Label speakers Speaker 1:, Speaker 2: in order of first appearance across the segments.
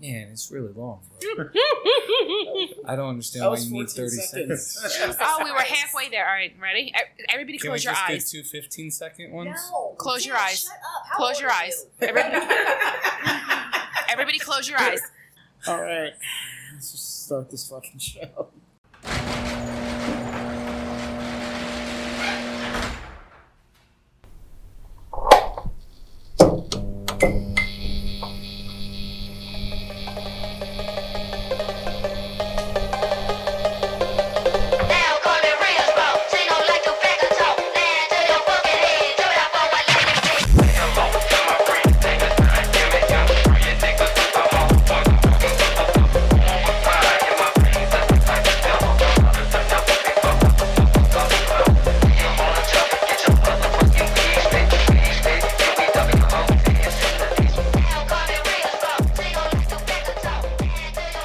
Speaker 1: Man, it's really long. Bro. I don't understand why you need 30 seconds.
Speaker 2: oh, we were halfway there. All right, ready? E- Everybody,
Speaker 1: Can we
Speaker 2: close your
Speaker 1: just get
Speaker 2: eyes.
Speaker 1: two 15 second ones?
Speaker 3: No.
Speaker 2: Close your
Speaker 3: Dad,
Speaker 2: eyes.
Speaker 3: Shut up. How
Speaker 2: Close
Speaker 3: old
Speaker 2: your
Speaker 3: are
Speaker 2: eyes.
Speaker 3: you?
Speaker 2: Everybody, close your eyes.
Speaker 1: All right. Let's just start this fucking show.
Speaker 4: Now call it real, bro. Sing on like a bag of talk. Land to your fucking head. Do that for a living, bitch. Now call it real, bro. Sing on like a bag of talk. Land to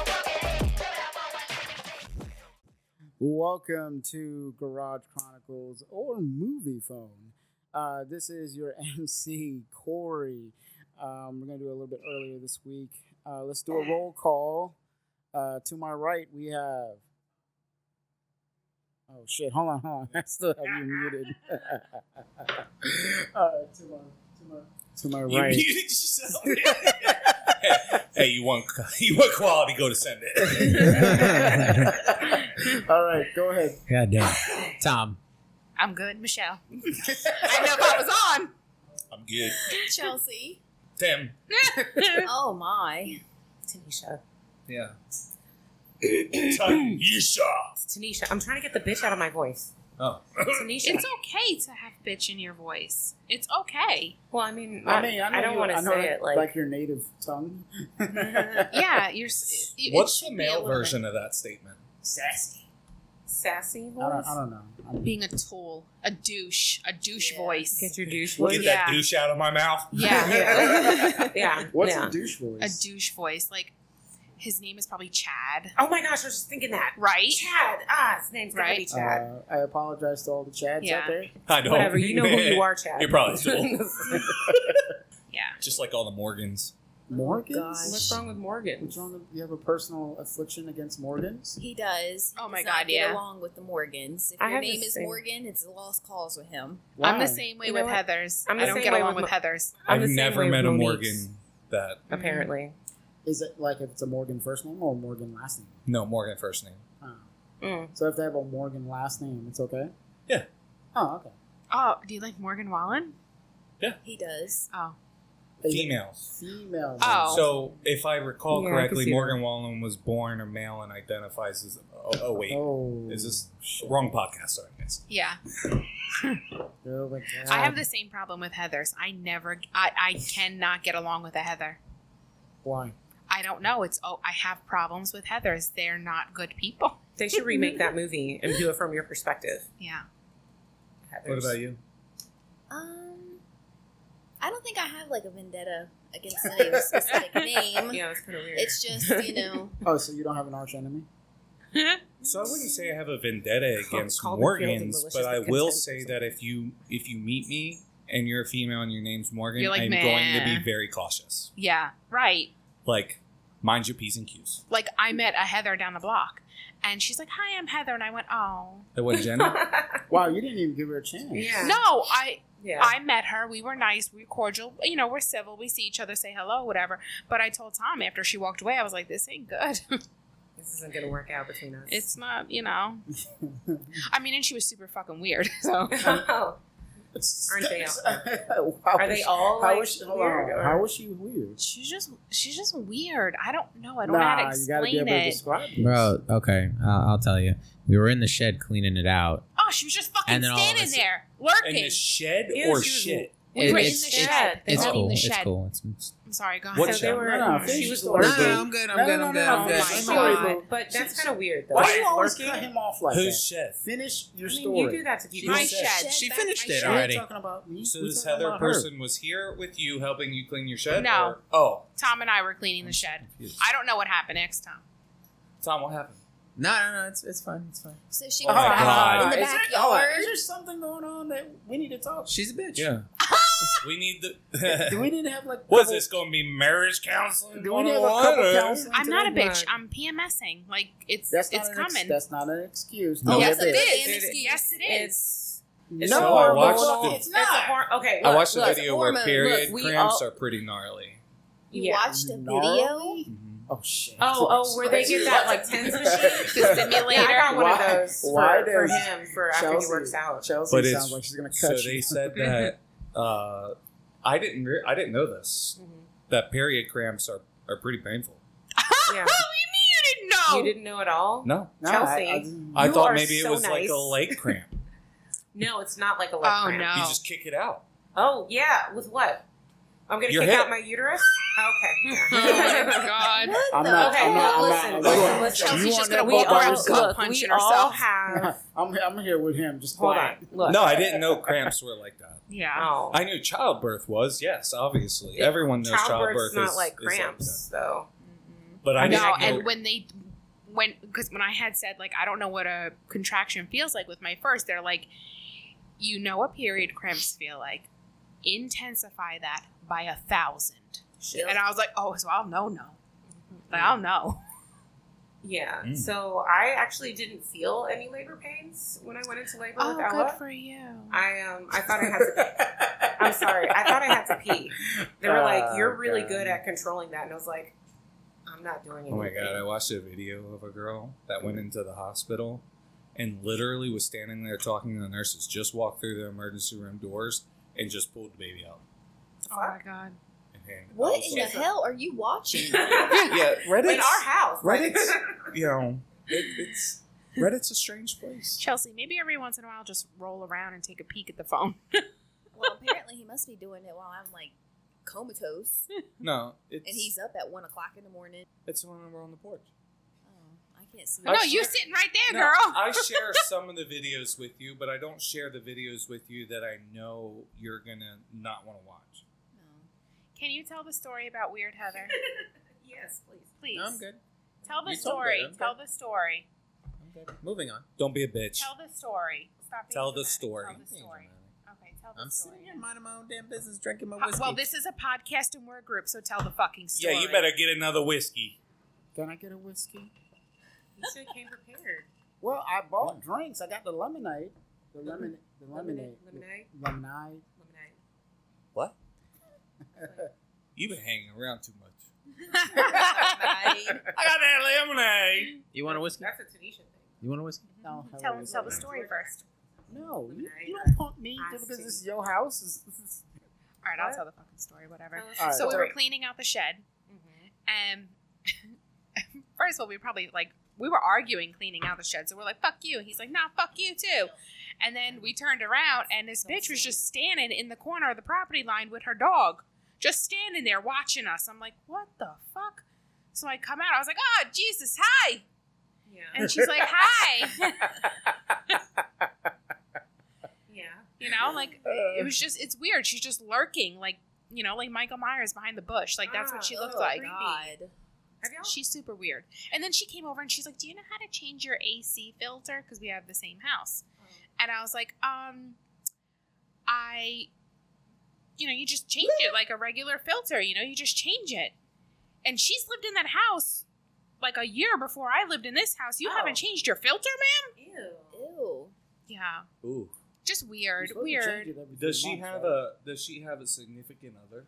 Speaker 4: your fucking head. Do that for a living, bitch.
Speaker 5: Welcome to Garage Chronicles or Movie Phone. Uh, this is your MC, Corey. Um, we're going to do it a little bit earlier this week. Uh, let's do a roll call. Uh, to my right, we have. Oh, shit. Hold on, hold on. I still have you muted. uh, to, my, to, my, to my
Speaker 1: You
Speaker 5: right.
Speaker 1: muted yourself. hey, hey, you want you want quality? Go to send it.
Speaker 5: All right, go ahead.
Speaker 6: God damn. Tom.
Speaker 2: I'm good, Michelle. I know if I was on.
Speaker 1: I'm good.
Speaker 3: Chelsea.
Speaker 1: Damn.
Speaker 3: Oh my. Tanisha.
Speaker 1: Yeah.
Speaker 7: It's Tanisha. I'm trying to get the bitch out of my voice.
Speaker 1: Oh.
Speaker 7: Tanisha.
Speaker 2: It's okay to have bitch in your voice. It's okay.
Speaker 7: well, I mean,
Speaker 5: I mean, I, know
Speaker 7: don't
Speaker 5: you-
Speaker 7: want
Speaker 5: I
Speaker 7: to
Speaker 5: know
Speaker 7: say it like,
Speaker 5: your native tongue.
Speaker 2: Yeah, you're. s- it- it
Speaker 1: What's the
Speaker 2: should be a
Speaker 1: male
Speaker 2: little bit-
Speaker 1: version of that statement?
Speaker 7: sassy. Sassy voice?
Speaker 5: I don't, I don't know. I mean,
Speaker 2: Being a tool, a douche, a douche
Speaker 3: Yeah.
Speaker 2: voice.
Speaker 7: Get your douche
Speaker 1: Get
Speaker 7: voice.
Speaker 1: that
Speaker 2: Yeah.
Speaker 1: douche out of my mouth.
Speaker 2: Yeah.
Speaker 7: yeah.
Speaker 5: what's
Speaker 7: yeah.
Speaker 5: a douche voice?
Speaker 2: a douche voice. Like his name is probably Chad,
Speaker 7: Oh my gosh, I was just thinking that.
Speaker 2: right?
Speaker 7: Chad. Ah, his name's gotta be
Speaker 2: Right.
Speaker 7: Chad.
Speaker 5: Uh, I apologize to all the Chads
Speaker 2: Yeah.
Speaker 5: out there.
Speaker 1: I don't.
Speaker 7: Whatever, you know who you are, Chad.
Speaker 1: You're probably still
Speaker 2: Yeah.
Speaker 1: just like all the Morgans.
Speaker 5: Morgans?
Speaker 3: gosh.
Speaker 7: What's wrong with Morgan?
Speaker 5: What's wrong with- you have a personal affliction against Morgans?
Speaker 3: He does.
Speaker 2: Oh my
Speaker 3: Does not
Speaker 2: God,
Speaker 3: Get
Speaker 2: yeah.
Speaker 3: Along with the Morgans. If
Speaker 7: I
Speaker 3: your
Speaker 7: have the
Speaker 3: name is
Speaker 7: same-
Speaker 3: Morgan, it's a lost cause with him.
Speaker 2: I'm the
Speaker 5: Why?
Speaker 2: same way
Speaker 7: You know
Speaker 2: with
Speaker 7: what?
Speaker 2: Heather's.
Speaker 7: I'm
Speaker 2: I'm
Speaker 7: the
Speaker 2: I do
Speaker 7: same
Speaker 2: not get
Speaker 7: way
Speaker 2: along
Speaker 7: with
Speaker 2: with
Speaker 7: my-
Speaker 2: Heather's.
Speaker 7: I'm the
Speaker 1: I've
Speaker 7: same
Speaker 1: never
Speaker 7: way
Speaker 1: met
Speaker 7: with
Speaker 1: a
Speaker 7: Monique's,
Speaker 1: Morgan that
Speaker 7: Apparently.
Speaker 5: Is it like if it's a Morgan first name or a Morgan last name?
Speaker 1: no Morgan first name.
Speaker 5: Oh.
Speaker 7: Mm.
Speaker 5: So if they have a Morgan last name, it's okay?
Speaker 1: Yeah.
Speaker 5: Oh, okay.
Speaker 2: Oh, do you like Morgan Wallen?
Speaker 3: He does.
Speaker 2: Oh,
Speaker 5: Is it
Speaker 1: Females.
Speaker 5: Female.
Speaker 2: Oh.
Speaker 1: So if I recall
Speaker 7: Yeah, I can
Speaker 1: correctly,
Speaker 7: see that.
Speaker 1: Morgan Wallen was born a male and identifies as. Oh, oh wait,
Speaker 5: Oh.
Speaker 1: is this wrong podcast? Sorry, guys.
Speaker 2: yeah.
Speaker 5: Oh my
Speaker 7: Uh,
Speaker 5: God.
Speaker 2: I have the same problem with Heather's. I never, I, I cannot get along with a Heather.
Speaker 5: Why?
Speaker 2: I don't know. It's oh, I have problems with Heather's. They're not good people.
Speaker 7: They should remake that movie and do it from your perspective.
Speaker 2: Yeah.
Speaker 1: What about you?
Speaker 3: Um, I don't think I have like a vendetta against any of a specific name.
Speaker 7: Yeah, that's kind of weird.
Speaker 3: It's just you know.
Speaker 5: Oh, so you don't have an arch enemy?
Speaker 1: So I wouldn't say I have a vendetta
Speaker 7: Call-
Speaker 1: against
Speaker 7: call the guilty
Speaker 1: Morgans,
Speaker 7: malicious
Speaker 1: but I will
Speaker 7: consent.
Speaker 1: say that if you if you meet me and you're a female and your name's Morgan,
Speaker 2: You're like,
Speaker 1: I'm
Speaker 2: "Meh."
Speaker 1: going to be very cautious.
Speaker 2: Yeah. Right.
Speaker 1: Like, mind your p's and q's.
Speaker 2: Like I met a Heather down the block, and she's like, "Hi, I'm Heather," and I went, "Oh."
Speaker 1: That was Jenna.
Speaker 5: Wow, you didn't even give her a chance.
Speaker 7: yeah.
Speaker 2: No, I
Speaker 7: Yeah.
Speaker 2: I met her. We were nice. We were cordial. You know, we're civil. We see each other, say hello, whatever. But I told Tom after she walked away, I was like, this ain't good.
Speaker 7: this isn't going to work out between us.
Speaker 2: it's not, you know. I mean, and she was super fucking weird. So
Speaker 7: oh, Aren't they
Speaker 5: all?
Speaker 7: Are they all,
Speaker 5: How
Speaker 7: like,
Speaker 5: is she, hold on,
Speaker 7: weird, or-
Speaker 5: How is she weird?
Speaker 2: she's just she's just weird. I don't know. I don't know how to
Speaker 5: you
Speaker 2: explain
Speaker 5: gotta be able to
Speaker 2: it.
Speaker 5: describe this.
Speaker 6: Bro, okay. I'll I'll tell you. We were in the shed cleaning it out.
Speaker 2: Oh, she was just fucking
Speaker 6: And then all of
Speaker 2: standing
Speaker 6: us-
Speaker 2: there
Speaker 1: in
Speaker 2: lurking.
Speaker 1: the shed
Speaker 7: Yeah,
Speaker 1: or
Speaker 7: she was-
Speaker 1: shit?
Speaker 2: we
Speaker 6: It-
Speaker 2: were in the
Speaker 6: it's-
Speaker 7: it's-
Speaker 2: shed. They
Speaker 6: It's
Speaker 2: were
Speaker 6: cool.
Speaker 2: in the
Speaker 6: It's
Speaker 2: shed.
Speaker 6: cool. It's, it's
Speaker 2: I'm sorry. Go ahead.
Speaker 1: What
Speaker 7: so they
Speaker 1: shed?
Speaker 7: were.
Speaker 5: No, no,
Speaker 7: she
Speaker 5: finish
Speaker 7: was
Speaker 5: the
Speaker 7: lurking.
Speaker 5: story, dude.
Speaker 6: good.
Speaker 5: No, no, no, no, no,
Speaker 2: I'm good.
Speaker 5: finish
Speaker 2: I'm
Speaker 5: the story,
Speaker 2: good.
Speaker 5: bro.
Speaker 7: But that's kind of weird, though.
Speaker 5: Why do you always
Speaker 7: Lurking?
Speaker 5: cut him off like
Speaker 1: Whose
Speaker 5: that?
Speaker 1: shed?
Speaker 5: Finish your
Speaker 7: I mean,
Speaker 5: story.
Speaker 7: you do that to people.
Speaker 2: My
Speaker 5: She said-
Speaker 2: shed.
Speaker 6: She
Speaker 2: That's
Speaker 6: finished
Speaker 2: my
Speaker 6: it
Speaker 2: shed.
Speaker 5: We're
Speaker 6: already.
Speaker 5: talking about me.
Speaker 1: So
Speaker 5: We're
Speaker 1: this
Speaker 5: talking
Speaker 1: Heather
Speaker 5: about her.
Speaker 1: person was here with you helping you clean your shed?
Speaker 2: No.
Speaker 1: or- oh.
Speaker 2: Tom and I were cleaning the shed. I don't know what happened next time.
Speaker 1: Tom, what happened?
Speaker 6: No, no, no. It's, it's fine. It's fine.
Speaker 3: So she
Speaker 1: Oh
Speaker 3: was
Speaker 1: my
Speaker 3: out
Speaker 1: God.
Speaker 3: in the
Speaker 5: Is there- hold on,
Speaker 3: backyard.
Speaker 5: is there something going on that we need to talk?
Speaker 6: She's a bitch.
Speaker 1: Yeah. we need
Speaker 5: Do
Speaker 1: the.
Speaker 5: we need to have like?
Speaker 1: What's
Speaker 5: couple-
Speaker 1: this going to be marriage counseling?
Speaker 5: Do we need to have a
Speaker 1: 101,
Speaker 5: couple
Speaker 1: or-
Speaker 5: counseling?
Speaker 2: I'm not a
Speaker 5: today?
Speaker 2: bitch. I'm PMSing. Like it's
Speaker 5: That's not
Speaker 2: it's
Speaker 5: an ex-
Speaker 2: coming.
Speaker 5: that's not an excuse.
Speaker 1: No.
Speaker 5: No,
Speaker 2: yes,
Speaker 5: it
Speaker 2: it
Speaker 5: is.
Speaker 2: is.
Speaker 7: It is.
Speaker 2: Yes, it is.
Speaker 7: It's,
Speaker 5: No,
Speaker 7: it's
Speaker 1: So
Speaker 7: a
Speaker 1: I
Speaker 7: horrible.
Speaker 1: watched
Speaker 7: look.
Speaker 1: it.
Speaker 7: It's a hor- okay. Look,
Speaker 1: I watched a
Speaker 7: look,
Speaker 1: video where
Speaker 3: hormone.
Speaker 1: period
Speaker 7: Look, we
Speaker 1: cramps
Speaker 7: all-
Speaker 1: are pretty gnarly.
Speaker 3: You
Speaker 7: Yeah.
Speaker 3: watched a
Speaker 5: Gnarly?
Speaker 3: video?
Speaker 5: Oh shit.
Speaker 7: Oh, oh, where they get that like tens and shit.
Speaker 2: The simulator.
Speaker 7: Yeah, I got one
Speaker 5: Why-
Speaker 7: of those for,
Speaker 5: why
Speaker 7: for
Speaker 5: does
Speaker 7: him for after he works out.
Speaker 5: Chelsea
Speaker 1: But it's
Speaker 5: sounds like she's gonna
Speaker 1: so
Speaker 5: cut
Speaker 1: they
Speaker 5: you.
Speaker 1: said that. uh, I didn't. Re- I didn't know this. That period cramps are, are pretty painful.
Speaker 7: Yeah.
Speaker 2: What do you mean you didn't know?
Speaker 7: You didn't know at all?
Speaker 1: No,
Speaker 5: No,
Speaker 7: Chelsea.
Speaker 1: I
Speaker 7: You
Speaker 1: thought
Speaker 7: are
Speaker 1: maybe it
Speaker 7: so
Speaker 1: was like
Speaker 7: nice.
Speaker 1: a leg cramp.
Speaker 7: No, it's not like a leg
Speaker 2: Oh
Speaker 7: cramp.
Speaker 2: no.
Speaker 1: You just kick it out.
Speaker 7: Oh yeah, with what? I'm gonna
Speaker 1: Your
Speaker 7: kick
Speaker 1: hip.
Speaker 7: out my uterus. Okay.
Speaker 2: oh my god.
Speaker 3: What
Speaker 5: I'm
Speaker 3: the-
Speaker 5: not-
Speaker 7: Okay,
Speaker 5: I'm not- I'm
Speaker 7: well,
Speaker 5: not-
Speaker 7: listen,
Speaker 5: I'm not-
Speaker 7: listen, listen.
Speaker 5: You
Speaker 2: Chelsea's
Speaker 5: want
Speaker 2: just
Speaker 5: that
Speaker 2: gonna
Speaker 7: we
Speaker 2: walk
Speaker 5: ball by
Speaker 2: around
Speaker 7: all
Speaker 5: yourself?
Speaker 7: look.
Speaker 2: gut
Speaker 7: We
Speaker 2: punching
Speaker 7: all
Speaker 2: herself.
Speaker 7: have.
Speaker 5: I'm, I'm here with him. Just
Speaker 7: Hold on.
Speaker 5: quiet.
Speaker 7: Look.
Speaker 1: No, I didn't know cramps were like that.
Speaker 2: Yeah.
Speaker 7: Oh.
Speaker 1: I knew childbirth was yes, obviously.
Speaker 7: Yeah,
Speaker 1: Everyone knows childbirth
Speaker 7: Childbirth's not
Speaker 1: is
Speaker 7: like
Speaker 1: is that.
Speaker 7: cramps, though.
Speaker 1: but I
Speaker 7: I
Speaker 1: didn't
Speaker 2: No,
Speaker 1: know.
Speaker 2: and when they when because when I had said like I don't know what a contraction feels like with my first, they're like, you know what period cramps feel like. Intensify that by a thousand.
Speaker 3: Shit.
Speaker 2: And I was like, oh, so I'll know no. Like, I'll know.
Speaker 7: Yeah.
Speaker 1: Mm.
Speaker 7: So I actually didn't feel any labor pains when I went into labor
Speaker 2: Oh,
Speaker 7: with
Speaker 2: good
Speaker 7: Ella.
Speaker 2: for you.
Speaker 7: I um I thought I had to. I'm sorry. I thought I had to pee. They were
Speaker 5: Oh,
Speaker 7: like, "You're really
Speaker 5: God.
Speaker 7: good at controlling that," and I was like, "I'm not doing anything."
Speaker 1: Oh my god, I watched a video of a girl that went into the hospital and literally was standing there talking to the nurses, just walked through the emergency room doors and just pulled the baby out.
Speaker 2: oh my god.
Speaker 1: And handed it. I
Speaker 3: What
Speaker 1: was
Speaker 3: in the
Speaker 1: like,
Speaker 3: hell are you watching?
Speaker 1: Yeah,
Speaker 7: In our
Speaker 1: Reddit's
Speaker 7: house, like-
Speaker 1: Reddit's you know it, it's Reddit's a strange place.
Speaker 2: Chelsea, maybe every once in a while just roll around and take a peek at the phone.
Speaker 3: well, apparently he must be doing it while I'm like comatose,
Speaker 1: No, it's
Speaker 3: and he's up at one o'clock in the morning.
Speaker 1: it's the one where we're on the porch.
Speaker 3: Oh, I can't see.
Speaker 2: no,
Speaker 3: that.
Speaker 2: you sitting right there,
Speaker 1: No,
Speaker 2: girl.
Speaker 1: I share some of the videos with you, but I don't share the videos with you that I know you're gonna not want to watch.
Speaker 3: No.
Speaker 2: Can you tell the story about Weird Heather?
Speaker 7: yes, please.
Speaker 2: Please.
Speaker 1: No, I'm good.
Speaker 2: Tell the
Speaker 1: You told
Speaker 2: story.
Speaker 1: it, I'm
Speaker 2: Tell
Speaker 1: good.
Speaker 2: the story.
Speaker 1: I'm good. Moving on. Don't be a bitch.
Speaker 2: Tell the story. Stop being
Speaker 1: Tell the
Speaker 2: dramatic.
Speaker 1: story.
Speaker 2: Tell the story. Okay, tell the
Speaker 6: I'm
Speaker 2: story.
Speaker 6: sitting here minding my own damn business, drinking my
Speaker 2: Uh,
Speaker 6: whiskey.
Speaker 2: well, this is a podcast and we're a group, so tell the fucking story.
Speaker 1: Yeah, you better get another whiskey.
Speaker 5: Can I get a whiskey?
Speaker 7: You should have came prepared.
Speaker 5: Well, I bought drinks. I got the lemonade. The lemon. The lemonade.
Speaker 7: Mm-hmm. Lemonade. Mm-hmm.
Speaker 5: Lemonade.
Speaker 7: Lemonade.
Speaker 1: What? You've been hanging around too much. I got that lemonade.
Speaker 6: you want a whiskey?
Speaker 7: That's a Tunisian thing.
Speaker 6: You want a whiskey?
Speaker 5: No,
Speaker 2: Tell
Speaker 5: hell
Speaker 2: him,
Speaker 5: is
Speaker 2: tell
Speaker 5: it?
Speaker 2: the story first.
Speaker 5: No, you,
Speaker 7: Lemonade.
Speaker 5: you don't punk me
Speaker 7: I
Speaker 5: just because
Speaker 7: see.
Speaker 5: this is your house. This- this is-
Speaker 2: All right, I'll
Speaker 7: What?
Speaker 2: tell the fucking story, whatever.
Speaker 7: Tell us
Speaker 5: All
Speaker 7: the
Speaker 5: right.
Speaker 2: So we were
Speaker 7: story.
Speaker 2: cleaning out the shed.
Speaker 7: Mhm.
Speaker 2: Um, first of all, we probably like we were arguing cleaning out the shed, so we're like, "Fuck you," and he's like, "Nah, fuck you too." And then we turned around, and this bitch was just standing in the corner of the property line with her dog, just standing there watching us. I'm like, "What the fuck?" So I come out, I was like, "Oh Jesus, hi!"
Speaker 7: Yeah.
Speaker 2: And she's like, "Hi,"
Speaker 7: Yeah.
Speaker 2: you know, like it was just it's weird. She's just lurking, like you know, like Michael Myers behind the bush, like that's what she looked
Speaker 3: Oh,
Speaker 2: like.
Speaker 3: God.
Speaker 7: Have y'all?
Speaker 2: She's super weird. And then she came over and she's like, "Do you know how to change your AC filter? Because we have the same house."
Speaker 7: Oh.
Speaker 2: And I was like, "Um, I, you know, you just change it like a regular filter. You know, you just change it." And she's lived in that house like a year before I lived in this house. You
Speaker 7: Oh.
Speaker 2: haven't changed your filter, man.
Speaker 7: Ew.
Speaker 3: Ew.
Speaker 2: Yeah,
Speaker 1: Ooh.
Speaker 2: just
Speaker 5: you're
Speaker 2: weird,
Speaker 5: supposed to change
Speaker 2: weird.
Speaker 5: it every
Speaker 1: Does
Speaker 5: three
Speaker 1: she
Speaker 5: months,
Speaker 1: have
Speaker 5: right?
Speaker 1: a Does she have a significant other?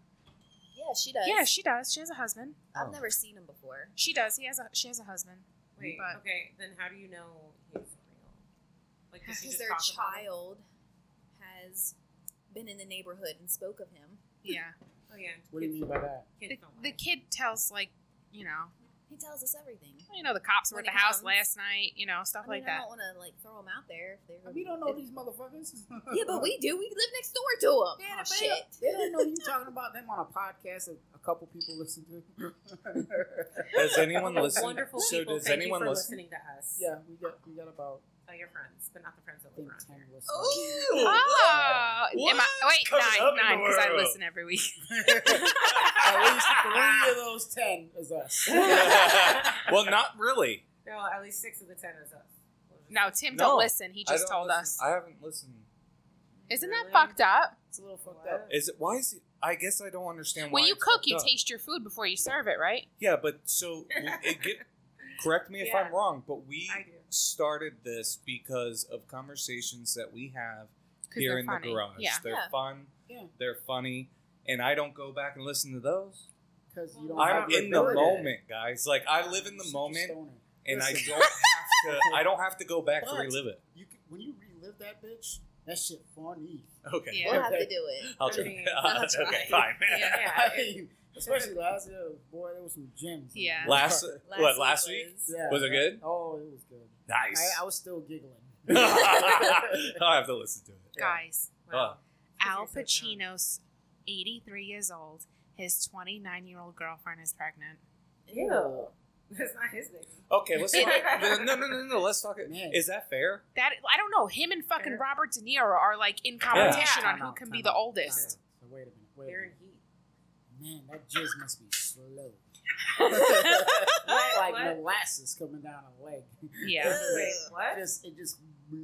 Speaker 3: Yeah, she does.
Speaker 2: Yeah, she does. She has a husband.
Speaker 3: I've
Speaker 1: Oh.
Speaker 3: never seen him before.
Speaker 2: She does. He has a. She has a husband.
Speaker 7: Wait.
Speaker 2: But-
Speaker 7: Okay. Then how do you know he's real? Like, does she just
Speaker 3: Because their
Speaker 7: talk about him?
Speaker 3: child has been in the neighborhood and spoke of him.
Speaker 2: Yeah.
Speaker 7: Oh yeah.
Speaker 5: What do you mean by that?
Speaker 7: Kids
Speaker 2: The,
Speaker 7: don't
Speaker 2: the
Speaker 7: lie.
Speaker 2: kid tells like, you know,
Speaker 3: He tells us everything.
Speaker 2: you know, the cops were
Speaker 3: When
Speaker 2: at the
Speaker 3: he
Speaker 2: house
Speaker 3: comes.
Speaker 2: last night, you know, stuff
Speaker 3: I mean,
Speaker 2: like
Speaker 3: I
Speaker 2: that.
Speaker 3: don't want to like throw him out there. If they're
Speaker 5: We don't know
Speaker 3: if-
Speaker 5: these motherfuckers.
Speaker 3: Yeah, but we do. We live next door to him.
Speaker 5: Yeah,
Speaker 3: oh,
Speaker 5: but-
Speaker 3: shit.
Speaker 5: They don't know you talking about them on a podcast that a couple people listen to.
Speaker 1: Does anyone
Speaker 7: Okay,
Speaker 1: listen?
Speaker 7: Wonderful
Speaker 1: so
Speaker 7: people.
Speaker 1: does
Speaker 7: Thank
Speaker 1: anyone
Speaker 7: you for
Speaker 1: listen?
Speaker 7: listening to us?
Speaker 5: yeah, we got we got about
Speaker 7: Oh, your friends, but not the friends that
Speaker 5: I think
Speaker 7: live around
Speaker 5: ten
Speaker 7: here.
Speaker 5: listeners.
Speaker 2: Oh, am I,
Speaker 1: What's
Speaker 2: wait,
Speaker 1: coming up in
Speaker 2: nine,
Speaker 1: the
Speaker 2: nine, because I
Speaker 1: world?
Speaker 2: listen every week.
Speaker 5: At least three of those ten is us.
Speaker 1: well, not really.
Speaker 7: No, at least six of the ten is us.
Speaker 2: No, Tim
Speaker 1: No,
Speaker 2: don't listen. He
Speaker 1: I
Speaker 2: just
Speaker 1: don't
Speaker 2: told
Speaker 1: listen-
Speaker 2: us.
Speaker 1: I haven't listened.
Speaker 2: Isn't
Speaker 7: Really?
Speaker 2: that fucked up?
Speaker 5: It's a little fucked up.
Speaker 1: Is it why is it? I guess I don't understand.
Speaker 2: When
Speaker 1: why
Speaker 2: you
Speaker 1: it's
Speaker 2: cook,
Speaker 1: fucked
Speaker 2: you
Speaker 1: up.
Speaker 2: taste your food before you serve it, right?
Speaker 1: Yeah, but so it get, correct me if
Speaker 7: Yeah.
Speaker 1: I'm wrong, but we
Speaker 7: I do.
Speaker 1: started this because of conversations that we have
Speaker 2: 'Cause
Speaker 1: here
Speaker 2: they're
Speaker 1: in
Speaker 2: funny.
Speaker 1: the garage.
Speaker 2: Yeah.
Speaker 1: They're
Speaker 3: Yeah.
Speaker 1: fun.
Speaker 5: Yeah.
Speaker 1: They're funny. And I don't go back and listen to those.
Speaker 5: Because you don't.
Speaker 1: I'm
Speaker 5: have
Speaker 1: in the
Speaker 5: ability.
Speaker 1: moment, guys. Like I live in the
Speaker 5: Such a
Speaker 1: moment,
Speaker 5: stoner.
Speaker 1: and I
Speaker 5: Listen.
Speaker 1: don't have to. I don't have to go back to
Speaker 5: But-
Speaker 1: relive it.
Speaker 5: You can, when you relive that bitch, that shit funny.
Speaker 1: Okay.
Speaker 2: Yeah.
Speaker 3: We'll have
Speaker 5: Okay.
Speaker 3: to do it.
Speaker 1: I'll try.
Speaker 7: I mean,
Speaker 2: I'll try.
Speaker 1: okay, fine.
Speaker 7: Yeah.
Speaker 5: I mean, especially last year, boy, there was some gems. in
Speaker 2: Yeah.
Speaker 5: that
Speaker 1: Last,
Speaker 5: motherfucker.
Speaker 1: what last week?
Speaker 3: was-
Speaker 5: Yeah.
Speaker 1: was it good?
Speaker 5: Oh, it was good.
Speaker 1: Nice.
Speaker 5: I, I was still giggling.
Speaker 1: I'll have to listen to it.
Speaker 2: Guys,
Speaker 1: Uh,
Speaker 2: Al
Speaker 7: Because you're so dumb.
Speaker 2: Pacino's 83 years old. His 29 year old girlfriend is pregnant.
Speaker 7: Ew. That's not his name.
Speaker 1: Okay, let's talk. no, no, no, no, no. Let's talk.
Speaker 5: Man.
Speaker 1: Is that fair?
Speaker 2: That I don't know. Him and fucking
Speaker 7: Fair.
Speaker 2: Robert De Niro are like in competition
Speaker 5: Yeah.
Speaker 2: on who can be the oldest.
Speaker 5: So wait a minute. Wait a
Speaker 7: They're in
Speaker 5: minute.
Speaker 7: heat.
Speaker 5: Man, that jizz must be slow.
Speaker 7: What?
Speaker 5: like
Speaker 7: What?
Speaker 5: molasses coming down a leg.
Speaker 2: Yeah.
Speaker 7: Wait, what?
Speaker 5: just it just.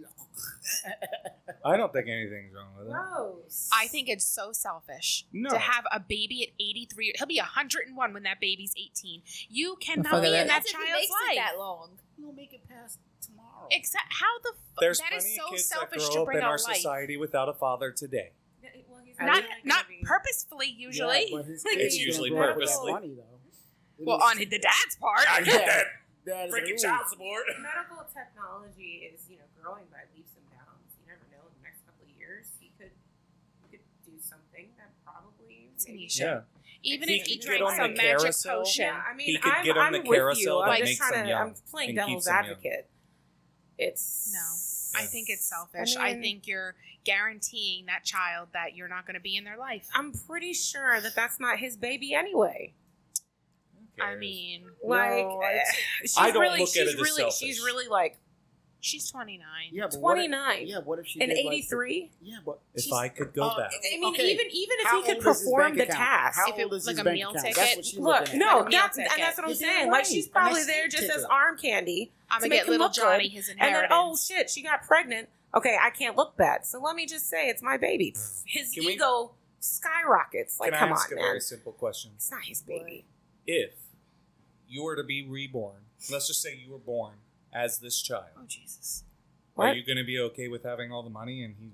Speaker 1: I don't think anything's wrong with it.
Speaker 7: Gross.
Speaker 2: I think it's so selfish
Speaker 1: No.
Speaker 2: to have a baby at 83. He'll be 101 when that baby's 18. You cannot
Speaker 1: Oh,
Speaker 6: Motherfucker,
Speaker 2: be in
Speaker 6: that-
Speaker 2: that
Speaker 3: That's if he
Speaker 2: child's
Speaker 3: makes it
Speaker 2: life.
Speaker 3: that long.
Speaker 5: You'll make it past tomorrow.
Speaker 2: Except how the fuck
Speaker 1: There's
Speaker 2: that
Speaker 1: plenty
Speaker 2: is so
Speaker 1: of kids that
Speaker 2: selfish
Speaker 1: grow
Speaker 2: to
Speaker 1: up
Speaker 2: bring
Speaker 1: in
Speaker 2: a
Speaker 1: our
Speaker 2: life.
Speaker 1: society without a father today.
Speaker 7: Well, he's
Speaker 2: Not
Speaker 7: really
Speaker 2: not
Speaker 7: gonna be-
Speaker 2: purposefully usually.
Speaker 5: Yeah, but his
Speaker 2: Like-
Speaker 5: kid's
Speaker 1: It's usually
Speaker 5: gonna grow up with
Speaker 1: purposely.
Speaker 5: That money, though. It
Speaker 2: well,
Speaker 5: is-
Speaker 2: on the dad's part.
Speaker 5: get that that is rude.
Speaker 1: support.
Speaker 7: Medical technology is, you know, growing by leaps and bounds. You never know. In the next couple of years, he could, he could do something that probably.
Speaker 2: It's an
Speaker 7: maybe-
Speaker 2: issue.
Speaker 1: Yeah.
Speaker 2: Even
Speaker 7: He
Speaker 2: if he
Speaker 7: could get
Speaker 2: drank
Speaker 7: on
Speaker 2: some
Speaker 7: the
Speaker 2: magic
Speaker 1: carousel.
Speaker 2: potion.
Speaker 7: Yeah, I mean,
Speaker 1: He could
Speaker 7: I'm,
Speaker 1: get on
Speaker 7: I'm
Speaker 1: the
Speaker 7: with
Speaker 1: carousel
Speaker 7: you.
Speaker 1: that
Speaker 7: I'm just
Speaker 1: makes
Speaker 7: trying
Speaker 1: them
Speaker 7: to.
Speaker 1: young
Speaker 7: I'm playing
Speaker 1: and keeps
Speaker 7: devil's
Speaker 1: them young.
Speaker 7: advocate. It's
Speaker 2: No. I think it's selfish.
Speaker 7: I
Speaker 2: I,
Speaker 7: mean-
Speaker 2: think you're guaranteeing that child that you're not going to be in their life.
Speaker 7: I'm pretty sure that that's not his baby anyway.
Speaker 2: I mean,
Speaker 7: Like,
Speaker 5: No,
Speaker 7: eh,
Speaker 5: it's-
Speaker 7: she's
Speaker 1: I don't
Speaker 7: really,
Speaker 1: look at
Speaker 7: she's
Speaker 1: it as
Speaker 7: really,
Speaker 1: selfish.
Speaker 7: she's really like
Speaker 2: she's 29.
Speaker 5: Yeah, but what if-
Speaker 7: 29
Speaker 5: Yeah, what if she
Speaker 7: and
Speaker 5: did, like, the-
Speaker 7: 83.
Speaker 5: yeah, but
Speaker 1: If
Speaker 5: she's-
Speaker 1: I could go
Speaker 2: Oh,
Speaker 5: uh,
Speaker 1: back,
Speaker 7: I mean,
Speaker 5: Okay.
Speaker 7: even even if
Speaker 5: How
Speaker 7: he could
Speaker 5: old is his
Speaker 7: perform
Speaker 5: bank
Speaker 7: the
Speaker 5: account?
Speaker 7: task,
Speaker 5: How
Speaker 2: If it-
Speaker 5: old is
Speaker 2: like
Speaker 5: his
Speaker 2: a
Speaker 5: bank
Speaker 2: meal
Speaker 5: account?
Speaker 2: ticket?
Speaker 5: That's what she's
Speaker 7: Look,
Speaker 5: looking
Speaker 2: Like a
Speaker 7: no,
Speaker 2: meal
Speaker 7: that's and
Speaker 2: ticket.
Speaker 7: that's what I'm
Speaker 5: You're damn
Speaker 7: saying.
Speaker 5: right.
Speaker 7: Like she's probably
Speaker 5: Unless you
Speaker 7: there just
Speaker 5: ticket.
Speaker 7: as arm candy,
Speaker 2: I'm going
Speaker 7: To
Speaker 2: to
Speaker 7: make
Speaker 2: get
Speaker 7: him
Speaker 2: little
Speaker 7: look good.
Speaker 2: Johnny his
Speaker 7: and then
Speaker 2: inheritance.
Speaker 7: oh shit, she got pregnant. Okay, I can't look bad. So let me just say, it's my baby. His
Speaker 1: Mm. Can we-
Speaker 7: ego skyrockets. Like,
Speaker 1: can
Speaker 7: come
Speaker 1: I ask
Speaker 7: on,
Speaker 1: a
Speaker 7: man.
Speaker 1: very simple question?
Speaker 7: It's not his baby.
Speaker 1: If you were to be reborn, let's just say you were born as this
Speaker 2: Oh,
Speaker 1: child,
Speaker 2: Jesus.
Speaker 1: are
Speaker 7: What?
Speaker 1: you going to be okay with having all the money and he?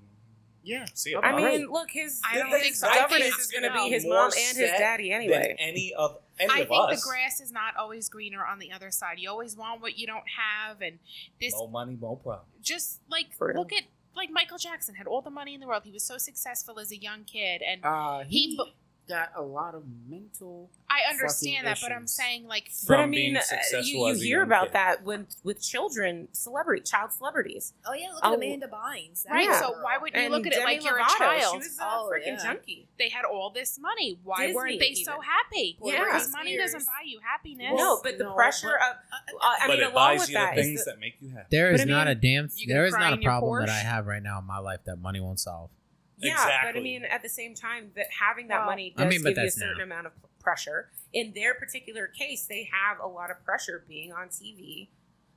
Speaker 5: Yeah.
Speaker 1: See it.
Speaker 7: I mean,
Speaker 5: Alright.
Speaker 7: look, his
Speaker 2: I don't
Speaker 7: his
Speaker 2: think so. I
Speaker 7: governess
Speaker 2: think-
Speaker 7: is going to be
Speaker 2: no.
Speaker 7: his
Speaker 1: More
Speaker 7: mom and his
Speaker 1: set
Speaker 7: daddy
Speaker 1: than
Speaker 7: anyway.
Speaker 1: any of any
Speaker 2: I
Speaker 1: of
Speaker 2: think
Speaker 1: us.
Speaker 2: the grass is not always greener on the other side. You always want what you don't have. And this,
Speaker 1: More money, more problem.
Speaker 2: just like,
Speaker 7: For real.
Speaker 2: look at, like, Michael Jackson had all the money in the world. He was so successful as a young kid. And
Speaker 5: Uh,
Speaker 2: he,
Speaker 5: he
Speaker 2: bu-
Speaker 5: got a lot of mental.
Speaker 2: I understand that, but I'm
Speaker 5: issues.
Speaker 2: saying, like,
Speaker 7: But I
Speaker 1: From being
Speaker 7: mean, uh,
Speaker 1: successful
Speaker 7: you, you
Speaker 1: as a
Speaker 7: hear
Speaker 1: young
Speaker 7: about
Speaker 1: kid.
Speaker 7: that with with children, celebrity, child celebrities.
Speaker 3: Oh yeah, look
Speaker 7: Oh.
Speaker 3: at Amanda Bynes. That
Speaker 2: right?
Speaker 7: Yeah.
Speaker 2: So
Speaker 3: girl.
Speaker 2: why wouldn't you look at it
Speaker 7: Demi
Speaker 2: like you're a
Speaker 7: Lovato,
Speaker 2: child?
Speaker 7: She was a
Speaker 3: Oh,
Speaker 7: freaking
Speaker 3: yeah.
Speaker 7: junkie.
Speaker 2: they had all this money. Why
Speaker 7: Disney
Speaker 2: weren't they so
Speaker 7: even.
Speaker 2: happy?
Speaker 7: Yeah.
Speaker 2: Because money
Speaker 3: Years.
Speaker 2: doesn't buy you happiness.
Speaker 7: no, but the
Speaker 5: No,
Speaker 7: pressure
Speaker 5: but-
Speaker 7: of uh, I
Speaker 1: but
Speaker 7: mean,
Speaker 1: it
Speaker 7: along
Speaker 1: buys
Speaker 7: with
Speaker 1: you
Speaker 7: that
Speaker 1: the
Speaker 7: is
Speaker 1: things
Speaker 7: the-
Speaker 1: that make you happy.
Speaker 6: There
Speaker 2: But
Speaker 6: is
Speaker 2: I
Speaker 6: not
Speaker 2: mean,
Speaker 6: a damn.
Speaker 2: you can
Speaker 6: There is
Speaker 2: cry
Speaker 6: not
Speaker 2: in
Speaker 6: a
Speaker 2: your
Speaker 6: problem that I
Speaker 2: Porsche.
Speaker 6: have right now in my life that money won't solve.
Speaker 7: yeah, but
Speaker 1: Exactly.
Speaker 7: I mean, at the same time, that having that
Speaker 2: Well,
Speaker 7: money
Speaker 6: I
Speaker 7: does
Speaker 6: mean, but
Speaker 7: give you a
Speaker 6: that's
Speaker 7: certain
Speaker 6: now.
Speaker 7: amount of p- pressure. In their particular case, they have a lot of pressure being on TV,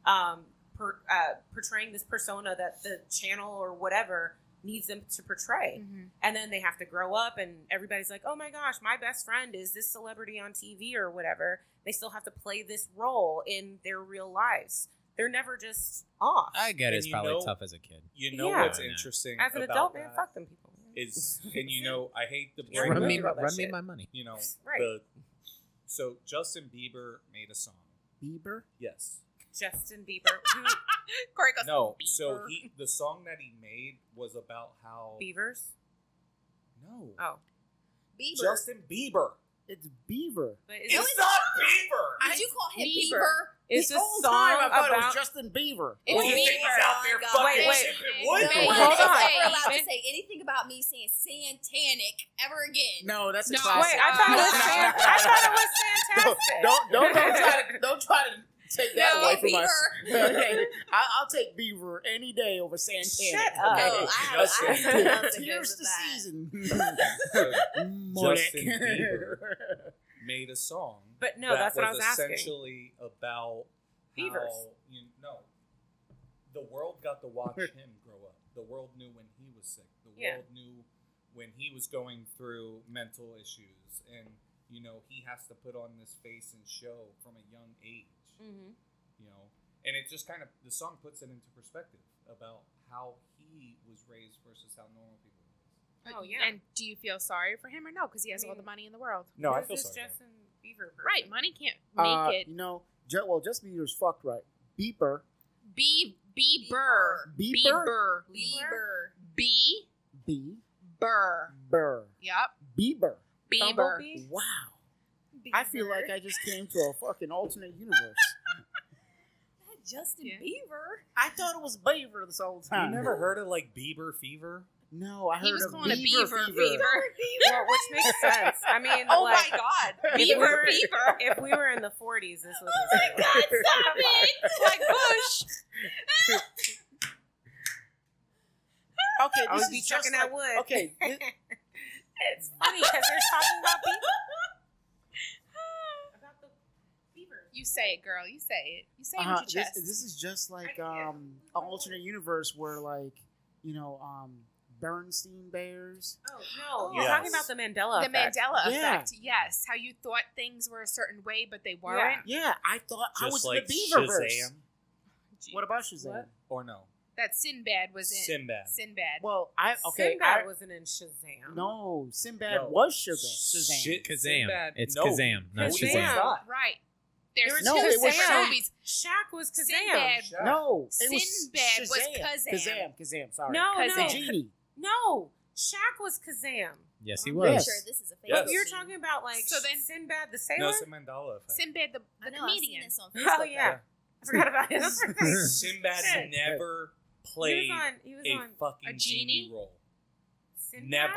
Speaker 7: um, per, uh, portraying this persona that the channel or whatever needs them to portray.
Speaker 2: Mhm.
Speaker 7: and then they have to grow up and everybody's like oh my gosh my best friend is this celebrity on tv or whatever they still have to play this role in their real lives they're never just off
Speaker 6: I get
Speaker 1: And
Speaker 6: it, it's
Speaker 1: you
Speaker 6: probably
Speaker 1: know-
Speaker 6: tough as a kid.
Speaker 1: you know
Speaker 7: Yeah.
Speaker 1: what's
Speaker 6: Yeah.
Speaker 1: interesting
Speaker 7: as an
Speaker 1: about
Speaker 7: adult man
Speaker 1: that
Speaker 7: fuck them people
Speaker 1: is, and you know, I hate the
Speaker 7: Right,
Speaker 1: brain.
Speaker 6: Run
Speaker 7: right.
Speaker 6: me,
Speaker 7: About that
Speaker 6: run me
Speaker 7: shit.
Speaker 6: my money.
Speaker 1: You know,
Speaker 7: Right.
Speaker 1: the, so Justin Bieber made a song.
Speaker 5: Bieber.
Speaker 1: Yes.
Speaker 7: justin bieber who,
Speaker 2: Corey goes,
Speaker 1: No. So
Speaker 2: Bieber.
Speaker 1: he, the song that he made was about how
Speaker 7: beavers
Speaker 1: no,
Speaker 7: oh
Speaker 3: Bieber.
Speaker 1: Justin Bieber.
Speaker 5: It's Beaver.
Speaker 7: but is
Speaker 1: It's
Speaker 7: this,
Speaker 1: not Bieber.
Speaker 3: Did you call him
Speaker 2: Bieber.
Speaker 3: Bieber?
Speaker 7: is
Speaker 5: this
Speaker 7: this
Speaker 5: whole
Speaker 7: song
Speaker 5: time I thought it
Speaker 7: about
Speaker 5: was Justin Bieber.
Speaker 2: It's
Speaker 1: Well, you think
Speaker 2: Bieber.
Speaker 1: he's out there
Speaker 3: Oh my God.
Speaker 1: fucking
Speaker 7: Wait, wait.
Speaker 1: shipping
Speaker 3: No
Speaker 1: wood?
Speaker 2: Wait,
Speaker 3: one
Speaker 7: hold
Speaker 3: is
Speaker 7: on.
Speaker 3: ever allowed
Speaker 2: Wait.
Speaker 3: to say anything about me saying Santanic ever again.
Speaker 5: No, that's a
Speaker 2: No.
Speaker 5: classic.
Speaker 7: wait i thought it was
Speaker 2: No.
Speaker 7: fan- i thought it was fantastic
Speaker 5: Don't don't don't try to don't try to take that
Speaker 3: No,
Speaker 5: away from us.
Speaker 3: Bieber.
Speaker 5: okay, I, I'll take Beaver any day over Santana.
Speaker 7: Shut
Speaker 3: No,
Speaker 7: up.
Speaker 5: Okay.
Speaker 3: I have, I have
Speaker 7: Justin.
Speaker 3: nothing else to
Speaker 5: Here's the
Speaker 3: that.
Speaker 5: season.
Speaker 1: Justin Bieber. made a song.
Speaker 7: but no
Speaker 1: that
Speaker 7: that's what i
Speaker 1: was
Speaker 7: was asking
Speaker 1: essentially about
Speaker 7: Beavers.
Speaker 1: How, you no, the world got to watch him grow up. The world knew when he was sick. The
Speaker 7: Yeah.
Speaker 1: world knew when he was going through mental issues, and you know he has to put on this face and show from a young age.
Speaker 7: Mm-hmm.
Speaker 1: You know, and it just kind of the song puts it into perspective about how he was raised versus how normal people. Were
Speaker 7: Oh, yeah.
Speaker 2: And Mm-hmm. do you feel sorry for him or no? Because he has
Speaker 7: I
Speaker 2: all
Speaker 7: mean-
Speaker 2: the money in the world.
Speaker 1: raised. No,
Speaker 7: Where's this Justin Bieber person?
Speaker 2: Right, money can't make
Speaker 5: Uh,
Speaker 2: it.
Speaker 5: You know, Je- well, Justin Bieber's fucked right. Beeper,
Speaker 2: B B Burr. B
Speaker 5: Bieber,
Speaker 2: Burr.
Speaker 7: Bieber.
Speaker 2: B
Speaker 5: B,
Speaker 2: Burr.
Speaker 5: Burr,
Speaker 2: Yep.
Speaker 5: Bieber.
Speaker 2: Bieber.
Speaker 7: Bumblebee?
Speaker 5: Wow, I feel like I just came to a fucking alternate universe.
Speaker 3: Not Justin
Speaker 2: Yeah.
Speaker 3: Bieber.
Speaker 5: I thought it was Beaver this whole
Speaker 1: You
Speaker 5: time.
Speaker 1: never heard of like Bieber fever?
Speaker 5: No, I heard
Speaker 2: He was
Speaker 5: of
Speaker 2: calling it
Speaker 5: Beaver
Speaker 2: Beaver
Speaker 5: fever.
Speaker 2: Fever.
Speaker 7: Well, which makes sense. I mean,
Speaker 2: Oh
Speaker 7: like,
Speaker 2: my God.
Speaker 7: if we
Speaker 2: Beaver
Speaker 7: were-
Speaker 2: Fever.
Speaker 7: If we were in the 40s, this was.
Speaker 5: my God,
Speaker 3: stop it!
Speaker 2: Like Bush.
Speaker 5: Okay,
Speaker 7: I
Speaker 5: this
Speaker 7: would
Speaker 5: is
Speaker 7: be
Speaker 5: just
Speaker 7: chucking that
Speaker 5: like-
Speaker 7: wood.
Speaker 5: Okay, thi-
Speaker 7: It's funny because they're talking about Bieber. about the Bieber.
Speaker 2: You say it, girl. You say it. You say it
Speaker 5: uh,
Speaker 2: with your
Speaker 5: this,
Speaker 2: chest.
Speaker 5: this is just like
Speaker 7: I can't.
Speaker 5: um, an alternate universe where, like, you know, um, Bernstein Bears.
Speaker 7: Oh no,
Speaker 1: Yes.
Speaker 7: you're talking about the Mandela.
Speaker 2: the
Speaker 7: effect.
Speaker 2: Mandela
Speaker 5: Yeah.
Speaker 2: effect. Yes. How you thought things were a certain way, but they weren't.
Speaker 5: Yeah, I thought I was
Speaker 1: Just
Speaker 5: in
Speaker 1: like
Speaker 5: the Beaververse.
Speaker 1: Shazam,
Speaker 5: What about Shazam?
Speaker 2: What?
Speaker 1: or no,
Speaker 2: That Sinbad was in.
Speaker 1: Sinbad.
Speaker 2: Sinbad.
Speaker 5: Well, I okay.
Speaker 7: Sinbad
Speaker 5: I,
Speaker 7: wasn't in Shazam.
Speaker 5: no, Sinbad
Speaker 1: No.
Speaker 5: was Shazam. Shazam.
Speaker 1: Shit,
Speaker 6: Kazam.
Speaker 1: Sinbad-
Speaker 6: It's
Speaker 1: no.
Speaker 6: Kazam, not
Speaker 1: No,
Speaker 7: Kazam.
Speaker 1: he's
Speaker 6: Shazam.
Speaker 1: not.
Speaker 2: right. There's
Speaker 5: No,
Speaker 2: two
Speaker 5: it was
Speaker 2: separate
Speaker 5: Shaq.
Speaker 2: movies.
Speaker 7: Shaq was Kazam.
Speaker 2: Sinbad.
Speaker 1: Shaq.
Speaker 5: No, it
Speaker 2: Sinbad
Speaker 5: was
Speaker 2: was
Speaker 5: Shazam.
Speaker 2: Kazam.
Speaker 5: Kazam. Kazam. Sorry.
Speaker 7: No,
Speaker 5: The
Speaker 2: Kazam.
Speaker 7: no,
Speaker 5: genie.
Speaker 7: no. Shaq was Kazam.
Speaker 6: Yes, he
Speaker 3: I'm
Speaker 6: was.
Speaker 3: pretty
Speaker 5: Yes.
Speaker 3: sure this is a fake.
Speaker 1: Yes.
Speaker 7: You're talking about like
Speaker 2: So then-
Speaker 7: Sinbad the sailor.
Speaker 1: No, it's a Mandela effect.
Speaker 2: Sinbad the,
Speaker 3: I
Speaker 2: the
Speaker 3: know, I've seen
Speaker 2: comedian.
Speaker 3: this on Facebook.
Speaker 7: oh yeah, I forgot about him. he was
Speaker 1: Sinbad
Speaker 7: Shit.
Speaker 1: never played
Speaker 7: on. He was
Speaker 1: a
Speaker 7: on.
Speaker 1: fucking
Speaker 2: A
Speaker 1: genie?
Speaker 2: genie?
Speaker 1: role.
Speaker 7: Sinbad?
Speaker 1: Never.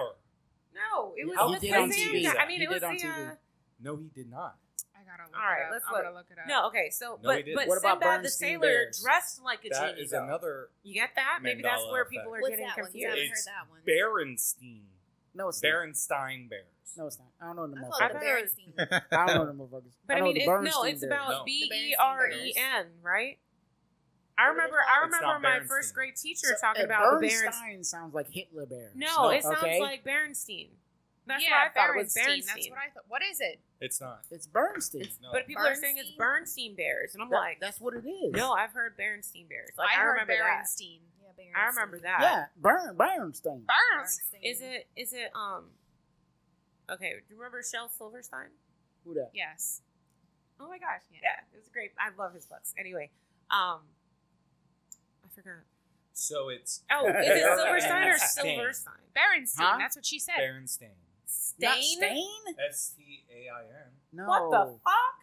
Speaker 7: No, it was
Speaker 1: How
Speaker 7: the
Speaker 1: did on
Speaker 7: Kazam
Speaker 1: TV?
Speaker 7: guy. I mean,
Speaker 5: He
Speaker 7: it
Speaker 5: did
Speaker 7: was
Speaker 5: on
Speaker 7: the.
Speaker 5: TV.
Speaker 7: uh,
Speaker 1: No, he did not.
Speaker 2: I gotta look
Speaker 7: All right,
Speaker 2: it up.
Speaker 7: let's
Speaker 2: I'm
Speaker 7: look.
Speaker 2: gonna look it up.
Speaker 7: No, okay, so
Speaker 1: No, he
Speaker 7: but,
Speaker 1: didn't.
Speaker 7: but
Speaker 5: What about
Speaker 7: Sinbad the
Speaker 5: Bernstein
Speaker 7: sailor
Speaker 5: Bears?
Speaker 7: dressed like a
Speaker 1: That
Speaker 7: genie.
Speaker 1: is
Speaker 7: though.
Speaker 1: another
Speaker 7: You get that? Maybe that's
Speaker 1: Mandela
Speaker 7: where people are
Speaker 1: effect.
Speaker 3: What's
Speaker 7: getting
Speaker 3: that one? 'Cause I
Speaker 7: confused.
Speaker 3: haven't heard
Speaker 1: It's
Speaker 3: that one.
Speaker 1: Berenstein.
Speaker 5: No, it's not.
Speaker 1: Berenstein Bears.
Speaker 5: No, it's not. I don't know the
Speaker 3: I call it Oh, the
Speaker 5: motherfuckers.
Speaker 3: Berenstein.
Speaker 5: I don't know the motherfuckers.
Speaker 7: But I,
Speaker 5: know
Speaker 7: mean,
Speaker 5: the
Speaker 7: it's, no,
Speaker 5: Bernstein
Speaker 7: it's
Speaker 5: Bears.
Speaker 1: No. The
Speaker 7: about B E
Speaker 3: Bernstein
Speaker 7: R
Speaker 3: Bears.
Speaker 7: E N, right? I
Speaker 3: What are they
Speaker 7: remember.
Speaker 3: called?
Speaker 7: I
Speaker 1: It's not
Speaker 7: remember my
Speaker 1: Berenstein.
Speaker 7: first grade teacher
Speaker 5: So,
Speaker 7: talking
Speaker 5: uh,
Speaker 7: about the
Speaker 5: Bernstein.
Speaker 7: Berens-
Speaker 5: sounds like Hitler Bears.
Speaker 7: No, it sounds
Speaker 5: okay?
Speaker 7: like Bernstein. That's
Speaker 2: yeah,
Speaker 7: what I thought it was
Speaker 2: Berenstein.
Speaker 7: Bernstein.
Speaker 2: That's what I thought. What is it?
Speaker 1: It's not.
Speaker 5: it's Bernstein.
Speaker 1: No.
Speaker 7: But people are saying it's Bernstein Bears, and I'm
Speaker 5: That-
Speaker 7: like,
Speaker 5: that's what it is.
Speaker 7: no, I've heard Bernstein Bears. Like I,
Speaker 2: heard
Speaker 7: remember
Speaker 2: Berenstein.
Speaker 3: Yeah,
Speaker 7: that. I remember that.
Speaker 5: yeah, Bern Bernstein.
Speaker 2: Burns.
Speaker 7: Is it? Is it? Um. Okay. Do you remember Shel Silverstein?
Speaker 5: Who that?
Speaker 2: Yes.
Speaker 7: Oh my gosh.
Speaker 2: Yeah.
Speaker 7: Yeah. It was great. I love his books. Anyway, um, I forgot.
Speaker 1: So it's
Speaker 7: Oh, is it Silverstein or
Speaker 1: Stain.
Speaker 7: Silverstein?
Speaker 2: Berenstein.
Speaker 5: Huh?
Speaker 2: That's what she said.
Speaker 1: Berenstein.
Speaker 5: Not
Speaker 7: Stain?
Speaker 5: Stain?
Speaker 1: S T A I N.
Speaker 5: No.
Speaker 7: What the fuck?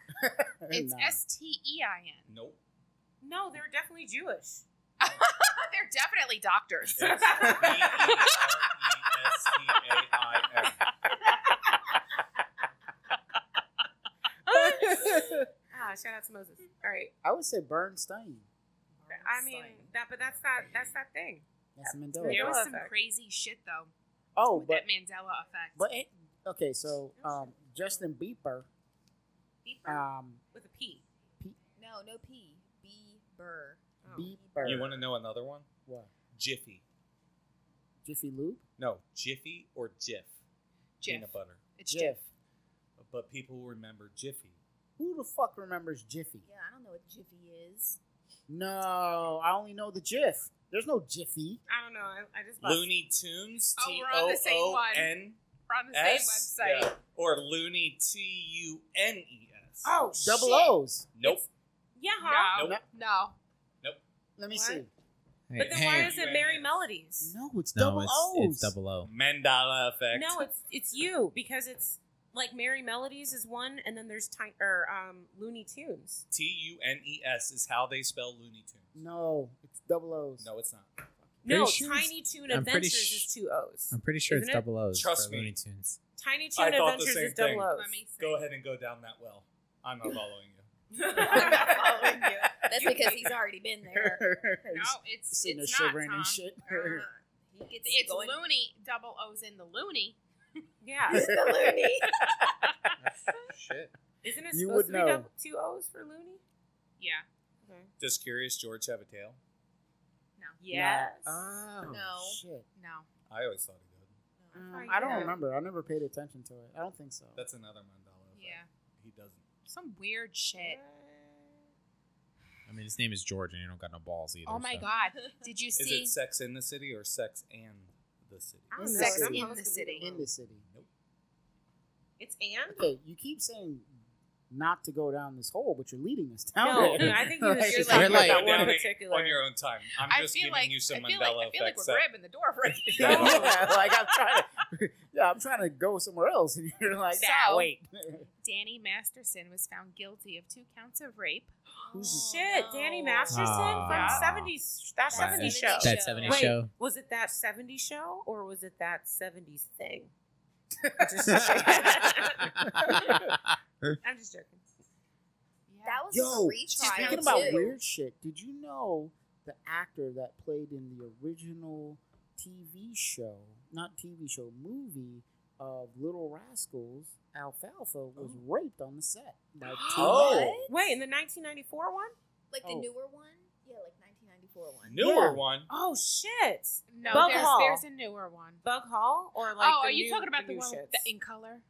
Speaker 2: it's
Speaker 5: No.
Speaker 2: S T E I N.
Speaker 1: Nope.
Speaker 7: No, they're definitely Jewish.
Speaker 2: They're definitely doctors.
Speaker 1: It's E B-E-R-E-S-T-A-I-N.
Speaker 7: Ah, shout out to Moses. All right.
Speaker 5: I would say Bernstein.
Speaker 7: I mean that, but that's not that's that thing.
Speaker 5: That's a Mandela.
Speaker 2: There
Speaker 7: Yeah.
Speaker 2: was some
Speaker 7: Effect.
Speaker 2: crazy shit though
Speaker 5: Oh,
Speaker 2: with
Speaker 5: but
Speaker 2: that Mandela effect.
Speaker 5: but it, okay. So um, Justin Bieber.
Speaker 7: Bieber
Speaker 5: Um,
Speaker 7: with a P.
Speaker 3: No, no P. Bieber.
Speaker 7: Oh.
Speaker 5: Bieber.
Speaker 1: You want to know another one?
Speaker 5: what?
Speaker 1: Jiffy.
Speaker 5: Jiffy Lube.
Speaker 1: No, Jiffy or Jif.
Speaker 2: Jif.
Speaker 1: Peanut butter.
Speaker 2: It's Jif.
Speaker 1: But people remember Jiffy.
Speaker 5: Who the fuck remembers Jiffy?
Speaker 3: Yeah, I don't know what Jiffy is.
Speaker 5: No, I only know the Jiff. There's no Jiffy.
Speaker 7: I don't know. I, I just
Speaker 1: Looney Tunes.
Speaker 2: Oh, we're on the same one.
Speaker 1: T-O-O-N.
Speaker 2: We're on the
Speaker 1: S,
Speaker 2: same website.
Speaker 1: yeah, Or Looney T U N E S.
Speaker 7: Oh,
Speaker 5: Double
Speaker 7: shit.
Speaker 5: O's.
Speaker 1: nope.
Speaker 7: Yeah. Huh?
Speaker 2: No,
Speaker 1: Nope.
Speaker 2: no.
Speaker 5: Let me
Speaker 7: What?
Speaker 5: see.
Speaker 6: Hey,
Speaker 7: But then
Speaker 6: hey.
Speaker 7: why is it Merry
Speaker 1: Yes.
Speaker 7: Melodies?
Speaker 5: No, it's
Speaker 6: no,
Speaker 5: double
Speaker 6: it's,
Speaker 5: O's.
Speaker 6: it's double O.
Speaker 1: Mandala effect.
Speaker 7: No, it's it's you because it's like Merry Melodies is one, and then there's ti- or um, Looney Tunes.
Speaker 1: T U N E S is how they spell Looney Tunes.
Speaker 5: No, it's double O's.
Speaker 1: No, it's not.
Speaker 7: No,
Speaker 6: Pretty sure
Speaker 7: Tiny Toon
Speaker 6: I'm pretty
Speaker 7: Adventures
Speaker 6: sh-
Speaker 7: is two O's.
Speaker 6: I'm pretty sure
Speaker 7: Isn't
Speaker 6: it's
Speaker 7: it?
Speaker 6: double O's.
Speaker 1: Trust
Speaker 6: for
Speaker 1: me.
Speaker 6: Looney Tunes.
Speaker 7: Tiny
Speaker 1: I thought
Speaker 7: Toon
Speaker 1: the
Speaker 7: Adventures
Speaker 1: same
Speaker 7: is double
Speaker 1: thing.
Speaker 7: O's.
Speaker 2: Let me see.
Speaker 1: Go ahead and go down that well. I'm not following you.
Speaker 7: I'm not following you.
Speaker 3: That's because he's already been there.
Speaker 2: No, it's,
Speaker 5: Sitting there
Speaker 2: it's not,
Speaker 5: shivering
Speaker 2: Tom.
Speaker 5: and shit.
Speaker 2: Uh,
Speaker 3: He gets
Speaker 2: it's
Speaker 3: going.
Speaker 2: loony. Double O's in the loony.
Speaker 7: Yeah,
Speaker 3: The loony.
Speaker 1: Shit.
Speaker 7: isn't it
Speaker 5: You
Speaker 7: supposed
Speaker 5: would
Speaker 7: to be
Speaker 5: know.
Speaker 7: double, two O's for Looney?
Speaker 2: Yeah.
Speaker 7: Okay.
Speaker 1: Does Curious George have a tail?
Speaker 2: No.
Speaker 7: Yes.
Speaker 5: Oh
Speaker 2: No.
Speaker 5: shit!
Speaker 2: No.
Speaker 1: I always thought he did.
Speaker 5: Um,
Speaker 7: I
Speaker 5: I don't
Speaker 7: did.
Speaker 5: remember. I never paid attention to it. I don't think so.
Speaker 1: That's another Mandela. effect.
Speaker 2: Yeah.
Speaker 1: He doesn't.
Speaker 2: Some weird shit.
Speaker 6: I mean, his name is George, and he don't got no balls either.
Speaker 2: Oh my
Speaker 6: so.
Speaker 7: Ah.
Speaker 2: god. Did you
Speaker 1: Is
Speaker 2: see
Speaker 1: it sex in the city or sex and the city?
Speaker 7: I don't
Speaker 5: In
Speaker 7: know.
Speaker 5: the
Speaker 2: Sex
Speaker 5: city.
Speaker 2: in
Speaker 7: Sometimes
Speaker 2: the
Speaker 7: it can be
Speaker 2: City?
Speaker 5: in the city.
Speaker 7: It's and.
Speaker 5: Okay, you keep saying not to go down this hole, but you're leading us down
Speaker 7: No,
Speaker 5: it.
Speaker 7: I think you're
Speaker 5: Like,
Speaker 7: just
Speaker 5: it's
Speaker 7: like,
Speaker 6: we're like-
Speaker 7: that one
Speaker 1: Down it
Speaker 7: particular.
Speaker 1: On your own time. I'm
Speaker 2: I
Speaker 1: just
Speaker 2: feel
Speaker 1: giving
Speaker 2: like
Speaker 1: you
Speaker 2: I
Speaker 1: some
Speaker 2: feel
Speaker 1: Mandela
Speaker 2: like I feel like
Speaker 1: effect.
Speaker 2: we're
Speaker 1: sex.
Speaker 2: grabbing the door right
Speaker 5: Yeah,
Speaker 1: Yeah.
Speaker 5: like I'm trying to, yeah, I'm trying to go somewhere else, and you're like,
Speaker 2: So-
Speaker 5: nah, wait.
Speaker 2: Danny Masterson was found guilty of two counts of rape.
Speaker 5: Who's-
Speaker 7: Shit,
Speaker 3: Oh.
Speaker 7: Danny Masterson
Speaker 6: Aw.
Speaker 7: from 70s, that
Speaker 6: That
Speaker 7: 70s show.
Speaker 3: 70s
Speaker 6: That
Speaker 3: show.
Speaker 6: 70s
Speaker 7: Wait.
Speaker 6: show.
Speaker 7: Was it that 70s show or was it that 70s thing? I'm just joking.
Speaker 2: Yeah.
Speaker 3: That was
Speaker 5: Yo,
Speaker 3: a retrial
Speaker 5: Speaking about
Speaker 3: too.
Speaker 5: weird shit, did you know the actor that played in the original TV show, not TV show, movie of Little Rascals, Alfalfa, was
Speaker 2: Oh.
Speaker 5: raped on the set by two
Speaker 1: Oh.
Speaker 5: men.
Speaker 3: What?
Speaker 7: Wait, in the 1994 one?
Speaker 3: Like the
Speaker 5: Oh.
Speaker 3: newer one? Yeah, like 1994 one.
Speaker 1: Newer
Speaker 5: Yeah.
Speaker 1: one.
Speaker 7: Oh, shit.
Speaker 2: no,
Speaker 7: Bug
Speaker 2: there's,
Speaker 7: Hall.
Speaker 2: there's a newer one.
Speaker 7: Bug Hall? Or like
Speaker 2: oh,
Speaker 7: the
Speaker 2: are you
Speaker 7: new-
Speaker 2: talking about the,
Speaker 7: new
Speaker 2: one with
Speaker 7: shits?
Speaker 2: the, in color?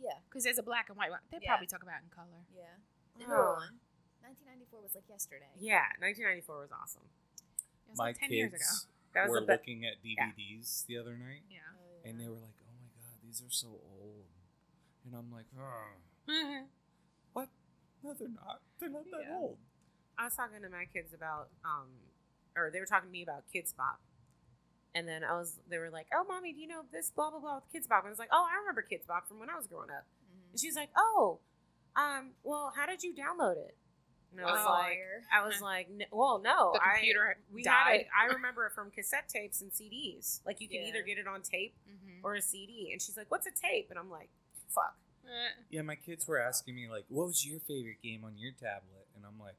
Speaker 3: Yeah,
Speaker 2: Because there's a black and white one. They
Speaker 3: Yeah.
Speaker 2: probably talk about in color.
Speaker 3: yeah. The newer
Speaker 7: Oh.
Speaker 3: one. 1994 was like yesterday.
Speaker 7: Yeah, 1994 was awesome.
Speaker 2: It was
Speaker 1: My
Speaker 2: like ten
Speaker 1: kids
Speaker 2: years ago.
Speaker 7: That was
Speaker 1: were
Speaker 7: the best.
Speaker 1: looking at
Speaker 7: yeah.
Speaker 1: DVDs the other night,
Speaker 2: Yeah.
Speaker 3: Oh, yeah.
Speaker 1: and they were like, "Oh my god, these are so old," and I'm like, "Ugh,
Speaker 2: Mm-hmm.
Speaker 1: "What? No, they're not. They're not that
Speaker 7: Yeah.
Speaker 1: old."
Speaker 7: I was talking to my kids about, um, or they were talking to me about Kids Bop. And then I was, they were like, oh, mommy, do you know this blah, blah, blah with Kids Bop? And I was like, oh, I remember Kids Bop from when I was growing up.
Speaker 3: Mhm.
Speaker 7: And she's like, oh, um, well, how did you download it? And I was
Speaker 3: Oh,
Speaker 7: like,
Speaker 3: liar.
Speaker 7: I was like, n- well, no,
Speaker 2: The computer
Speaker 7: I, we had
Speaker 2: died.
Speaker 7: it. I remember it from cassette tapes and CDs. Like you can
Speaker 3: Yeah.
Speaker 7: either get it on tape
Speaker 2: Mhm.
Speaker 7: or a CD. And she's like, what's a tape? And I'm like, fuck.
Speaker 2: Eh,
Speaker 1: Yeah, my kids were asking me like, "What was your favorite game on your tablet?" And I'm like,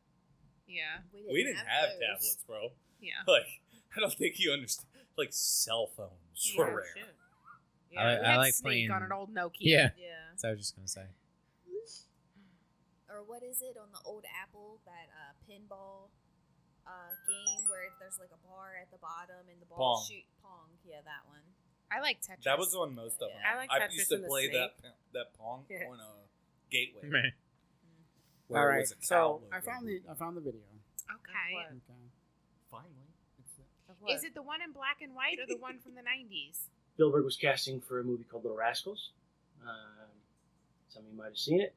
Speaker 2: yeah.
Speaker 1: "We didn't have
Speaker 3: those.
Speaker 1: tablets, bro.
Speaker 2: Yeah.
Speaker 1: Like, I don't think you understand. Like, cell phones were rare.
Speaker 7: Yeah.
Speaker 6: I-
Speaker 2: We
Speaker 6: I
Speaker 2: had
Speaker 6: like
Speaker 2: Snake
Speaker 6: playing-
Speaker 2: on an old Nokia.
Speaker 6: yeah,
Speaker 3: Yeah.
Speaker 6: that's what I was just gonna say.
Speaker 3: Or what is it on the old Apple that uh, pinball uh, game where there's like a bar at the bottom and the ball
Speaker 1: Pong.
Speaker 3: shoot pong? Yeah, that one.
Speaker 2: I like Tetris.
Speaker 1: That was on most of them.
Speaker 3: Yeah.
Speaker 7: I like Tetris
Speaker 1: used to
Speaker 7: and the
Speaker 1: play that
Speaker 7: Snake.
Speaker 1: that pong
Speaker 7: Yeah.
Speaker 1: on a gateway.
Speaker 5: All
Speaker 1: Where it
Speaker 5: right,
Speaker 1: was a cow
Speaker 5: so I
Speaker 1: logo.
Speaker 5: found the I found the video.
Speaker 2: okay.
Speaker 7: What?
Speaker 5: Okay,
Speaker 1: finally. It's
Speaker 7: What?
Speaker 2: Is it the one in black and white or the one from the nineties?
Speaker 8: Spielberg was casting for a movie called Little Rascals. Um, some of you might have seen it.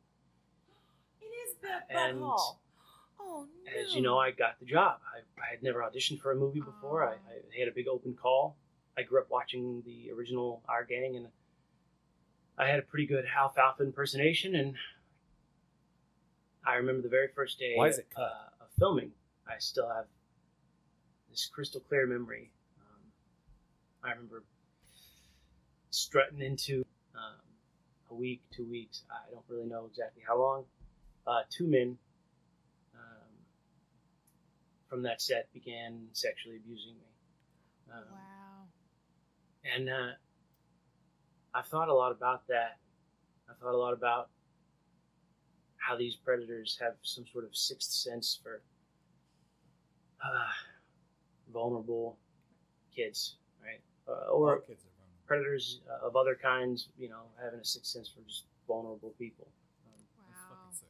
Speaker 7: It is the
Speaker 8: And-
Speaker 7: butthole. Oh no!
Speaker 8: As you know, I got the job. I, I had never auditioned for a movie before. I, I had a big open call. I grew up watching the original Our Gang, and I had a pretty good Alfalfa impersonation. And I remember the very first day
Speaker 1: Why is it cut?
Speaker 8: Uh, of filming. I still have this crystal clear memory. Um, I remember strutting into um, a week, two weeks. I don't really know exactly how long. Uh, two men um, from that set began sexually abusing me. Um,
Speaker 2: Wow.
Speaker 8: and uh, I've thought a lot about that. I've thought a lot about how these predators have some sort of sixth sense for uh, vulnerable kids, right? Uh, or
Speaker 1: all kids are from.
Speaker 8: predators uh, of other kinds, you know, having a sixth sense for just vulnerable people. Um,
Speaker 2: Wow.
Speaker 1: That's fucking sick.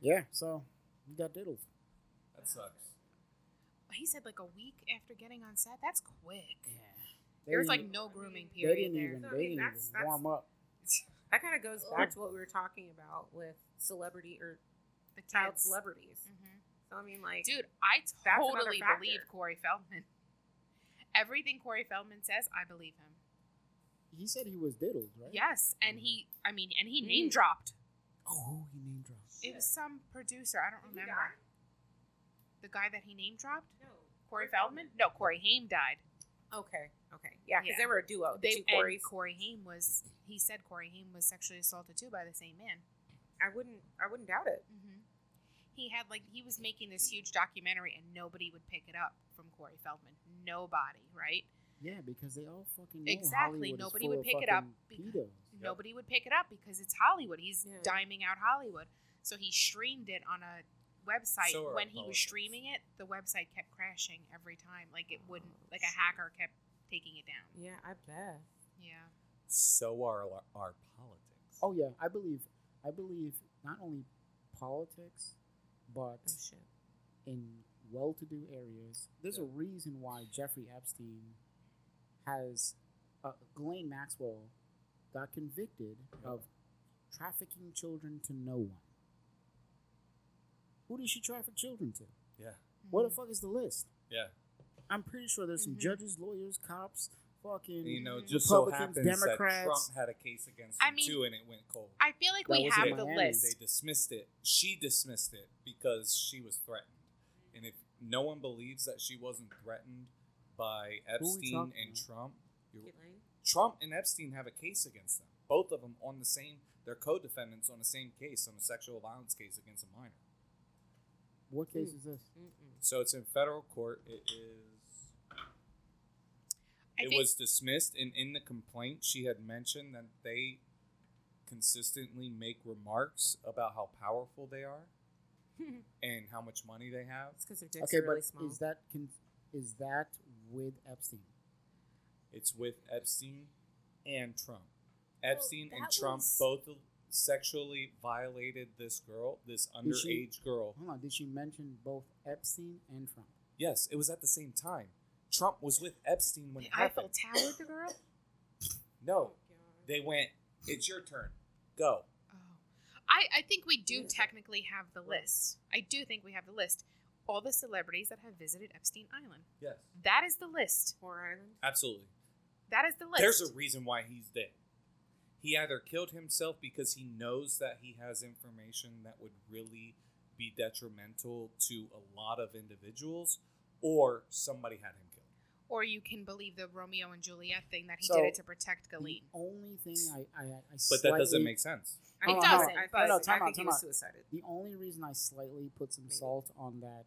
Speaker 5: yeah. So you got diddled.
Speaker 1: That sucks.
Speaker 2: He said like a week after getting on set. That's quick.
Speaker 5: Yeah. They
Speaker 2: There was like
Speaker 5: didn't-
Speaker 2: no grooming
Speaker 5: they
Speaker 2: period
Speaker 5: didn't
Speaker 2: there.
Speaker 5: even
Speaker 7: No, I
Speaker 5: they
Speaker 7: mean,
Speaker 5: didn't
Speaker 7: that's-
Speaker 5: even
Speaker 7: that's-
Speaker 5: warm up.
Speaker 7: that kind of goes back to what we were talking about with celebrity or
Speaker 2: The
Speaker 7: child
Speaker 2: kids.
Speaker 7: celebrities.
Speaker 2: Mhm.
Speaker 7: So I mean, like,
Speaker 2: Dude, I
Speaker 7: another
Speaker 2: totally
Speaker 7: factor.
Speaker 2: believe Corey Feldman. Everything Corey Feldman says, I believe him.
Speaker 5: He said he was diddled, right?
Speaker 2: Yes, and he, I mean, and he
Speaker 7: Mm.
Speaker 2: name dropped.
Speaker 5: Oh, he name dropped.
Speaker 2: It was some producer. I don't
Speaker 7: Did he
Speaker 2: remember.
Speaker 7: die?
Speaker 2: The guy that he name dropped?
Speaker 7: no.
Speaker 2: Corey Feldman? No, Corey Haim died.
Speaker 7: Okay, okay, yeah, because
Speaker 2: Yeah.
Speaker 7: they were a duo. the
Speaker 2: They
Speaker 7: two
Speaker 2: and
Speaker 7: Corys.
Speaker 2: Oh, Corey Haim was. He said Corey Haim was sexually assaulted too by the same man.
Speaker 7: I wouldn't, I wouldn't doubt it.
Speaker 2: hmm He had like he was making this huge documentary and nobody would pick it up from Corey Feldman. Nobody, right?
Speaker 5: Yeah, because they all fucking know
Speaker 2: Exactly,
Speaker 5: Hollywood is
Speaker 2: nobody
Speaker 5: full
Speaker 2: would
Speaker 5: of
Speaker 2: pick it up
Speaker 5: fucking
Speaker 2: because-
Speaker 5: pedos.
Speaker 2: Nobody would pick it up because it's Hollywood. He's
Speaker 7: Yeah.
Speaker 2: diming out Hollywood, so he streamed it on a website
Speaker 1: So are
Speaker 2: when he was
Speaker 1: apologies.
Speaker 2: streaming it, the website kept crashing every time. Like it wouldn't, like a hacker kept taking it down.
Speaker 7: Yeah, I bet.
Speaker 2: Yeah.
Speaker 1: So are our, our politics.
Speaker 5: Oh yeah, I believe I believe not only politics, but
Speaker 7: Oh shit.
Speaker 5: in well-to-do areas. There's a
Speaker 1: Yeah.
Speaker 5: reason why Jeffrey Epstein has uh, Ghislaine Maxwell got convicted of trafficking children to no one. Who did she traffic children to?
Speaker 1: Yeah.
Speaker 5: What
Speaker 7: Mm-hmm.
Speaker 5: the fuck is the list?
Speaker 1: Yeah.
Speaker 5: I'm pretty sure there's some
Speaker 2: Mhm.
Speaker 5: judges, lawyers, cops, fucking.
Speaker 1: And, you know, it just so happens
Speaker 5: Republicans,
Speaker 1: that Trump
Speaker 5: Democrats.
Speaker 1: had a case against
Speaker 2: Mm-hmm. I
Speaker 1: him
Speaker 2: mean,
Speaker 1: too, and it went cold.
Speaker 2: I feel like
Speaker 5: That
Speaker 2: we
Speaker 5: was
Speaker 2: have
Speaker 5: in
Speaker 2: the
Speaker 5: Miami.
Speaker 2: list.
Speaker 1: They dismissed it. She dismissed it because she was threatened. And if no one believes that she wasn't threatened by Epstein
Speaker 5: talking
Speaker 1: and
Speaker 5: about?
Speaker 1: Trump, you
Speaker 7: Ghislaine?
Speaker 1: Trump and Epstein have a case against them. Both of them on the same, they're co-defendants on the same case on a sexual violence case against a minor.
Speaker 5: What case is this?
Speaker 7: Mm-mm.
Speaker 1: So it's in federal court. It is.
Speaker 2: I
Speaker 1: it
Speaker 2: think-
Speaker 1: was dismissed, and in the complaint, she had mentioned that they consistently make remarks about how powerful they are and how much money they have.
Speaker 7: It's because their dicks
Speaker 5: Okay,
Speaker 7: are really
Speaker 5: but
Speaker 7: small.
Speaker 5: is that con- is that with Epstein?
Speaker 1: It's with Epstein and Trump. Epstein and
Speaker 3: that
Speaker 1: Trump
Speaker 3: was-
Speaker 1: both sexually violated this girl, this
Speaker 5: Did she-
Speaker 1: underage girl.
Speaker 5: Hold on, did she mention both Epstein and Trump?
Speaker 1: Yes, it was at the same time. Trump was with Epstein when
Speaker 2: The
Speaker 1: it
Speaker 2: Eiffel
Speaker 1: happened.
Speaker 2: Tower, with the girl.
Speaker 1: No,
Speaker 7: God.
Speaker 1: they went. It's your turn. Go.
Speaker 2: Oh, I, I think we do technically have the list. I do think we have the list. All the celebrities that have visited Epstein Island.
Speaker 1: Yes,
Speaker 2: That is the list.
Speaker 7: Whore Island.
Speaker 1: absolutely.
Speaker 2: That is the list.
Speaker 1: There's a reason why he's dead. He either killed himself because he knows that he has information that would really be detrimental to a lot of individuals, or somebody had him killed.
Speaker 2: or you can believe the Romeo and Juliet thing that he
Speaker 5: So-
Speaker 2: did it to protect
Speaker 5: The
Speaker 2: Galeen.
Speaker 5: only thing I, I, I
Speaker 1: But that doesn't
Speaker 5: slightly-
Speaker 1: make sense.
Speaker 7: I
Speaker 5: Hold
Speaker 7: mean,
Speaker 5: on, hold
Speaker 7: doesn't.
Speaker 5: on.
Speaker 7: I,
Speaker 5: Oh, No, no,
Speaker 7: thought-
Speaker 5: time
Speaker 7: I
Speaker 5: out,
Speaker 7: think he
Speaker 5: time
Speaker 7: was
Speaker 5: out.
Speaker 7: suicided.
Speaker 5: The only reason I slightly put some salt on that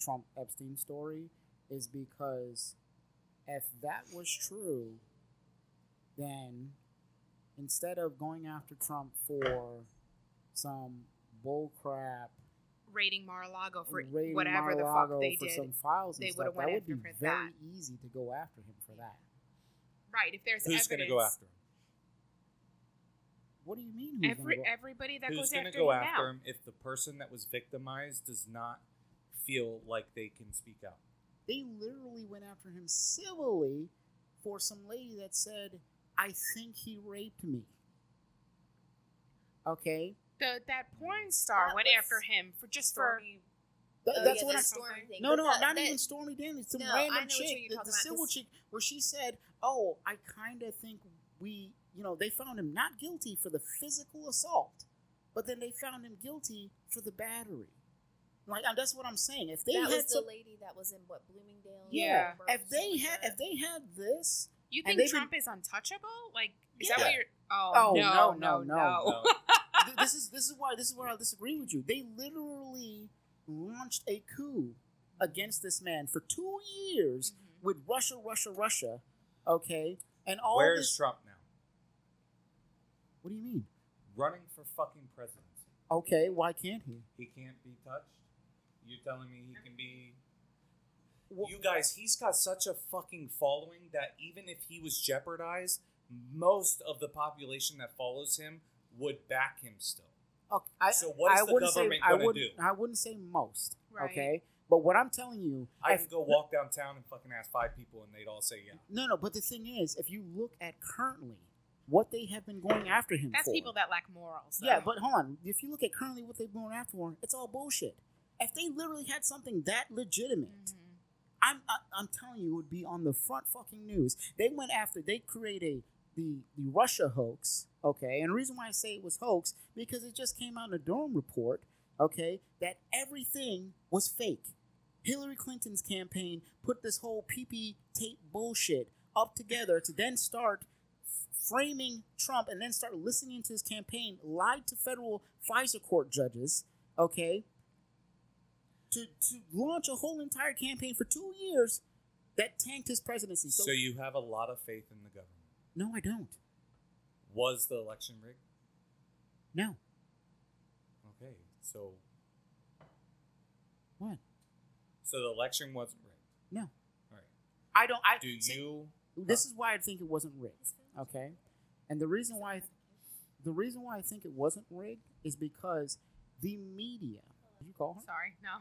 Speaker 5: Trump Epstein story is because if that was true, then instead of going after Trump for some bullcrap
Speaker 2: Raiding Mar-a-Lago Oh, for
Speaker 5: raiding
Speaker 2: whatever the
Speaker 5: Mar-a-Lago
Speaker 2: fuck they
Speaker 5: for
Speaker 2: did.
Speaker 5: some files and
Speaker 2: they
Speaker 5: stuff,
Speaker 2: would've
Speaker 5: that
Speaker 2: went
Speaker 5: would be
Speaker 2: after him
Speaker 5: very
Speaker 2: for that.
Speaker 5: easy to go after him for that.
Speaker 2: Right. If there's
Speaker 1: Who's going
Speaker 2: evidence.
Speaker 1: to go after him?
Speaker 5: What do you mean? Who's
Speaker 2: Every,
Speaker 5: gonna go-
Speaker 2: everybody that
Speaker 1: Who's
Speaker 2: goes
Speaker 1: going
Speaker 2: after,
Speaker 1: to go
Speaker 2: him,
Speaker 1: after
Speaker 2: now.
Speaker 1: him if the person that was victimized does not feel like they can speak out?
Speaker 5: they literally went after him civilly for some lady that said, "I think he raped me." Okay,
Speaker 2: The, that porn star
Speaker 3: That
Speaker 2: went
Speaker 3: was
Speaker 2: after him for just for
Speaker 7: Stormy-
Speaker 5: That-
Speaker 3: Oh,
Speaker 5: that's
Speaker 3: yeah,
Speaker 5: what
Speaker 3: the
Speaker 5: I.
Speaker 3: storm thing.
Speaker 5: No,
Speaker 3: But
Speaker 5: no,
Speaker 3: that-
Speaker 5: not
Speaker 3: that-
Speaker 5: even Stormy Dan. It's some
Speaker 3: No, I know
Speaker 5: random
Speaker 3: which one
Speaker 5: chick,
Speaker 3: you're
Speaker 5: the,
Speaker 3: talking
Speaker 5: the
Speaker 3: about,
Speaker 5: civil
Speaker 3: 'cause-
Speaker 5: chick, where she said, "Oh, I kind of think we, you know, they found him not guilty for the physical assault, but then they found him guilty for the battery." Like I- that's what I'm saying. If they had
Speaker 3: that was
Speaker 5: some,
Speaker 3: the lady that was in what Bloomingdale.
Speaker 5: yeah,
Speaker 3: Burke,
Speaker 5: if they
Speaker 3: something
Speaker 5: had,
Speaker 3: like
Speaker 5: if
Speaker 3: that.
Speaker 5: they had this,
Speaker 2: You
Speaker 5: And
Speaker 2: think
Speaker 5: they've been-
Speaker 2: Trump is untouchable? Like, is that
Speaker 1: Yeah.
Speaker 2: what you're? Oh,
Speaker 5: Oh,
Speaker 2: no,
Speaker 5: no,
Speaker 2: no, no,
Speaker 5: no,
Speaker 1: No.
Speaker 5: Th- this is this is why this is where I disagree with you. They literally launched a coup against this man for two years
Speaker 2: Mm-hmm.
Speaker 5: with Russia, Russia, Russia. Okay, and all
Speaker 1: Where
Speaker 5: this.
Speaker 1: is Trump now?
Speaker 5: what do you mean?
Speaker 1: Running for fucking presidency.
Speaker 5: Okay, why can't he?
Speaker 1: He can't be touched. You're telling me he can be
Speaker 5: Wh-
Speaker 1: you guys, he's got such a fucking following that even if he was jeopardized, most of the population that follows him would back him still.
Speaker 5: Okay, Oh, I,
Speaker 1: So what is
Speaker 5: I
Speaker 1: the
Speaker 5: wouldn't say-
Speaker 1: government
Speaker 5: I
Speaker 1: gonna
Speaker 5: wouldn't-
Speaker 1: do?
Speaker 5: I wouldn't say most.
Speaker 2: Right.
Speaker 5: Okay, but what I'm telling you,
Speaker 1: I
Speaker 5: if-
Speaker 1: can go walk downtown and fucking ask five people and they'd all say yeah.
Speaker 5: No, no, but the thing is, if you look at currently what they have been going after him
Speaker 2: That's
Speaker 5: for,
Speaker 2: people that lack morals. though.
Speaker 5: Yeah, but hold on. If you look at currently what they've gone after, him, it's all bullshit. If they literally had something that legitimate, I'm I, I'm telling you, it would be on the front fucking news. They went after. They created the the Russia hoax. Okay, and the reason why I say it was hoax because it just came out in a Durham report. Okay, that everything was fake. Hillary Clinton's campaign put this whole pee tape bullshit up together to then start f- framing Trump and then start listening to his campaign, lied to federal FISA court judges, okay, to, to launch a whole entire campaign for two years that tanked his presidency. So,
Speaker 1: So you have a lot of faith in the government.
Speaker 5: no, I don't.
Speaker 1: Was the election rigged?
Speaker 5: No.
Speaker 1: Okay, so
Speaker 5: What?
Speaker 1: So the election wasn't rigged.
Speaker 5: No.
Speaker 1: All right.
Speaker 5: I don't. I
Speaker 1: Do
Speaker 5: see,
Speaker 1: you?
Speaker 5: This is why I think it wasn't rigged. Okay, and the reason why, I th- the reason why I think it wasn't rigged is because the media. Did you call her?
Speaker 2: Sorry, no.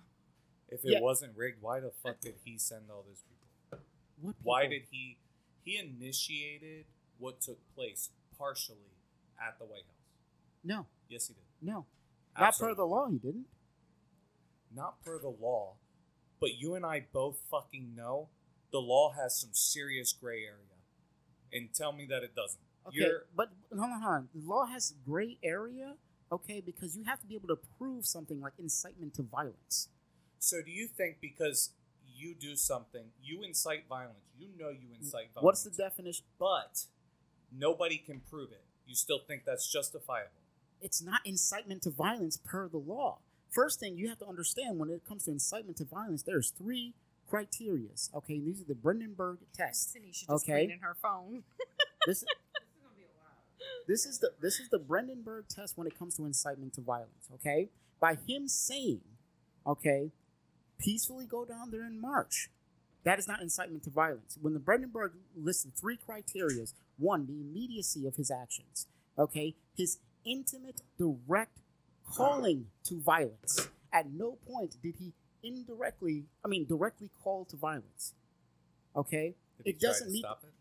Speaker 1: If it
Speaker 5: Yeah.
Speaker 1: wasn't rigged, why the fuck did he send all those people?
Speaker 5: What?
Speaker 1: Why
Speaker 5: people?
Speaker 1: did he? He initiated what took place partially at the White House.
Speaker 5: No,
Speaker 1: Yes, he did.
Speaker 5: no. Not per the
Speaker 1: Absolutely.
Speaker 5: law, he didn't.
Speaker 1: Not per the law, but you and I both fucking know the law has some serious gray area, and tell me that it doesn't.
Speaker 5: Okay,
Speaker 1: You're
Speaker 5: but hold on, hold on. The law has gray area, okay, because you have to be able to prove something like incitement to violence.
Speaker 1: So do you think because you do something, you incite violence? You know you incite violence.
Speaker 5: What's the definition?
Speaker 1: But nobody can prove it. You still think that's justifiable?
Speaker 5: It's not incitement to violence per the law. First thing you have to understand when it comes to incitement to violence, there's three criterias, okay? and These are the Brandenburg test.
Speaker 2: Cindy should just
Speaker 5: Okay.
Speaker 2: clean in her phone.
Speaker 5: This This is the this is the Brandenburg test when it comes to incitement to violence, okay? By him saying, okay, peacefully go down there and march. That is not incitement to violence. When the Brandenburg listed three criteria, one, the immediacy of his actions, okay, his intimate, direct calling to violence. At no point did he indirectly, I mean, directly call to violence. Okay,
Speaker 1: Did he
Speaker 5: it
Speaker 1: try
Speaker 5: doesn't
Speaker 1: to
Speaker 5: mean
Speaker 1: Stop it?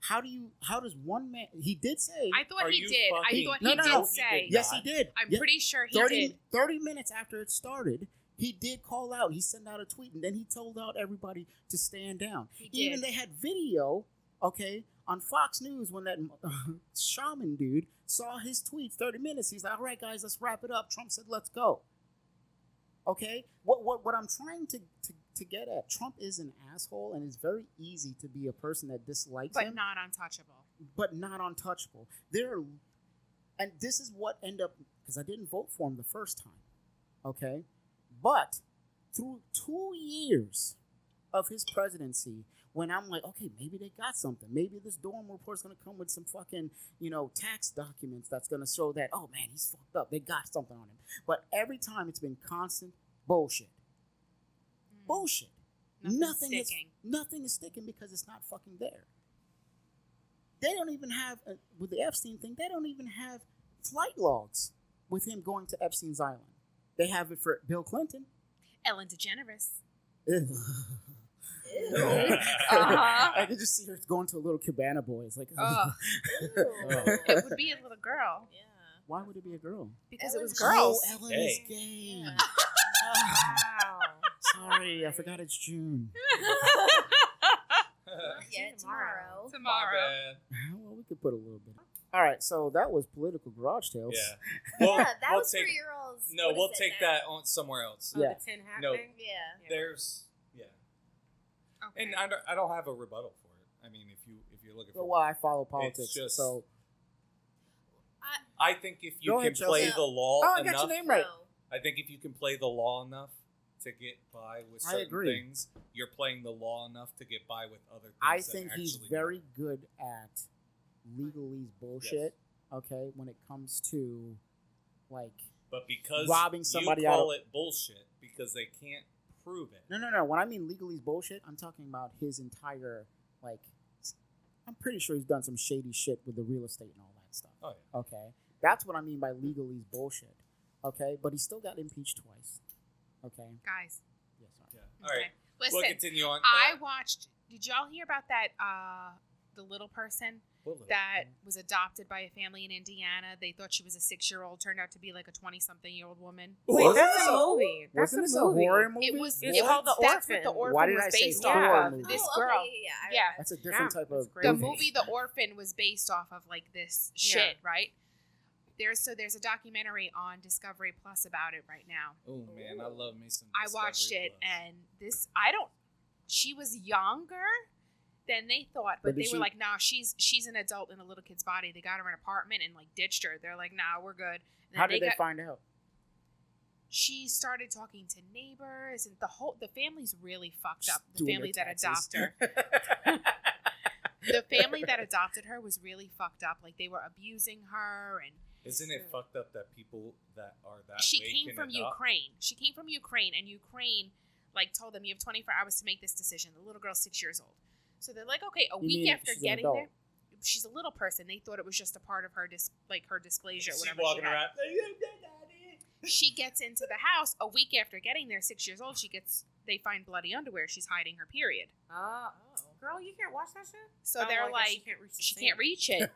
Speaker 5: how do you? How does one man? He did say
Speaker 2: I thought
Speaker 1: Are
Speaker 2: he
Speaker 1: you
Speaker 2: did. I
Speaker 1: fucking-
Speaker 2: thought
Speaker 5: No,
Speaker 2: he
Speaker 5: no,
Speaker 2: did
Speaker 5: no.
Speaker 2: say.
Speaker 5: Yes,
Speaker 1: God.
Speaker 5: he did.
Speaker 2: I'm
Speaker 5: Yeah,
Speaker 2: pretty sure he
Speaker 5: 30,
Speaker 2: did.
Speaker 5: 30 minutes after it started, he did call out. He sent out a tweet, and then he told out everybody to stand down.
Speaker 2: He
Speaker 5: Even
Speaker 2: did.
Speaker 5: they had video, okay, on Fox News when that shaman dude saw his tweets. Thirty minutes. He's like, "All right, guys, let's wrap it up." Trump said, "Let's go." Okay. What what what I'm trying to to, to get at? Trump is an asshole, and it's very easy to be a person that dislikes
Speaker 2: But
Speaker 5: him
Speaker 2: not untouchable.
Speaker 5: but not untouchable. There, are, and this is what end up because I didn't vote for him the first time, okay. But through two years of his presidency, when I'm like, okay, maybe they got something. Maybe this dorm report's gonna come with some fucking you know tax documents that's gonna show that oh man he's fucked up. They got something on him. But every time it's been constant bullshit, bullshit.
Speaker 2: Mm. Nothing's
Speaker 5: Nothing is
Speaker 2: sticking.
Speaker 5: nothing is sticking because it's not fucking there they don't even have uh, with the Epstein thing. They don't even have flight logs with him going to Epstein's island. They have it for Bill Clinton.
Speaker 2: Ellen DeGeneres.
Speaker 5: Ew.
Speaker 2: Uh-huh.
Speaker 5: I could just see her going to a little cabana boy. It's like,
Speaker 2: Ugh.
Speaker 3: Ooh.
Speaker 2: It would be a little girl
Speaker 3: Yeah.
Speaker 5: why would it be a girl?
Speaker 2: because it
Speaker 3: Ellen
Speaker 2: was
Speaker 3: DeGeneres.
Speaker 2: girls.
Speaker 5: Oh, Ellen
Speaker 1: Hey.
Speaker 5: is gay.
Speaker 3: Yeah.
Speaker 7: Wow.
Speaker 5: Sorry, I forgot it's June.
Speaker 3: Not yet.
Speaker 7: Tomorrow.
Speaker 3: Tomorrow.
Speaker 2: Tomorrow.
Speaker 5: well, we could put a little bit. All right, so that was political garage tales.
Speaker 1: Yeah.
Speaker 3: yeah,
Speaker 1: Well,
Speaker 3: that
Speaker 1: we'll
Speaker 3: was
Speaker 1: take,
Speaker 3: for your all's.
Speaker 1: No,
Speaker 3: what
Speaker 1: we'll
Speaker 3: is it
Speaker 1: take
Speaker 3: now?
Speaker 1: that on somewhere else.
Speaker 7: Oh,
Speaker 5: Yeah.
Speaker 7: The tin hat
Speaker 1: No.
Speaker 7: thing?
Speaker 3: Yeah.
Speaker 7: Yeah.
Speaker 1: There's yeah,
Speaker 2: Okay.
Speaker 1: and I don't, I don't have a rebuttal for it. I mean, if you if you're looking
Speaker 5: Well,
Speaker 1: for,
Speaker 5: why I follow politics.
Speaker 1: just-
Speaker 5: so
Speaker 1: I think if you
Speaker 5: Go
Speaker 1: can
Speaker 5: ahead, Chelsea.
Speaker 1: play the law
Speaker 5: Oh, I got
Speaker 1: enough,
Speaker 5: your name right.
Speaker 3: No.
Speaker 1: I think if you can play the law enough to get by with
Speaker 5: I
Speaker 1: certain
Speaker 5: agree.
Speaker 1: things, you're playing the law enough to get by with other things.
Speaker 5: I
Speaker 1: that
Speaker 5: think he's
Speaker 1: actually
Speaker 5: very
Speaker 1: matter.
Speaker 5: good at legalese bullshit. Okay, when it comes to like
Speaker 1: but because
Speaker 5: robbing somebody
Speaker 1: you call
Speaker 5: out
Speaker 1: it bullshit because they can't prove it.
Speaker 5: no, no, no. When I mean legalese bullshit, I'm talking about his entire like. I'm pretty sure he's done some shady shit with the real estate and all that stuff.
Speaker 1: Oh yeah.
Speaker 5: Okay, that's what I mean by legalese bullshit. Okay, but he still got impeached twice. Okay,
Speaker 2: Guys,
Speaker 5: yes, sorry.
Speaker 1: yeah. All right,
Speaker 2: okay. listen.
Speaker 1: we'll continue on.
Speaker 2: I watched. Did y'all hear about that? Uh, the little person
Speaker 1: We'll look.
Speaker 2: that was adopted by a family in Indiana. They thought she was a six-year-old. Turned out to be like a twenty-something-year-old woman.
Speaker 7: Wait, that's a movie. That's
Speaker 5: Wasn't
Speaker 7: a
Speaker 5: this a
Speaker 7: movie.
Speaker 5: horror movie?
Speaker 2: It was.
Speaker 7: It's
Speaker 2: it
Speaker 7: called
Speaker 2: was,
Speaker 7: The
Speaker 2: that's what
Speaker 7: Orphan.
Speaker 2: the orphan
Speaker 5: Why did
Speaker 2: was
Speaker 5: I say
Speaker 2: based
Speaker 5: horror
Speaker 2: off.
Speaker 7: Yeah.
Speaker 5: movie?
Speaker 2: This
Speaker 3: oh,
Speaker 2: girl.
Speaker 3: Okay, yeah, yeah. I-
Speaker 2: Yeah,
Speaker 5: That's a different
Speaker 7: Yeah,
Speaker 5: type of
Speaker 7: that's great.
Speaker 2: the
Speaker 5: movie.
Speaker 2: movie The Orphan was based off of like this
Speaker 7: Yeah.
Speaker 2: shit, right? There's so there's a documentary on Discovery Plus about it right now.
Speaker 1: Oh man, I love me some.
Speaker 2: I watched
Speaker 1: Discovery
Speaker 2: it
Speaker 1: Plus.
Speaker 2: and this I don't she was younger than they thought,
Speaker 5: But
Speaker 2: but
Speaker 5: did
Speaker 2: they
Speaker 5: she-
Speaker 2: were like, "Nah, she's she's an adult in a little kid's body." They got her an apartment and like ditched her. They're like, "Nah, we're good." And then
Speaker 5: How did they,
Speaker 2: got-
Speaker 5: find out?
Speaker 2: she started talking to neighbors and the whole the family's really fucked up. The
Speaker 5: Doing
Speaker 2: family
Speaker 5: their
Speaker 2: that
Speaker 5: taxes.
Speaker 2: adopted her. the family that adopted her was really fucked up. Like they were abusing her and
Speaker 1: Isn't it fucked up that people that are that
Speaker 2: she
Speaker 1: way
Speaker 2: came
Speaker 1: can
Speaker 2: from
Speaker 1: adopt?
Speaker 2: Ukraine. She came from Ukraine, and Ukraine like told them you have 24 hours to make this decision. The little girl's six years old, so they're like, okay, a
Speaker 5: You
Speaker 2: week
Speaker 5: mean
Speaker 2: after
Speaker 5: she's an
Speaker 2: getting
Speaker 5: adult.
Speaker 2: there, she's a little person. They thought it was just a part of her dis- like her dysplasia or
Speaker 1: She's
Speaker 2: whatever.
Speaker 1: walking
Speaker 2: she, had.
Speaker 1: around.
Speaker 2: she gets into the house a week after getting there, six years old. She gets they find bloody underwear. She's hiding her period,
Speaker 7: Oh, girl, you can't watch that shit.
Speaker 2: so
Speaker 7: Oh,
Speaker 2: they're
Speaker 7: I guess
Speaker 2: like.
Speaker 7: she can't reach. the
Speaker 2: she
Speaker 7: sink.
Speaker 2: can't reach it.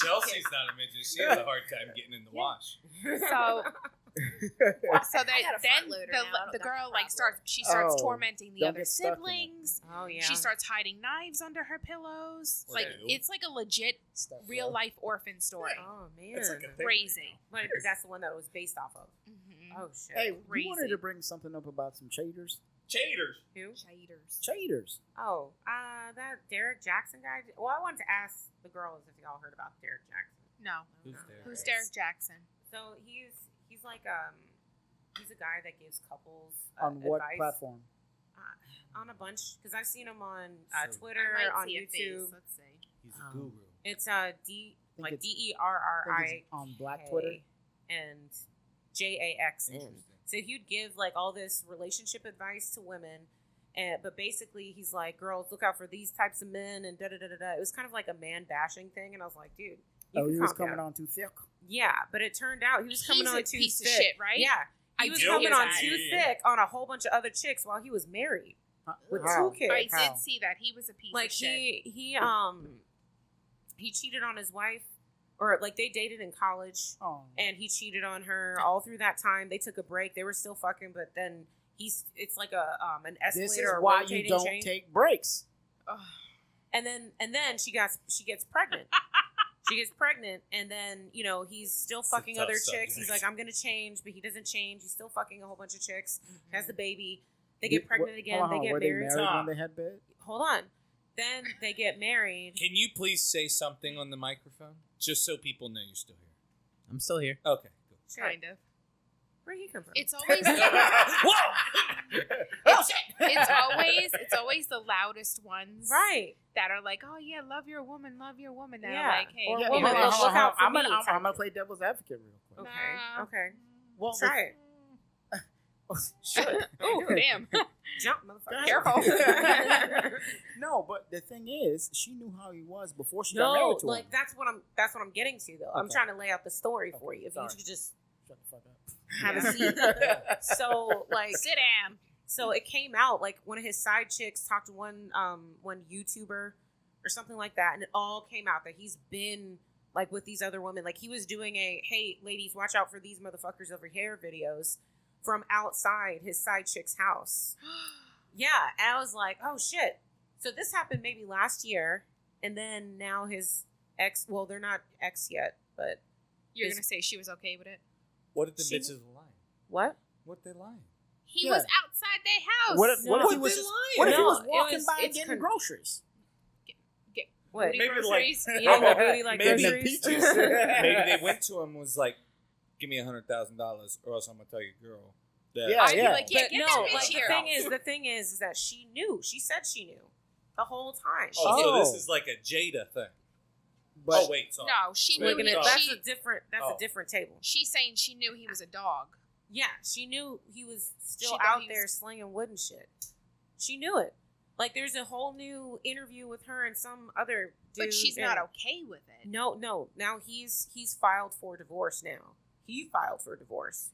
Speaker 1: Chelsea's not a midget. She had a hard time getting in the wash.
Speaker 2: So, so they,
Speaker 3: I got a
Speaker 2: then
Speaker 3: front loader
Speaker 2: the,
Speaker 3: now, I don't
Speaker 2: the
Speaker 3: got a
Speaker 2: girl like
Speaker 3: problem.
Speaker 2: starts. She starts
Speaker 5: Oh,
Speaker 2: tormenting the
Speaker 5: don't get
Speaker 2: other
Speaker 5: stuck in it.
Speaker 2: siblings.
Speaker 7: Oh yeah.
Speaker 2: She starts hiding knives under her pillows.
Speaker 1: Or
Speaker 2: like
Speaker 1: do.
Speaker 2: it's like a legit
Speaker 5: Stuff,
Speaker 2: real
Speaker 5: bro.
Speaker 2: life orphin story.
Speaker 7: Oh man.
Speaker 1: That's like a thing.
Speaker 2: Crazy.
Speaker 7: Like, that's the one that it was based off of.
Speaker 2: Mhm.
Speaker 7: Oh shit.
Speaker 5: Hey, you
Speaker 2: Crazy.
Speaker 5: wanted to bring something up about some cheaters.
Speaker 1: Cheaters.
Speaker 7: Who?
Speaker 5: Cheaters.
Speaker 7: Oh, uh, that Derek Jackson guy. Well, I wanted to ask the girls if y'all heard about Derek Jackson.
Speaker 2: No.
Speaker 1: Who's
Speaker 7: Uh,
Speaker 1: Derek?
Speaker 2: Who's Derek Jackson?
Speaker 7: So he's he's like um he's a guy that gives couples uh,
Speaker 5: On what
Speaker 7: advice.
Speaker 5: platform?
Speaker 7: Uh, on a bunch because I've seen him on uh,
Speaker 1: So-
Speaker 7: Twitter,
Speaker 2: I might
Speaker 7: on
Speaker 2: see a
Speaker 7: YouTube.
Speaker 2: face. Let's see.
Speaker 1: He's
Speaker 5: Um,
Speaker 1: a guru.
Speaker 7: It's uh D
Speaker 5: I think
Speaker 7: like
Speaker 5: it's-
Speaker 7: D E R R
Speaker 5: I think
Speaker 7: I
Speaker 5: it's on Black Twitter.
Speaker 7: and J A X N.
Speaker 1: Interesting.
Speaker 7: So he'd give like all this relationship advice to women, and but basically he's like, "Girls, look out for these types of men," and da da da da. da. It was kind of like a man bashing thing, and I was like, "Dude, you
Speaker 5: oh,
Speaker 7: can
Speaker 5: he was
Speaker 7: calm
Speaker 5: coming
Speaker 7: down.
Speaker 5: on too thick.
Speaker 7: Yeah, but it turned out he was coming
Speaker 2: He's
Speaker 7: on
Speaker 2: a
Speaker 7: too
Speaker 2: piece of
Speaker 7: thick.
Speaker 2: shit, right?
Speaker 7: Yeah, he
Speaker 2: I
Speaker 7: was
Speaker 2: did
Speaker 7: coming
Speaker 2: hear
Speaker 7: on
Speaker 2: that.
Speaker 7: too thick on a whole bunch of other chicks while he was married
Speaker 5: Huh?
Speaker 7: with
Speaker 5: How?
Speaker 7: two kids.
Speaker 2: I
Speaker 5: How?
Speaker 2: did see that he was a piece
Speaker 7: like
Speaker 2: of shit.
Speaker 7: he he um he cheated on his wife, or like they dated in college
Speaker 5: Oh.
Speaker 7: and he cheated on her all through that time. They took a break. They were still fucking, but then he's it's like a um an escalator.
Speaker 5: This is
Speaker 7: or
Speaker 5: why you
Speaker 7: rotating
Speaker 5: don't
Speaker 7: chain.
Speaker 5: take breaks.
Speaker 7: And then and then she got she gets pregnant. she gets pregnant, and then you know he's still
Speaker 1: It's a
Speaker 7: fucking
Speaker 1: tough
Speaker 7: other
Speaker 1: subject.
Speaker 7: chicks. He's like, I'm gonna change, but he doesn't change. He's still fucking a whole bunch of chicks. Has the baby. They
Speaker 5: You-
Speaker 7: get
Speaker 5: Mm-hmm. wh-
Speaker 7: pregnant
Speaker 5: hold
Speaker 7: again.
Speaker 5: on,
Speaker 7: they
Speaker 5: hold on.
Speaker 7: get
Speaker 5: Were
Speaker 7: married.
Speaker 5: They married
Speaker 1: Tom.
Speaker 5: when they had bed?
Speaker 7: Hold on. Then they get married.
Speaker 1: Can you please say something on the microphone, just so people know you're still here?
Speaker 6: I'm still here.
Speaker 1: Okay. Cool.
Speaker 7: Shit,
Speaker 2: kind of.
Speaker 7: Where'd he come from?
Speaker 2: It's always
Speaker 1: Whoa! oh shit!
Speaker 2: it's always it's always the loudest ones
Speaker 7: right.
Speaker 2: that are like, Oh yeah, love your woman, love your woman that
Speaker 7: Yeah.
Speaker 2: are like, hey,
Speaker 7: Or
Speaker 2: yeah, yeah,
Speaker 7: woman, woman,
Speaker 2: yeah.
Speaker 7: look
Speaker 5: hold on,
Speaker 7: out for
Speaker 5: I'm gonna
Speaker 7: me,
Speaker 5: I'm, I'm
Speaker 7: type
Speaker 5: gonna
Speaker 7: of-
Speaker 5: play devil's advocate real quick.
Speaker 7: Okay.
Speaker 2: Nah.
Speaker 7: Okay.
Speaker 5: Well,
Speaker 7: Try it.
Speaker 5: Sure.
Speaker 2: Oh damn.
Speaker 7: Jump, motherfucker.
Speaker 2: Careful.
Speaker 5: no, but the thing is, she knew how he was before she got
Speaker 7: no,
Speaker 5: married to
Speaker 7: like
Speaker 5: him.
Speaker 7: that's what I'm. That's what I'm getting to, though. I'm
Speaker 5: Okay.
Speaker 7: trying to lay out the story for
Speaker 5: Okay,
Speaker 7: you. If
Speaker 5: sorry.
Speaker 7: you could just
Speaker 5: Shut the fuck
Speaker 7: have
Speaker 2: Yeah.
Speaker 7: a seat.
Speaker 5: up.
Speaker 7: So, like,
Speaker 2: Sit down.
Speaker 7: so it came out like one of his side chicks talked to one, um, one YouTuber or something like that, and it all came out that he's been like with these other women. Like he was doing a "Hey, ladies, watch out for these motherfuckers over here" videos from outside his side chick's house. Yeah, and I was like, oh shit. So this happened maybe last year, and then now his ex. Well, they're not ex yet, but
Speaker 2: You're
Speaker 7: Is-
Speaker 2: gonna say she was okay with it.
Speaker 1: What did the
Speaker 7: She-
Speaker 1: bitches lie?
Speaker 7: what?
Speaker 1: What they lying?
Speaker 2: He
Speaker 5: Yeah.
Speaker 2: was outside their house.
Speaker 5: What if, what if
Speaker 7: No.
Speaker 5: he was
Speaker 7: They
Speaker 5: just, what if he
Speaker 7: No,
Speaker 5: was
Speaker 7: it
Speaker 5: walking
Speaker 7: was-
Speaker 5: by
Speaker 7: it's
Speaker 5: getting
Speaker 7: con-
Speaker 5: groceries?
Speaker 7: What?
Speaker 2: Booty
Speaker 1: Maybe like-
Speaker 2: groceries?
Speaker 7: Eating the booty like
Speaker 1: Maybe-
Speaker 7: groceries?
Speaker 5: peaches.
Speaker 1: Maybe they went to him and was like, "Give me a hundred thousand dollars, or else I'm gonna tell your girl that."
Speaker 5: Yeah,
Speaker 2: I'd be
Speaker 5: yeah.
Speaker 2: like, yeah,
Speaker 7: but
Speaker 2: get
Speaker 7: no,
Speaker 2: that bitch
Speaker 7: like
Speaker 2: here.
Speaker 7: the thing is, the thing is, is that she knew. She said she knew the whole time. She
Speaker 1: Oh,
Speaker 7: knew.
Speaker 1: so
Speaker 5: Oh.
Speaker 1: this is like a Jada thing.
Speaker 5: But
Speaker 1: oh wait, sorry.
Speaker 2: no, she
Speaker 1: Wait,
Speaker 2: knew
Speaker 1: Look
Speaker 7: Looking
Speaker 1: at
Speaker 2: he,
Speaker 7: at-
Speaker 1: dog.
Speaker 7: that's
Speaker 2: she,
Speaker 7: a different. That's
Speaker 1: Oh.
Speaker 7: a different table.
Speaker 2: she's saying she knew he was a dog.
Speaker 7: Yeah, she knew he was still
Speaker 2: She thought
Speaker 7: out
Speaker 2: he was-
Speaker 7: there slinging wood and shit. She knew it. Like there's a whole new interview with her and some other dude.
Speaker 2: But she's
Speaker 7: and-
Speaker 2: not okay with it.
Speaker 7: No, no. Now he's he's filed for divorce now. He filed for divorce.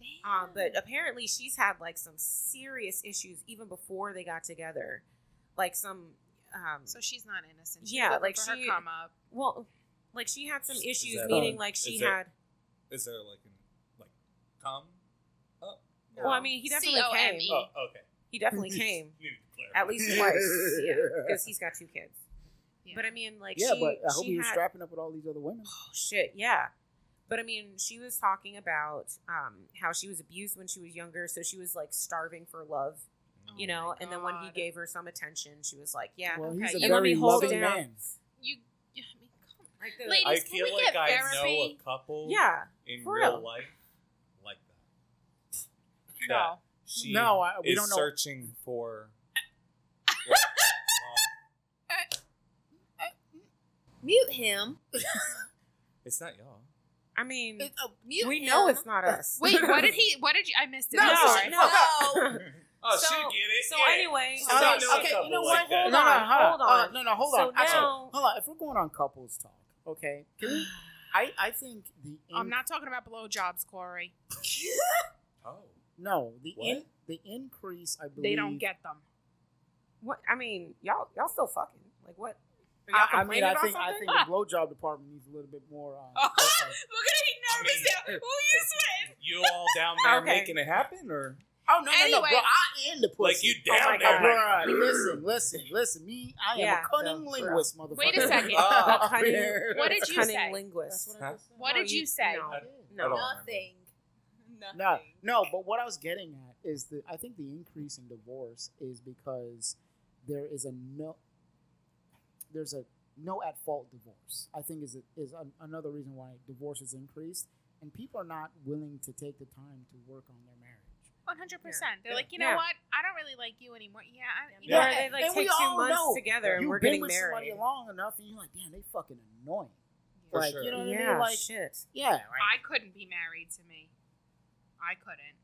Speaker 2: Damn.
Speaker 7: Um, but apparently she's had like some serious issues even before they got together. Like some um
Speaker 2: so she's not innocent. She's
Speaker 7: Yeah,
Speaker 2: looking
Speaker 7: like
Speaker 2: for her
Speaker 7: she-
Speaker 2: come up.
Speaker 7: well like she had some
Speaker 1: Is
Speaker 7: issues
Speaker 1: that-
Speaker 5: um,
Speaker 7: meaning like she
Speaker 1: is that-
Speaker 7: had
Speaker 1: Is there like an like come up?
Speaker 7: well I mean he definitely
Speaker 2: C-O-M-E.
Speaker 7: came.
Speaker 1: Oh, okay.
Speaker 7: He definitely came.
Speaker 1: Need to clarify.
Speaker 7: At least twice. Yeah. Because he's got two kids.
Speaker 2: Yeah.
Speaker 7: But I mean like
Speaker 5: yeah,
Speaker 7: she,
Speaker 5: but I hope
Speaker 7: she
Speaker 5: he was
Speaker 7: had,
Speaker 5: strapping up with all these other women.
Speaker 7: Oh shit, yeah. But I mean, she was talking about um, how she was abused when she was younger, so she was like starving for love, you
Speaker 2: Oh
Speaker 7: know.
Speaker 2: my
Speaker 7: And then when he
Speaker 2: God.
Speaker 7: gave her some attention, she was like, "Yeah,
Speaker 5: Well,
Speaker 2: okay.
Speaker 5: he's a
Speaker 2: You
Speaker 7: let
Speaker 5: very
Speaker 7: me hold
Speaker 5: loving
Speaker 7: it down.
Speaker 5: man.
Speaker 2: you, yeah, I mean, come on.
Speaker 7: like the,
Speaker 2: Ladies,
Speaker 1: I
Speaker 2: can
Speaker 1: feel
Speaker 2: we
Speaker 1: like
Speaker 2: get
Speaker 1: I know
Speaker 2: therapy?
Speaker 1: a couple
Speaker 7: yeah,
Speaker 1: in
Speaker 7: for
Speaker 1: real
Speaker 7: real.
Speaker 1: life like that. That
Speaker 2: No.
Speaker 1: She
Speaker 5: No, I- we
Speaker 1: is
Speaker 5: don't know.
Speaker 1: searching for
Speaker 3: Mute him.
Speaker 1: It's not y'all.
Speaker 7: I mean,
Speaker 3: It- oh, mute
Speaker 7: we
Speaker 3: him.
Speaker 7: know it's not us.
Speaker 2: Wait, what did he? What did you? I missed it.
Speaker 7: No,
Speaker 2: I'm sorry.
Speaker 7: no.
Speaker 1: Oh,
Speaker 7: So-
Speaker 1: she get it.
Speaker 7: So
Speaker 1: yeah.
Speaker 7: anyway,
Speaker 1: She's
Speaker 7: so-
Speaker 1: not
Speaker 5: okay,
Speaker 1: doing
Speaker 5: okay,
Speaker 1: couple
Speaker 5: you know
Speaker 1: like
Speaker 5: what?
Speaker 1: that.
Speaker 5: Hold
Speaker 7: No, no,
Speaker 5: on, hold
Speaker 7: hold
Speaker 5: on.
Speaker 7: on.
Speaker 5: no, no, hold
Speaker 7: So
Speaker 5: on. Actually,
Speaker 7: now-
Speaker 5: hold on. If we're going on couples talk, okay? Can we, I, I think the in,
Speaker 2: I'm not talking about blowjobs, Corey.
Speaker 1: Oh.
Speaker 5: no the in,
Speaker 1: What?
Speaker 5: the increase. I believe
Speaker 2: They don't get them.
Speaker 7: what? I mean, y'all y'all still fucking like what? Are y'all
Speaker 5: I, I mean,
Speaker 7: complaining
Speaker 5: I
Speaker 7: about
Speaker 5: think I
Speaker 7: something?
Speaker 5: think the blowjob department needs a little bit more. Um,
Speaker 1: I mean, you all down there
Speaker 7: Okay.
Speaker 1: making it happen, or
Speaker 5: oh no, no, no,
Speaker 2: Anyway.
Speaker 5: bro! I am the pussy.
Speaker 1: like you down
Speaker 7: my
Speaker 1: there?
Speaker 7: God.
Speaker 1: Like,
Speaker 5: Bruh, listen, listen, listen. Me, I am
Speaker 7: Yeah,
Speaker 5: a cunning
Speaker 7: no, for real.
Speaker 5: linguist, motherfucker.
Speaker 2: Wait a second.
Speaker 1: Oh.
Speaker 7: A cunning-
Speaker 2: What did
Speaker 7: a
Speaker 2: you
Speaker 7: cunning
Speaker 2: say?
Speaker 7: linguist.
Speaker 5: That's what I just said.
Speaker 2: What
Speaker 1: I don't
Speaker 2: did you say?
Speaker 7: No, No, no.
Speaker 1: remember.
Speaker 3: Nothing. Nothing.
Speaker 5: No, no, but what I was getting at is that I think the increase in divorce is because there is a no, there's a no at fault divorce. I think is is an, another reason why divorce is increased, and people are not willing to take the time to work on their marriage.
Speaker 2: One hundred percent. They're like, you know
Speaker 7: Yeah.
Speaker 2: what? I don't really like you anymore. Yeah, I, you
Speaker 7: Yeah,
Speaker 2: know,
Speaker 7: Or they like
Speaker 5: and we
Speaker 7: take two
Speaker 5: all
Speaker 7: months
Speaker 5: know
Speaker 7: together and
Speaker 5: You've
Speaker 7: we're
Speaker 5: been
Speaker 7: getting
Speaker 5: with somebody
Speaker 7: married.
Speaker 5: long enough, and you're like, damn, they fucking annoying.
Speaker 1: For
Speaker 5: like
Speaker 1: sure.
Speaker 5: you know what I
Speaker 7: yeah,
Speaker 5: mean? Like
Speaker 7: shit.
Speaker 5: yeah, like,
Speaker 2: I couldn't be married to me. I couldn't.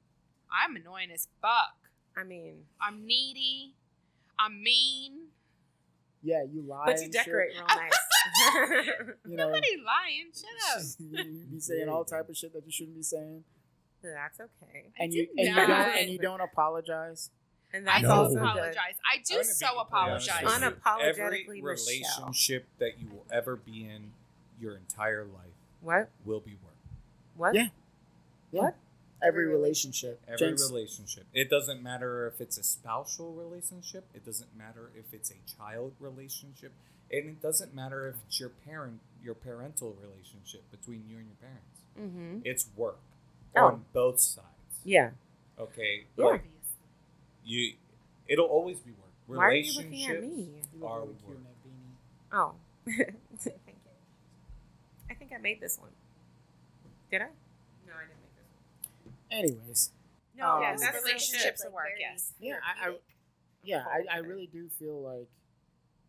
Speaker 2: I'm annoying as fuck.
Speaker 7: I mean,
Speaker 2: I'm needy. I'm mean.
Speaker 5: yeah, you lie.
Speaker 7: but you
Speaker 5: and shit,
Speaker 7: decorate real nice.
Speaker 5: you know,
Speaker 2: Nobody lying. Shut up.
Speaker 5: you be saying all type of shit that you shouldn't be saying.
Speaker 7: that's okay,
Speaker 2: I
Speaker 5: and you
Speaker 2: did
Speaker 5: and you
Speaker 2: not.
Speaker 5: don't and you don't apologize.
Speaker 7: and
Speaker 2: I
Speaker 7: that's
Speaker 6: No.
Speaker 2: do
Speaker 7: also
Speaker 2: apologize.
Speaker 7: good.
Speaker 2: I
Speaker 1: I'm
Speaker 2: do
Speaker 1: gonna be
Speaker 2: so
Speaker 1: completely honest
Speaker 2: apologize.
Speaker 1: with you.
Speaker 7: Unapologetically
Speaker 1: Every
Speaker 7: Michelle.
Speaker 1: relationship that you will ever be in your entire life
Speaker 7: What?
Speaker 1: will be work.
Speaker 7: What?
Speaker 5: Yeah. Yeah.
Speaker 7: What?
Speaker 5: Every relationship.
Speaker 1: Every
Speaker 5: Jinx.
Speaker 1: relationship. It doesn't matter if it's a spousal relationship. It doesn't matter if it's a child relationship, and it doesn't matter if it's your parent, your parental relationship between you and your parents.
Speaker 7: Mm-hmm.
Speaker 1: It's work
Speaker 7: Oh.
Speaker 1: on both sides.
Speaker 7: Yeah.
Speaker 1: Okay,
Speaker 7: Yeah.
Speaker 1: Like, you, it'll always be work.
Speaker 7: Why are you looking at
Speaker 1: Relationships
Speaker 7: me?
Speaker 5: You look
Speaker 1: Are
Speaker 5: really cute
Speaker 1: work.
Speaker 5: in that beanie.
Speaker 7: Oh. Thank you. I think I made this one. Did I? No, I didn't make this one.
Speaker 5: Anyways,
Speaker 7: No,
Speaker 5: Um,
Speaker 2: yes,
Speaker 7: that's so
Speaker 2: Oh. relationships
Speaker 7: good.
Speaker 2: are work,
Speaker 3: very
Speaker 2: yes.
Speaker 5: Yeah, I- I-
Speaker 3: therapeutic.
Speaker 5: yeah, I, I really do feel like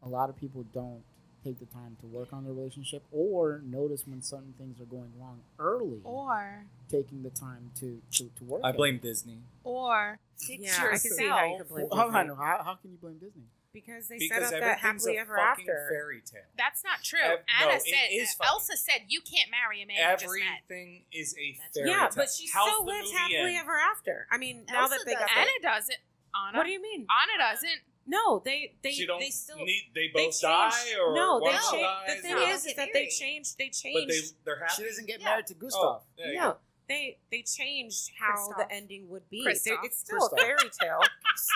Speaker 5: a lot of people don't take the time to work on their relationship or notice when certain things are going wrong early.
Speaker 2: Or,
Speaker 5: taking the time to to, to work.
Speaker 1: I
Speaker 5: at it.
Speaker 1: blame Disney
Speaker 2: or fix
Speaker 7: Yeah, I can see how you
Speaker 2: yourself.
Speaker 7: could blame
Speaker 5: Well, hold on,
Speaker 7: Disney.
Speaker 5: how, how can you blame Disney?
Speaker 7: because they
Speaker 1: because
Speaker 7: set up that
Speaker 1: everything's
Speaker 7: happily
Speaker 1: a
Speaker 7: ever
Speaker 1: fucking
Speaker 7: after.
Speaker 1: fairy tale.
Speaker 2: That's not true.
Speaker 1: Ev- no,
Speaker 2: Anna
Speaker 1: it
Speaker 2: said, uh,
Speaker 1: is fucking-
Speaker 2: Elsa said, you can't marry a man you just met.
Speaker 1: Everything is a fairy tale.
Speaker 7: yeah, but she
Speaker 1: How's
Speaker 7: still
Speaker 1: the
Speaker 7: lives
Speaker 1: movie
Speaker 7: happily
Speaker 1: end?
Speaker 7: ever after. I mean, now
Speaker 3: Elsa
Speaker 7: that they got
Speaker 3: does.
Speaker 7: that-
Speaker 2: Anna doesn't. Anna.
Speaker 7: What do you mean?
Speaker 2: Anna doesn't.
Speaker 7: No, they they
Speaker 1: she don't
Speaker 7: they still
Speaker 1: need. They
Speaker 7: they
Speaker 1: both die,
Speaker 7: changed-
Speaker 1: or
Speaker 7: no, they
Speaker 1: one
Speaker 3: No,
Speaker 7: changed.
Speaker 1: dies,
Speaker 7: The thing
Speaker 1: or-
Speaker 3: No,
Speaker 7: is,
Speaker 3: they
Speaker 7: is
Speaker 3: get
Speaker 7: that they
Speaker 3: married.
Speaker 7: changed. They
Speaker 1: but they
Speaker 7: changed.
Speaker 1: they're happy.
Speaker 5: She doesn't get
Speaker 3: Yeah.
Speaker 5: married to
Speaker 1: oh,
Speaker 5: Gustav.
Speaker 1: yeah, yeah.
Speaker 7: no, they they changed how
Speaker 2: Kristoff.
Speaker 7: the ending would be.
Speaker 2: Kristoff.
Speaker 7: They- It's still
Speaker 5: Kristoff.
Speaker 7: a fairy tale.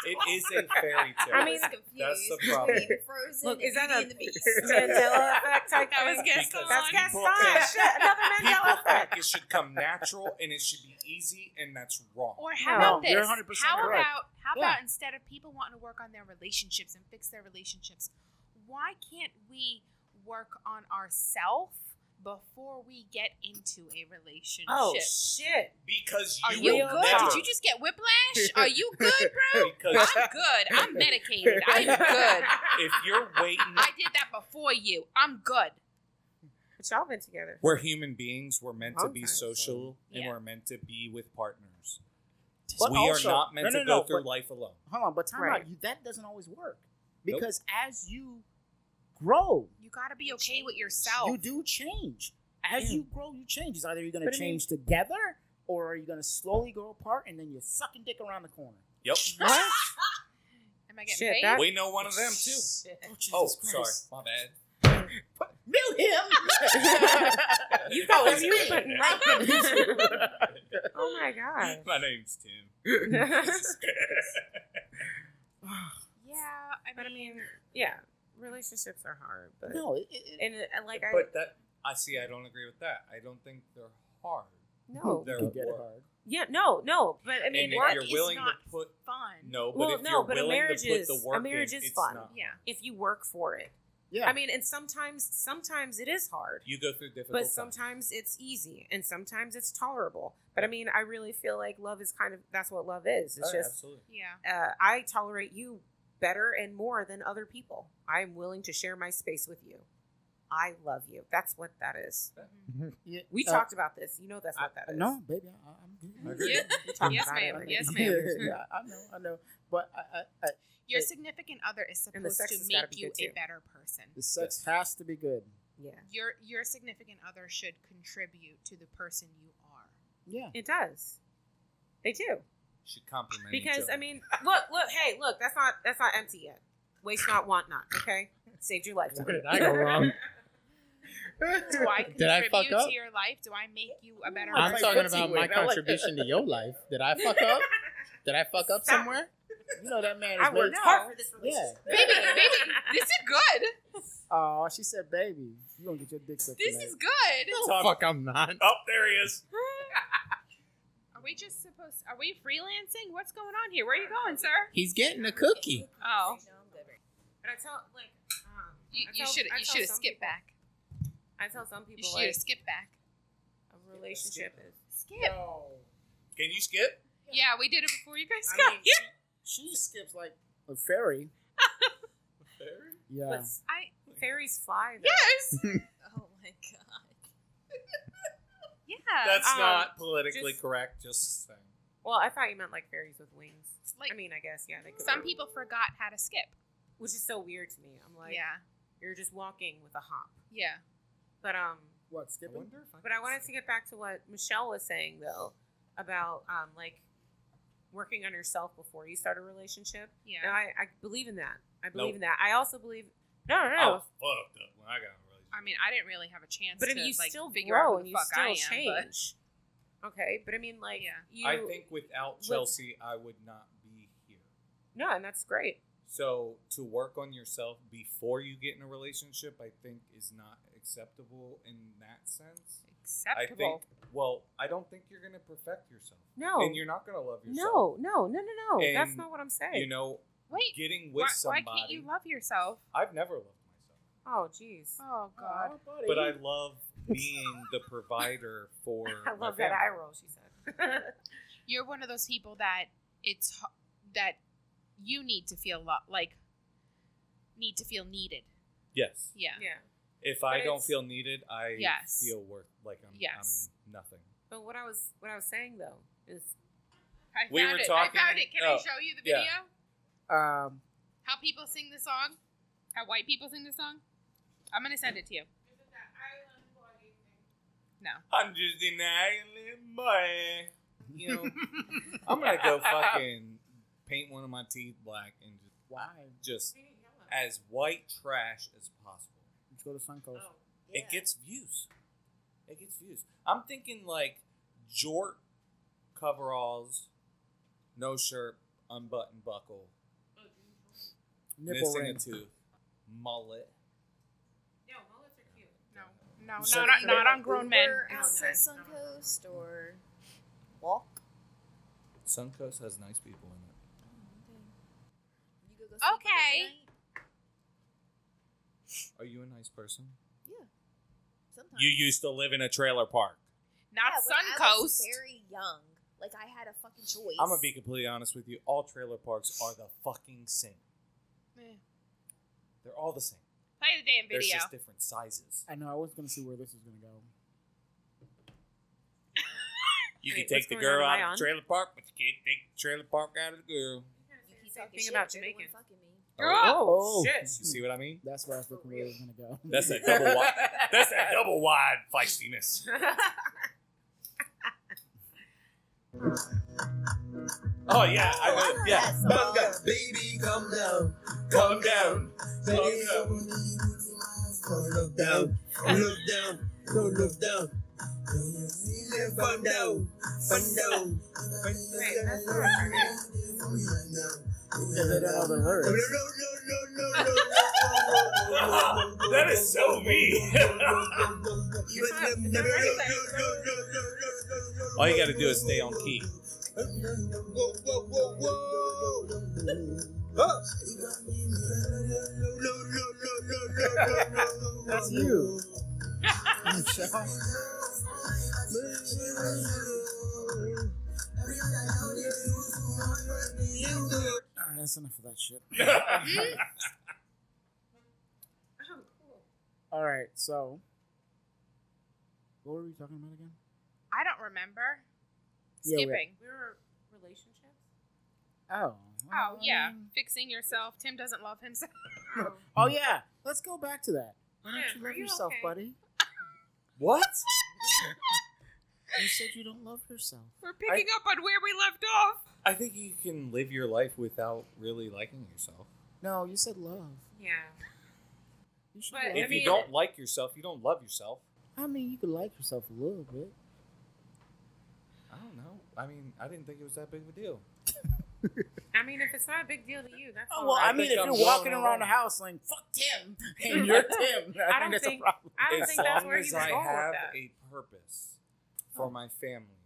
Speaker 1: It is a fairy tale.
Speaker 7: I
Speaker 3: I
Speaker 7: mean,
Speaker 3: was confused.
Speaker 1: that's the
Speaker 3: between
Speaker 1: problem.
Speaker 3: Frozen
Speaker 7: Look,
Speaker 3: and
Speaker 7: is that
Speaker 3: Beauty
Speaker 7: a
Speaker 3: and the Beast.
Speaker 7: Mandela effect type
Speaker 2: That was
Speaker 7: thing?
Speaker 2: Gaston.
Speaker 1: Because
Speaker 7: That's
Speaker 1: people
Speaker 7: Gaston.
Speaker 1: think-
Speaker 7: Shit, another Mandela
Speaker 1: people think
Speaker 7: effect.
Speaker 1: it should come natural and it should be easy, and that's wrong.
Speaker 2: Or how
Speaker 7: No,
Speaker 2: about this?
Speaker 5: you're 100%
Speaker 2: how
Speaker 5: correct.
Speaker 2: about how
Speaker 5: Yeah.
Speaker 2: about instead of people wanting to work on their relationships and fix their relationships, why can't we work on ourselves before we get into a relationship?
Speaker 7: Oh shit!
Speaker 1: because
Speaker 2: Are
Speaker 1: you,
Speaker 2: you,
Speaker 1: will
Speaker 2: good?
Speaker 1: never.
Speaker 2: Did you just get whiplash? Are you good, bro?
Speaker 1: because
Speaker 2: I'm good. I'm medicated. I'm good.
Speaker 1: if you're waiting,
Speaker 2: I did that before you. I'm good.
Speaker 7: But y'all been together.
Speaker 1: we're human beings. We're meant to
Speaker 7: Long
Speaker 1: be
Speaker 7: time,
Speaker 1: social, and
Speaker 2: Yeah.
Speaker 1: we're meant to be with partners.
Speaker 5: But
Speaker 1: we
Speaker 5: also-
Speaker 1: are not meant
Speaker 5: no, no,
Speaker 1: to
Speaker 5: no,
Speaker 1: go through
Speaker 5: but-
Speaker 1: life alone.
Speaker 5: Hold on, but time
Speaker 7: Right.
Speaker 5: out. You, that doesn't always work
Speaker 1: Nope.
Speaker 5: because as you grow,
Speaker 2: You got to be okay with yourself.
Speaker 5: you do change. As
Speaker 7: Yeah.
Speaker 5: you grow, you change. It's either you're going
Speaker 7: But
Speaker 5: to
Speaker 7: I mean-
Speaker 5: change together, or are you going to slowly grow apart, and then you're sucking dick around the corner.
Speaker 1: Yep,
Speaker 7: What?
Speaker 2: Am I getting
Speaker 7: Shit,
Speaker 2: paid?
Speaker 7: that-
Speaker 1: we know one of them too.
Speaker 5: Oh, Jesus
Speaker 1: Oh, sorry,
Speaker 5: Christ.
Speaker 1: my bad.
Speaker 5: Knew him.
Speaker 7: You got
Speaker 1: That was
Speaker 7: what you
Speaker 1: me.
Speaker 7: putting right. oh my god.
Speaker 1: My name's Tim.
Speaker 2: Yeah, I
Speaker 7: But I
Speaker 2: mean,
Speaker 7: mean, yeah, relationships are hard, but
Speaker 5: no, it, it, it,
Speaker 7: and uh, like I
Speaker 1: but that I see. I don't agree with that. I don't think they're hard.
Speaker 7: no,
Speaker 1: Oh, They're
Speaker 5: could get
Speaker 1: work.
Speaker 5: hard.
Speaker 7: yeah, no, no. But I mean,
Speaker 1: and if
Speaker 2: work
Speaker 1: you're
Speaker 2: is
Speaker 1: willing
Speaker 2: not
Speaker 1: to put
Speaker 2: fun.
Speaker 1: no, but
Speaker 7: Well,
Speaker 1: if
Speaker 7: no,
Speaker 1: you're
Speaker 7: but a
Speaker 1: willing
Speaker 7: marriage
Speaker 1: to put
Speaker 7: is-
Speaker 1: the
Speaker 7: a
Speaker 1: work
Speaker 7: marriage
Speaker 1: in,
Speaker 7: is
Speaker 1: it's
Speaker 7: fun.
Speaker 1: Not.
Speaker 2: Yeah.
Speaker 7: if you work for it,
Speaker 5: Yeah,
Speaker 7: I mean, and sometimes sometimes it is hard,
Speaker 1: You go through difficult.
Speaker 7: but
Speaker 1: times.
Speaker 7: sometimes it's easy, and sometimes it's tolerable. But I mean, I really feel like love is kind of that's what love is. It's
Speaker 1: Oh,
Speaker 7: just
Speaker 1: absolutely.
Speaker 2: Yeah.
Speaker 7: uh, I tolerate you better and more than other people. I'm willing to share my space with you. I love you. That's what that is.
Speaker 5: Yeah,
Speaker 7: We
Speaker 5: uh,
Speaker 7: talked about this. You know that's what that
Speaker 5: uh,
Speaker 7: is.
Speaker 5: No, baby, I, I'm good.
Speaker 1: I agree.
Speaker 2: Yeah.
Speaker 7: We talked
Speaker 2: Yes,
Speaker 7: about it.
Speaker 2: ma'am.
Speaker 5: know.
Speaker 2: Yes, ma'am.
Speaker 5: Yeah, I know, I know. But I, I, I, It-
Speaker 2: Your significant other is
Speaker 7: And the
Speaker 2: supposed
Speaker 7: sex
Speaker 2: to
Speaker 7: has gotta
Speaker 2: make
Speaker 7: be
Speaker 2: you
Speaker 7: good
Speaker 2: a
Speaker 7: too.
Speaker 2: better person.
Speaker 5: the sex has to be good.
Speaker 7: Yeah,
Speaker 2: Your your significant other should contribute to the person you are.
Speaker 5: Yeah.
Speaker 7: it does. They do
Speaker 1: Should compliment each
Speaker 7: because
Speaker 1: other.
Speaker 7: I mean, look, look, hey, look. That's not that's not empty yet. Waste not, want not. Okay, saved your life.
Speaker 6: Where did I go wrong?
Speaker 2: Do I
Speaker 6: Did I fuck
Speaker 2: contribute
Speaker 6: up?
Speaker 2: to your life? Do I make you a better
Speaker 5: I was
Speaker 6: I'm
Speaker 5: like,
Speaker 2: person?
Speaker 6: talking
Speaker 5: what's
Speaker 6: about
Speaker 5: he
Speaker 6: my
Speaker 5: with? I like-
Speaker 6: contribution to your life. Did I fuck up? Did I fuck up
Speaker 7: Stop.
Speaker 6: somewhere?
Speaker 5: You know that man is
Speaker 7: I worked
Speaker 5: very-
Speaker 7: hard for this
Speaker 5: Yeah.
Speaker 7: relationship.
Speaker 2: Baby, baby, this is good.
Speaker 5: Oh, she said, baby, you going to get your dick sucked
Speaker 2: This
Speaker 5: tonight.
Speaker 2: is good.
Speaker 6: Oh, fuck, I'm not.
Speaker 1: oh, there he is.
Speaker 2: Are we just supposed? Are we freelancing? What's going on here? Where are you going, sir?
Speaker 6: He's getting a cookie.
Speaker 2: Oh,
Speaker 7: And I tell like um,
Speaker 2: you,
Speaker 7: I
Speaker 2: you
Speaker 7: tell-
Speaker 2: should
Speaker 7: I
Speaker 2: you
Speaker 7: tell
Speaker 2: should have
Speaker 7: some
Speaker 2: skipped
Speaker 7: people-
Speaker 2: back.
Speaker 7: I tell some
Speaker 2: You
Speaker 7: people
Speaker 2: should
Speaker 7: like
Speaker 2: have skipped back.
Speaker 7: a relationship is.
Speaker 2: Skip.
Speaker 1: Can you skip?
Speaker 2: Yeah, we did it before you guys
Speaker 5: I
Speaker 2: got
Speaker 5: mean,
Speaker 2: here.
Speaker 5: she, she skips like a fairy. Yeah.
Speaker 7: But
Speaker 2: I
Speaker 7: fairies fly. Though.
Speaker 2: yes.
Speaker 3: Oh my god.
Speaker 2: Yeah.
Speaker 1: That's
Speaker 7: um,
Speaker 1: not politically
Speaker 7: just-
Speaker 1: correct. Just saying.
Speaker 7: Well, I thought you meant like fairies with wings.
Speaker 2: like
Speaker 7: I mean, I guess yeah. They could
Speaker 2: some
Speaker 7: be.
Speaker 2: people forgot how to skip.
Speaker 7: which is so weird to me. I'm like,
Speaker 2: yeah.
Speaker 7: you're just walking with a hop.
Speaker 2: Yeah.
Speaker 7: But um,
Speaker 5: What,
Speaker 1: I
Speaker 5: skipping?
Speaker 1: wonder if I
Speaker 7: but I wanted to get back to what Michelle was saying though about um like working on yourself before you start a relationship. And
Speaker 2: Yeah.
Speaker 7: I, I believe in that. I
Speaker 1: Nope. Oh.
Speaker 7: believe in that. I also believe no, no,
Speaker 1: I
Speaker 7: no.
Speaker 1: was fucked up when I got really.
Speaker 2: I mean, I didn't really have a chance.
Speaker 7: but if
Speaker 2: to,
Speaker 7: you
Speaker 2: like,
Speaker 7: still
Speaker 2: figure out
Speaker 7: grow
Speaker 2: who
Speaker 7: and
Speaker 2: the
Speaker 7: you
Speaker 2: fuck
Speaker 7: still
Speaker 2: I am, but-
Speaker 7: change. Okay, but I mean, like
Speaker 2: Yeah.
Speaker 7: you,
Speaker 1: I think without
Speaker 7: Let's-
Speaker 1: Chelsea, I would not be here.
Speaker 7: no, and that's great.
Speaker 1: So to work on yourself before you get in a relationship, I think is not acceptable in that sense. I
Speaker 2: acceptable.
Speaker 1: think. Well, I don't think you're going to perfect yourself,
Speaker 7: No,
Speaker 1: and you're not going to love yourself.
Speaker 7: no, no, no, no, no. that's
Speaker 1: And,
Speaker 7: not what I'm saying.
Speaker 1: you know,
Speaker 2: Wait.
Speaker 1: getting with
Speaker 2: Why, why
Speaker 1: somebody.
Speaker 2: can't you love yourself?
Speaker 1: I've never loved myself.
Speaker 7: oh, jeez.
Speaker 2: Oh God.
Speaker 5: Aw, buddy.
Speaker 1: but I love being the provider for.
Speaker 7: I
Speaker 1: my
Speaker 7: love that
Speaker 1: family.
Speaker 7: eye roll. She said.
Speaker 2: You're one of those people that it's h- that you need to feel lo- like need to feel needed.
Speaker 1: Yes.
Speaker 2: Yeah.
Speaker 7: yeah.
Speaker 1: If I
Speaker 7: But
Speaker 1: don't
Speaker 7: it's-
Speaker 1: feel needed, I
Speaker 2: Yes.
Speaker 1: feel worth like I'm,
Speaker 2: Yes.
Speaker 1: I'm nothing.
Speaker 7: But what I was what I was saying though is
Speaker 2: I
Speaker 1: We
Speaker 2: found
Speaker 1: were
Speaker 2: it.
Speaker 1: talking-
Speaker 2: I found it. Can I
Speaker 1: oh,
Speaker 2: show you the
Speaker 1: yeah.
Speaker 2: video?
Speaker 5: Um,
Speaker 2: How people sing the song? How white people sing the song? I'm gonna send it to you. No.
Speaker 1: I'm just an island boy. You know, I'm gonna go fucking paint one of my teeth black and
Speaker 5: why?
Speaker 1: just, just as white trash as possible.
Speaker 5: Let's go to Suncoast.
Speaker 7: Oh,
Speaker 1: Oh. It gets views. It gets views. I'm thinking like jort coveralls, no shirt, unbuttoned buckle,
Speaker 5: Nipple
Speaker 1: missing
Speaker 5: ring.
Speaker 1: a tooth, mullet.
Speaker 7: no, mullets are cute.
Speaker 2: No. No.
Speaker 5: So
Speaker 2: not,
Speaker 5: do you
Speaker 2: not
Speaker 5: get
Speaker 2: on grown men.
Speaker 3: Uber out
Speaker 7: No,
Speaker 3: to
Speaker 7: no.
Speaker 3: Suncoast or walk.
Speaker 1: Suncoast has nice people in it.
Speaker 3: You could go sleep
Speaker 2: Okay.
Speaker 3: overnight.
Speaker 1: Are you a nice person?
Speaker 3: Sometimes.
Speaker 1: You used to live in a trailer park.
Speaker 2: Not
Speaker 3: Yeah, when I was
Speaker 2: Suncoast.
Speaker 3: very young. Like I had a fucking choice.
Speaker 1: I'm gonna be completely honest with you. All trailer parks are the fucking same.
Speaker 2: Eh.
Speaker 1: They're all the same.
Speaker 2: Play the damn
Speaker 1: There's
Speaker 2: video.
Speaker 1: just different sizes.
Speaker 5: I know. I was going to see where this was going to go.
Speaker 1: You
Speaker 7: Wait,
Speaker 1: can
Speaker 7: what's
Speaker 1: take the
Speaker 7: going on?
Speaker 1: girl
Speaker 7: Am
Speaker 1: out
Speaker 7: I
Speaker 1: of
Speaker 7: on?
Speaker 1: the trailer park, but you can't take the trailer park out of the girl.
Speaker 3: You keep
Speaker 7: Same
Speaker 3: talking
Speaker 7: thing
Speaker 3: shit,
Speaker 7: about
Speaker 3: you're the one
Speaker 7: Jamaicans.
Speaker 3: Fucking me.
Speaker 1: Oh,
Speaker 5: Oh,
Speaker 1: you see what I mean?
Speaker 5: That's where I was looking where it was going to go.
Speaker 1: That's that double wide. That's that double wide feistiness. Oh yeah, I know. Yeah.
Speaker 3: Ah, That's all.
Speaker 9: Baby, come down, come down. Baby,
Speaker 1: down.
Speaker 9: come on, Don't look down, don't look down, don't look down. Don't you feel it? Fun down, fun down, fun
Speaker 7: Wait,
Speaker 9: down.
Speaker 7: that's not right.
Speaker 5: Is it another
Speaker 9: No, no,
Speaker 5: word?
Speaker 9: no, no, no, no, no, no, no, no,
Speaker 1: That is so me. All you gotta do is stay on key.
Speaker 5: That's you. All right, that's enough of that shit.
Speaker 1: That's
Speaker 7: Oh, cool.
Speaker 5: Uh, All right, so what were we talking about again?
Speaker 2: I don't remember.
Speaker 5: Yeah, we-
Speaker 2: Skipping.
Speaker 7: We were relationships.
Speaker 5: Oh.
Speaker 2: Oh, yeah.
Speaker 5: um,
Speaker 2: Fixing yourself. Tim doesn't love himself.
Speaker 5: Oh yeah. Let's go back to that. Why
Speaker 7: Yeah,
Speaker 5: don't you
Speaker 7: are
Speaker 5: love
Speaker 7: you
Speaker 5: yourself,
Speaker 7: okay?
Speaker 5: buddy? what? you said you don't love yourself.
Speaker 2: We're picking up on where we left off.
Speaker 1: I think you can live your life without really liking yourself.
Speaker 5: No, you said love.
Speaker 7: Yeah.
Speaker 5: You should
Speaker 7: But-
Speaker 5: love
Speaker 7: I
Speaker 1: If you
Speaker 7: mean-
Speaker 1: don't like yourself, you don't love yourself.
Speaker 5: I mean, you could like yourself a little bit.
Speaker 1: I don't know. I mean, I didn't think it was that big of a deal.
Speaker 7: I mean, if it's not a big deal to you, that's all
Speaker 5: Oh, well,
Speaker 7: right.
Speaker 5: I mean,
Speaker 1: think
Speaker 5: if
Speaker 1: I'm
Speaker 5: you're
Speaker 1: going
Speaker 5: walking around
Speaker 1: along.
Speaker 5: the house like "fuck Tim" and you're Tim, I,
Speaker 7: don't
Speaker 5: think that's
Speaker 7: think-
Speaker 5: a problem.
Speaker 7: I don't
Speaker 1: as
Speaker 7: think that's
Speaker 1: long
Speaker 7: where
Speaker 1: as I
Speaker 7: you were going
Speaker 1: have
Speaker 7: with that.
Speaker 1: a purpose for my family,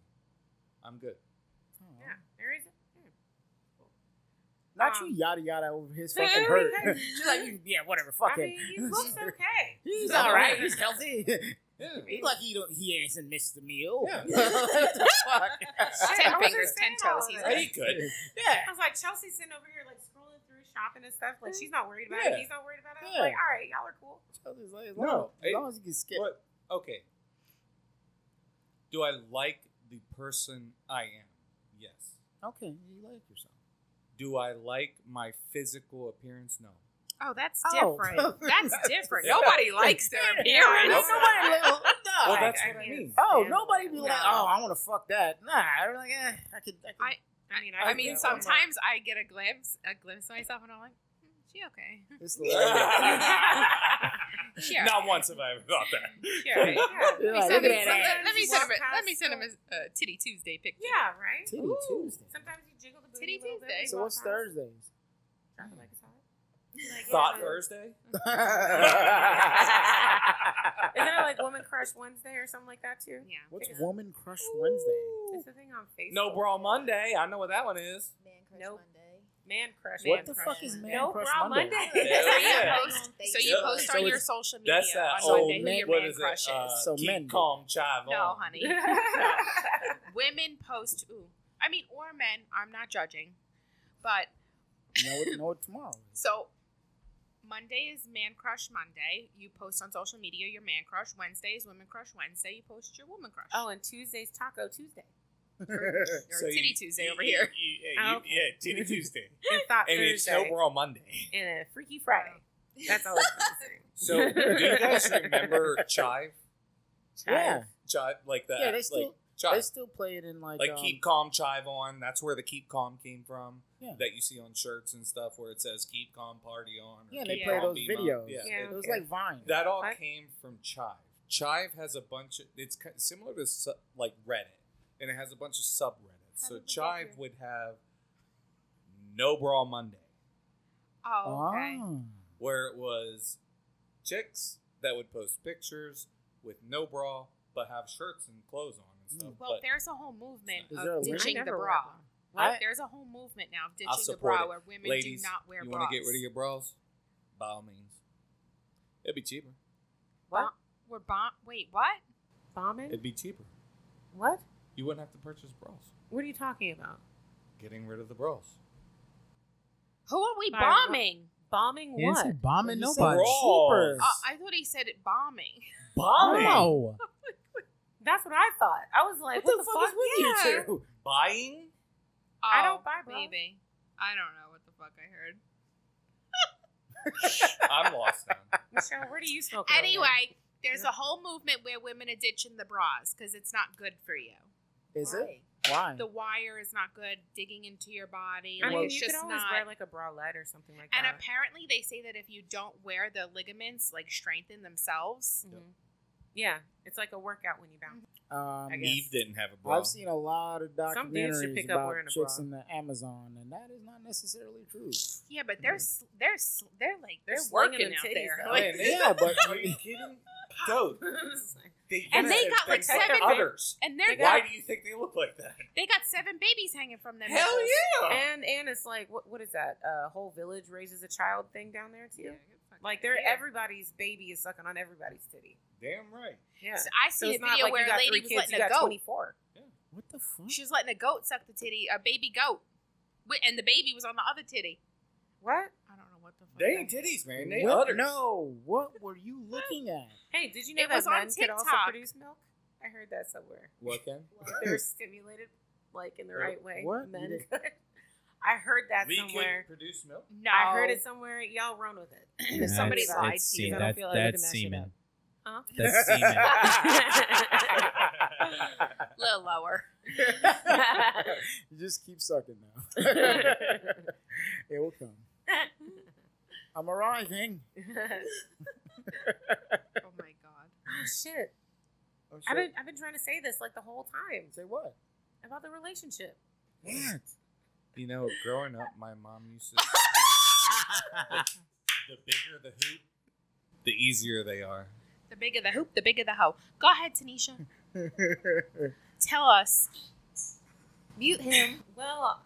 Speaker 1: I'm good.
Speaker 7: yeah, there is.
Speaker 5: Not
Speaker 7: Um,
Speaker 5: you yada yada over his
Speaker 7: No,
Speaker 5: fucking hurt.
Speaker 7: because-
Speaker 5: She's like, "You- yeah, whatever, fuck
Speaker 7: I
Speaker 5: it.
Speaker 7: mean, he looks okay.
Speaker 5: He's
Speaker 7: So-
Speaker 5: all right. He's healthy.
Speaker 1: Yeah.
Speaker 5: He's like he don't, he hasn't missed a meal.
Speaker 1: Yeah.
Speaker 5: What the fuck?
Speaker 7: I
Speaker 2: Ten
Speaker 7: wasn't
Speaker 2: fingers, ten
Speaker 7: saying all
Speaker 2: toes.
Speaker 7: of
Speaker 2: He's
Speaker 7: that.
Speaker 2: good.
Speaker 1: He could.
Speaker 5: yeah.
Speaker 7: I was like, Chelsea's sitting over here, like scrolling through shopping and stuff. Like, she's not worried about
Speaker 1: Yeah.
Speaker 7: it. He's not worried about it. I was
Speaker 5: Yeah.
Speaker 7: Like, all right, y'all are cool.
Speaker 5: Chelsea's like, as
Speaker 1: No,
Speaker 5: long- as
Speaker 1: it-
Speaker 5: long as you can skip.
Speaker 1: But okay. Do I like the person I am? Yes.
Speaker 5: Okay, you like yourself.
Speaker 1: Do I like my physical appearance? No.
Speaker 2: Oh, that's
Speaker 5: Oh.
Speaker 2: different. That's different.
Speaker 1: Yeah.
Speaker 2: Nobody likes their
Speaker 7: I
Speaker 2: appearance.
Speaker 7: know.
Speaker 5: nobody like, no.
Speaker 1: Well, that's
Speaker 7: I
Speaker 1: what I
Speaker 7: mean,
Speaker 1: mean.
Speaker 5: oh,
Speaker 7: Yeah.
Speaker 5: nobody be like,
Speaker 2: No.
Speaker 5: oh, I want to fuck that. Nah, I'm like, eh, I could. I could.
Speaker 2: I-
Speaker 7: I mean,
Speaker 2: I
Speaker 7: don't
Speaker 2: mean,
Speaker 7: know.
Speaker 2: sometimes I get a glimpse, a glimpse of myself, and I'm like, "Hmm, she okay?
Speaker 5: It's like,
Speaker 2: She all
Speaker 1: Not
Speaker 2: right."
Speaker 1: once have I ever thought that.
Speaker 7: Yeah, right? yeah.
Speaker 5: You're
Speaker 2: Let
Speaker 5: like,
Speaker 2: me send
Speaker 5: look at
Speaker 2: him. Let,
Speaker 5: that.
Speaker 2: let me
Speaker 7: She
Speaker 2: send him.
Speaker 7: walked
Speaker 2: A, let
Speaker 7: past
Speaker 2: me send him
Speaker 7: the-
Speaker 2: a uh, titty Tuesday picture.
Speaker 7: Yeah, right?
Speaker 5: Titty
Speaker 2: Ooh.
Speaker 5: Tuesday.
Speaker 7: Sometimes you jiggle the booty
Speaker 2: Titty
Speaker 7: a little
Speaker 2: Tuesday.
Speaker 7: bit.
Speaker 5: So what's Thursdays?
Speaker 7: Drop it like it's hot. Like,
Speaker 1: Thought
Speaker 7: yeah.
Speaker 1: Thursday?
Speaker 7: Isn't it like Woman Crush Wednesday or something like that, too?
Speaker 2: Yeah.
Speaker 5: What's
Speaker 7: Yeah.
Speaker 5: Woman Crush Wednesday?
Speaker 7: It's a thing on Facebook.
Speaker 1: No bra Monday. I know what that one is.
Speaker 3: Man Crush
Speaker 7: Nope.
Speaker 3: Monday.
Speaker 7: Man Crush.
Speaker 5: What
Speaker 7: Man
Speaker 5: the
Speaker 7: Crush.
Speaker 5: fuck is Man
Speaker 7: No
Speaker 5: Crush
Speaker 7: bra
Speaker 5: Monday?
Speaker 7: Monday.
Speaker 1: Yeah.
Speaker 2: Yeah. So you
Speaker 1: Yeah.
Speaker 2: post
Speaker 5: So
Speaker 2: on your
Speaker 5: it's-
Speaker 2: social media
Speaker 1: That's that
Speaker 2: on
Speaker 1: old
Speaker 2: Monday who
Speaker 5: man-
Speaker 2: your
Speaker 1: what
Speaker 2: man
Speaker 1: is
Speaker 2: crush
Speaker 1: it? Uh,
Speaker 2: is.
Speaker 5: So
Speaker 1: keep
Speaker 5: men.
Speaker 1: calm, chive
Speaker 2: no,
Speaker 1: on.
Speaker 2: honey. Women post. Ooh, I mean, or men. I'm not judging, but
Speaker 5: know what, know what tomorrow is.
Speaker 2: So Monday is Man Crush Monday. You post on social media your man crush. Wednesday is Women Crush Wednesday. You post your woman crush.
Speaker 7: Oh, and Tuesday's Taco Tuesday.
Speaker 2: or Titty Tuesday over here.
Speaker 1: You,
Speaker 7: Oh,
Speaker 1: yeah, you,
Speaker 7: okay.
Speaker 1: yeah, Titty Tuesday.
Speaker 7: And Thought
Speaker 1: and it's no
Speaker 7: Thursday.
Speaker 1: bra Monday.
Speaker 7: and a Freaky Friday. That's always
Speaker 1: So do you guys remember Chive?
Speaker 5: yeah,
Speaker 1: Chive, like that.
Speaker 5: Yeah, they still-
Speaker 1: like,
Speaker 5: they
Speaker 1: chive.
Speaker 5: still play it in like,
Speaker 1: like
Speaker 5: um,
Speaker 1: keep calm chive on that's where the keep calm came from
Speaker 5: Yeah.
Speaker 1: that you see on shirts and stuff where it says keep calm party on or
Speaker 5: Yeah, they
Speaker 1: "Keep
Speaker 2: play
Speaker 1: calm,
Speaker 5: those
Speaker 1: be mum."
Speaker 5: videos.
Speaker 1: yeah,
Speaker 7: Yeah.
Speaker 1: it-
Speaker 5: It was like Vine.
Speaker 1: that all
Speaker 7: What?
Speaker 1: came from chive chive has a bunch of it's ki- similar to su- like reddit and it has a bunch of subreddits so
Speaker 7: How did we get
Speaker 1: chive
Speaker 7: here?
Speaker 1: would have no bra monday
Speaker 2: Oh, okay.
Speaker 1: where it was chicks that would post pictures with no bra but have shirts and clothes on and
Speaker 7: Mm.
Speaker 1: stuff
Speaker 2: Well,
Speaker 1: but
Speaker 2: there's a whole movement
Speaker 5: Is there a
Speaker 2: of
Speaker 5: link?
Speaker 2: ditching
Speaker 7: I
Speaker 2: the
Speaker 7: never
Speaker 2: bra.
Speaker 7: read
Speaker 2: Right?
Speaker 5: I-
Speaker 2: there's a whole movement now of
Speaker 1: I'll
Speaker 2: ditching the
Speaker 1: support
Speaker 2: bra
Speaker 1: it.
Speaker 2: where women
Speaker 1: Ladies,
Speaker 2: do not wear
Speaker 1: you
Speaker 2: bras.
Speaker 1: want to get rid of your bras? By all means, it'd be cheaper.
Speaker 7: What?
Speaker 2: We're bon- Wait, what?
Speaker 7: Bombing?
Speaker 1: It'd be cheaper.
Speaker 7: What?
Speaker 1: You wouldn't have to purchase bras.
Speaker 7: What are you talking about?
Speaker 1: Getting rid of the bras.
Speaker 2: Who are we
Speaker 7: I don't know.
Speaker 2: bombing?
Speaker 7: Bombing
Speaker 6: He didn't say
Speaker 7: what?
Speaker 6: bombing
Speaker 5: You said
Speaker 6: nobody.
Speaker 5: cheaper.
Speaker 2: Uh, I thought he said it bombing.
Speaker 1: Bombing.
Speaker 6: No.
Speaker 7: That's what I thought. I was like, what, the, fuck,
Speaker 5: is with
Speaker 7: yeah.
Speaker 5: you two?
Speaker 1: Buying.
Speaker 7: I
Speaker 2: Oh,
Speaker 7: don't buy bras.
Speaker 2: Maybe. I don't know what the fuck I heard.
Speaker 1: I'm lost now.
Speaker 7: Michelle, where do you smoke? over there?
Speaker 2: Anyway, there's a whole movement where women are ditching the bras because it's not good for you.
Speaker 5: Is it? Why?
Speaker 2: The wire is not good, digging into your body.
Speaker 7: I
Speaker 2: Like,
Speaker 7: mean,
Speaker 2: it's
Speaker 7: you
Speaker 2: just
Speaker 7: could always
Speaker 2: not.
Speaker 7: wear like uh, a bralette or something like
Speaker 2: and
Speaker 7: that.
Speaker 2: apparently, they say that if you don't wear the ligaments, like strengthen themselves.
Speaker 7: Mhm. Yeah, it's like a workout when you bounce.
Speaker 5: Um,
Speaker 7: I guess.
Speaker 1: Eve didn't have a bra.
Speaker 5: I've seen a lot of
Speaker 7: Some dudes should
Speaker 5: documentaries
Speaker 7: pick up
Speaker 5: about
Speaker 7: wearing a
Speaker 5: chicks
Speaker 7: bra.
Speaker 5: in the Amazon, and that is not necessarily true.
Speaker 2: Yeah, but they're sl- they're sl- they're like
Speaker 7: They're
Speaker 2: they're,
Speaker 7: slinging
Speaker 2: working
Speaker 7: them
Speaker 2: out
Speaker 7: titties,
Speaker 2: there.
Speaker 7: though.
Speaker 2: Like,
Speaker 1: Man, they-
Speaker 5: Yeah, but-
Speaker 1: are you kidding? Dude, they
Speaker 2: And they got, like,
Speaker 1: protect
Speaker 7: seven-
Speaker 1: others.
Speaker 2: and they're
Speaker 1: Why
Speaker 2: got,
Speaker 1: do you think they look like that?
Speaker 2: they got seven babies hanging from them.
Speaker 1: yeah!
Speaker 7: and and it's like what what is that? A whole village raises a child thing down there too. Like they're
Speaker 2: they're
Speaker 7: everybody's baby is sucking on everybody's titty.
Speaker 1: Damn right.
Speaker 7: Yeah.
Speaker 2: I
Speaker 7: So
Speaker 2: seen
Speaker 7: it's
Speaker 2: a
Speaker 7: not
Speaker 2: video
Speaker 7: like
Speaker 2: where
Speaker 7: you
Speaker 2: a
Speaker 7: got
Speaker 2: lady
Speaker 7: three
Speaker 2: was
Speaker 7: kids, you
Speaker 2: letting a
Speaker 7: got
Speaker 2: goat.
Speaker 7: twenty four.
Speaker 5: What the fuck?
Speaker 2: She was letting a goat suck the titty, a baby goat, Wi- and the baby was on the other titty.
Speaker 7: What?
Speaker 2: I don't know what the fuck.
Speaker 1: They ain't titties, man. They
Speaker 5: What-
Speaker 1: udders.
Speaker 5: no, what were you looking at?
Speaker 7: Hey, did you know
Speaker 2: It
Speaker 7: that
Speaker 2: was on
Speaker 7: men could also
Speaker 2: TikTok.
Speaker 7: produce milk? I heard that somewhere.
Speaker 1: What can?
Speaker 7: If they were stimulated like in the right way,
Speaker 5: What?
Speaker 7: men could. I heard that
Speaker 1: We
Speaker 7: somewhere.
Speaker 1: can produce milk.
Speaker 2: No,
Speaker 7: I heard it somewhere. Y'all run with it.
Speaker 6: Yeah,
Speaker 2: somebody
Speaker 6: it's-
Speaker 2: lied
Speaker 6: it's
Speaker 2: to you.
Speaker 6: semen.
Speaker 2: I
Speaker 7: don't
Speaker 6: That-
Speaker 7: feel I need to
Speaker 6: that's
Speaker 7: mess it
Speaker 6: semen.
Speaker 7: Huh?
Speaker 6: That's semen.
Speaker 7: Oh,
Speaker 2: a little lower.
Speaker 5: You just keep sucking now. it will come. I'm arriving.
Speaker 2: Oh my god.
Speaker 7: oh shit!
Speaker 5: Oh, shit.
Speaker 7: I've been I've been trying to say this like the whole time
Speaker 5: Say what?
Speaker 7: about the relationship.
Speaker 5: What?
Speaker 1: You know, growing up, my mom used to. the bigger the hoop, the easier they are.
Speaker 2: The bigger the hoop, the bigger the hoe. Go ahead, Tanisha. Tell us.
Speaker 7: Mute him. Well,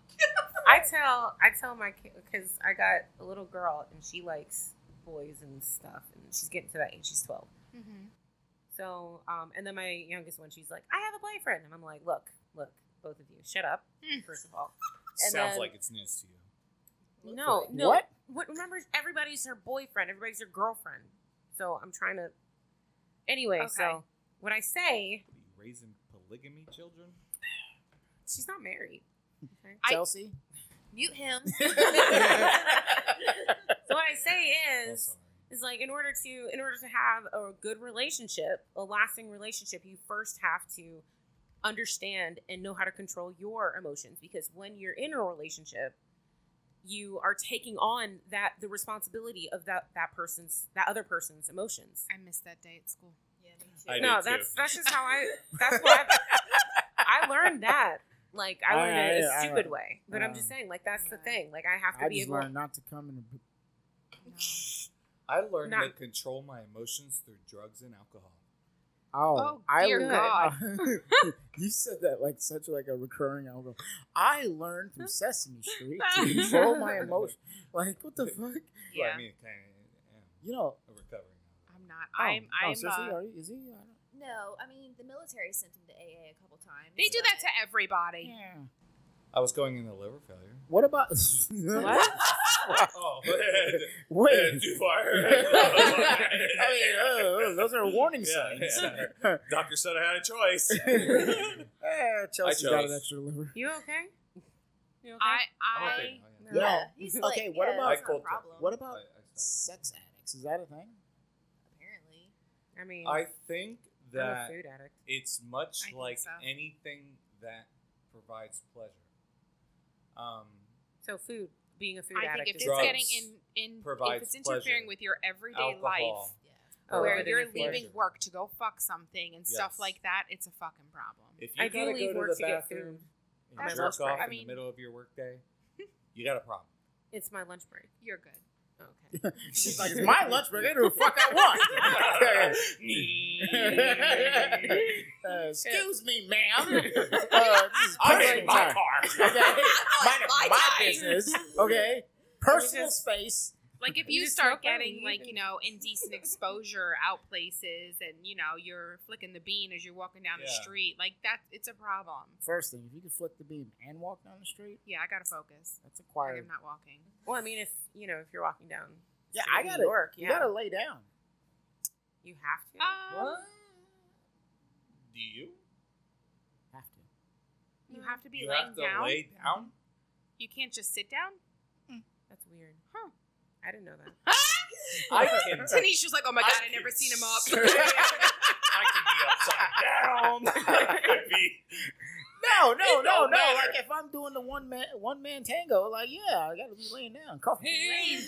Speaker 7: I tell I tell my kid because I got a little girl and she likes boys and stuff, and she's getting to that age. She's twelve. Mm-hmm. So, um, and then my youngest one, she's like, I have a boyfriend. And I'm like, look, look, both of you, shut up,
Speaker 2: Mm.
Speaker 7: first of all. And
Speaker 1: Sounds
Speaker 7: then-
Speaker 1: like it's news to you.
Speaker 7: No, no.
Speaker 5: What?
Speaker 7: What? Remember, everybody's her boyfriend, everybody's her girlfriend. So I'm trying to. Anyway,
Speaker 2: Okay.
Speaker 7: so when I say
Speaker 1: What Are you raising polygamy children?
Speaker 7: she's not married.
Speaker 2: I-
Speaker 5: Chelsea?
Speaker 2: Mute him.
Speaker 7: so what I say
Speaker 1: Oh,
Speaker 7: is,
Speaker 1: sorry.
Speaker 7: is like in order to in order to have a good relationship, a lasting relationship, you first have to understand and know how to control your emotions because when you're in a relationship, you are taking on that the responsibility of that that person's that other person's emotions.
Speaker 2: I missed that day at school.
Speaker 1: I
Speaker 7: no,
Speaker 1: did too.
Speaker 7: that's that's just how I that's what I've, I learned that. Like I
Speaker 5: I-
Speaker 7: learned it in a
Speaker 5: I- I-
Speaker 7: stupid way, but I'm
Speaker 5: uh,
Speaker 7: just saying, like that's the
Speaker 2: yeah.
Speaker 7: thing. Like I have to
Speaker 5: I
Speaker 7: be
Speaker 5: just
Speaker 7: able.
Speaker 5: learned not to come in. A...
Speaker 2: No.
Speaker 1: I learned
Speaker 7: Not-
Speaker 1: to control my emotions through drugs and alcohol.
Speaker 5: Oh,
Speaker 2: Oh,
Speaker 5: I
Speaker 2: dear
Speaker 5: learned-
Speaker 2: God.
Speaker 5: you said that like such like a recurring algo. I learned from Sesame Street to control my emotion. Like what the fuck?
Speaker 1: Well,
Speaker 2: Yeah.
Speaker 1: I mean, kind
Speaker 5: You know.
Speaker 1: of recovering.
Speaker 2: I'm not. I'm.
Speaker 5: oh,
Speaker 2: I'm.
Speaker 5: Sesame,
Speaker 2: uh,
Speaker 5: are you, is he? I don't,
Speaker 3: No, I mean the military sent him to AA a couple times.
Speaker 2: they do that to
Speaker 3: but-
Speaker 2: everybody.
Speaker 5: yeah.
Speaker 1: I was going into liver failure.
Speaker 5: What about
Speaker 7: uh, What?
Speaker 1: Oh,
Speaker 5: Wait.
Speaker 1: too far. oh,
Speaker 5: I mean, uh, those are warning
Speaker 1: Yeah,
Speaker 5: signs.
Speaker 1: yeah. Doctor said I had a choice.
Speaker 5: Eh, Chelsea got an
Speaker 1: chose.
Speaker 5: extra liver.
Speaker 7: You okay? You okay?
Speaker 2: I.
Speaker 1: I'm
Speaker 2: I.
Speaker 1: okay.
Speaker 7: No.
Speaker 5: Yeah.
Speaker 3: he's
Speaker 5: Okay, what
Speaker 1: I
Speaker 5: about-
Speaker 3: that's not a
Speaker 1: cold-
Speaker 3: problem,
Speaker 5: What
Speaker 1: I,
Speaker 5: about
Speaker 1: I stopped.
Speaker 5: sex addicts? Is that a thing?
Speaker 3: apparently?
Speaker 7: I mean,
Speaker 1: I think
Speaker 7: I'm a
Speaker 1: that
Speaker 7: food addict.
Speaker 1: it's much
Speaker 2: I think
Speaker 1: like
Speaker 2: so.
Speaker 1: anything that provides pleasure. Um,
Speaker 7: So food, being a food
Speaker 2: I
Speaker 7: addict,
Speaker 2: think if
Speaker 7: is
Speaker 2: it's
Speaker 1: Drugs
Speaker 2: getting in, in if
Speaker 1: provides
Speaker 2: it's interfering
Speaker 1: pleasure.
Speaker 2: with your everyday
Speaker 1: alcohol.
Speaker 2: life,
Speaker 3: Yeah.
Speaker 7: Oh,
Speaker 2: where
Speaker 7: everyday
Speaker 2: you're
Speaker 7: life.
Speaker 2: leaving work to go fuck something and stuff
Speaker 1: Yes.
Speaker 2: like that, it's a fucking problem.
Speaker 1: If you
Speaker 7: I
Speaker 1: gotta
Speaker 7: do
Speaker 1: go
Speaker 7: leave
Speaker 1: to
Speaker 7: work
Speaker 1: the
Speaker 7: to get
Speaker 1: bathroom
Speaker 7: food.
Speaker 1: and
Speaker 2: That's
Speaker 1: jerk
Speaker 2: what's
Speaker 1: off
Speaker 2: right. I
Speaker 1: in
Speaker 2: mean-
Speaker 1: the middle of your workday, you got a problem.
Speaker 7: It's my lunch break.
Speaker 2: You're good.
Speaker 7: Okay.
Speaker 5: She's like, it's my lunch break. I do what the fuck I want. Uh, excuse me, ma'am. Uh, this is personal
Speaker 1: car.
Speaker 5: time. Okay, my, my, business. Okay, personal
Speaker 7: just-
Speaker 5: space.
Speaker 2: Like if
Speaker 7: You
Speaker 2: you,
Speaker 7: just
Speaker 2: start
Speaker 7: smoke on
Speaker 2: getting
Speaker 7: weed
Speaker 2: like
Speaker 7: and-
Speaker 2: you know indecent exposure out places, and you know you're flicking the bean as you're walking down the
Speaker 1: Yeah.
Speaker 2: street, like that, it's a problem.
Speaker 5: First thing, if you can flick the beam and walk down the street,
Speaker 2: Yeah, I gotta focus.
Speaker 5: that's
Speaker 2: Like
Speaker 5: acquired.
Speaker 2: I'm not walking.
Speaker 7: well, I mean, if you know, if you're walking down,
Speaker 5: Yeah,
Speaker 7: City
Speaker 5: I
Speaker 7: of
Speaker 5: gotta.
Speaker 7: New York,
Speaker 5: You
Speaker 7: yeah.
Speaker 5: gotta lay down.
Speaker 7: you have to.
Speaker 2: Um,
Speaker 1: Do you?
Speaker 5: Have to.
Speaker 2: you have to be
Speaker 1: you
Speaker 2: laying
Speaker 1: have to
Speaker 2: down.
Speaker 1: lay down.
Speaker 2: You can't just sit down.
Speaker 7: That's weird.
Speaker 2: Huh.
Speaker 7: I didn't know that.
Speaker 1: I can. I can be
Speaker 2: Tanisha's like, oh my god, I,
Speaker 1: I
Speaker 2: never
Speaker 1: could
Speaker 2: seen him
Speaker 1: s-
Speaker 2: up.
Speaker 1: upside down. I could be-
Speaker 5: No, no,
Speaker 1: It
Speaker 5: no,
Speaker 1: don't
Speaker 5: no.
Speaker 1: matter.
Speaker 5: Like if I'm doing the one man one man tango, like yeah, I gotta be laying down. Coffee.
Speaker 2: Laying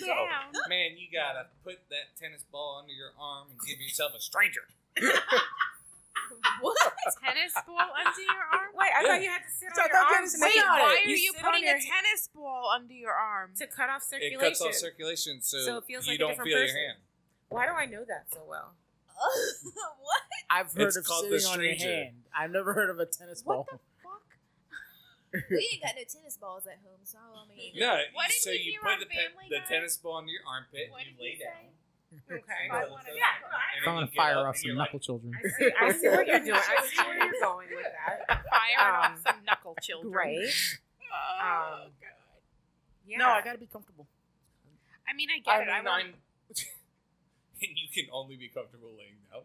Speaker 2: down.
Speaker 1: Man, you gotta put that tennis ball under your arm and give yourself a stranger.
Speaker 2: tennis ball under your arm.
Speaker 7: Wait, I thought you had to sit
Speaker 5: So I thought
Speaker 7: on your
Speaker 5: you had
Speaker 7: arms
Speaker 5: to sit
Speaker 7: to make it.
Speaker 5: on it.
Speaker 2: Why are you,
Speaker 7: sit on
Speaker 2: putting
Speaker 7: your
Speaker 2: a tennis ball under your arm?
Speaker 7: to cut off
Speaker 1: It
Speaker 7: circulation?
Speaker 1: cuts off circulation, so,
Speaker 7: So it feels
Speaker 1: you
Speaker 7: like a
Speaker 1: don't
Speaker 7: different
Speaker 1: feel
Speaker 7: person.
Speaker 1: your hand.
Speaker 7: Why do I know that so well?
Speaker 3: what?
Speaker 5: I've heard
Speaker 1: It's
Speaker 5: of
Speaker 1: called
Speaker 5: sitting
Speaker 1: the
Speaker 5: on your
Speaker 1: stranger.
Speaker 5: hand. I've never heard of a tennis
Speaker 2: What
Speaker 5: ball.
Speaker 3: We ain't got no tennis balls at home, so I mean,
Speaker 1: No,
Speaker 2: What did
Speaker 1: so
Speaker 2: we
Speaker 1: you
Speaker 2: hear
Speaker 1: put
Speaker 2: on
Speaker 1: the, pe-
Speaker 2: Family
Speaker 1: the
Speaker 2: Guy?
Speaker 1: tennis ball under your armpit,
Speaker 2: What
Speaker 1: and you
Speaker 2: did
Speaker 1: lay
Speaker 2: he
Speaker 1: down.
Speaker 7: Okay.
Speaker 1: No,
Speaker 7: I
Speaker 1: so-
Speaker 7: wanna-
Speaker 1: and
Speaker 7: yeah,
Speaker 1: then
Speaker 7: no, I-
Speaker 1: you
Speaker 6: I'm gonna
Speaker 1: get
Speaker 6: fire
Speaker 1: up
Speaker 6: off
Speaker 1: and
Speaker 6: some
Speaker 1: you're
Speaker 6: knuckle children.
Speaker 7: I see, I see what you're doing. I see where you're going with that.
Speaker 2: Firing off
Speaker 7: Um,
Speaker 2: some knuckle children. Oh,
Speaker 7: Great.
Speaker 2: God.
Speaker 7: Um, Yeah.
Speaker 5: No, I gotta be comfortable.
Speaker 2: I mean, I get it. I want,
Speaker 1: am and you can only be comfortable laying down.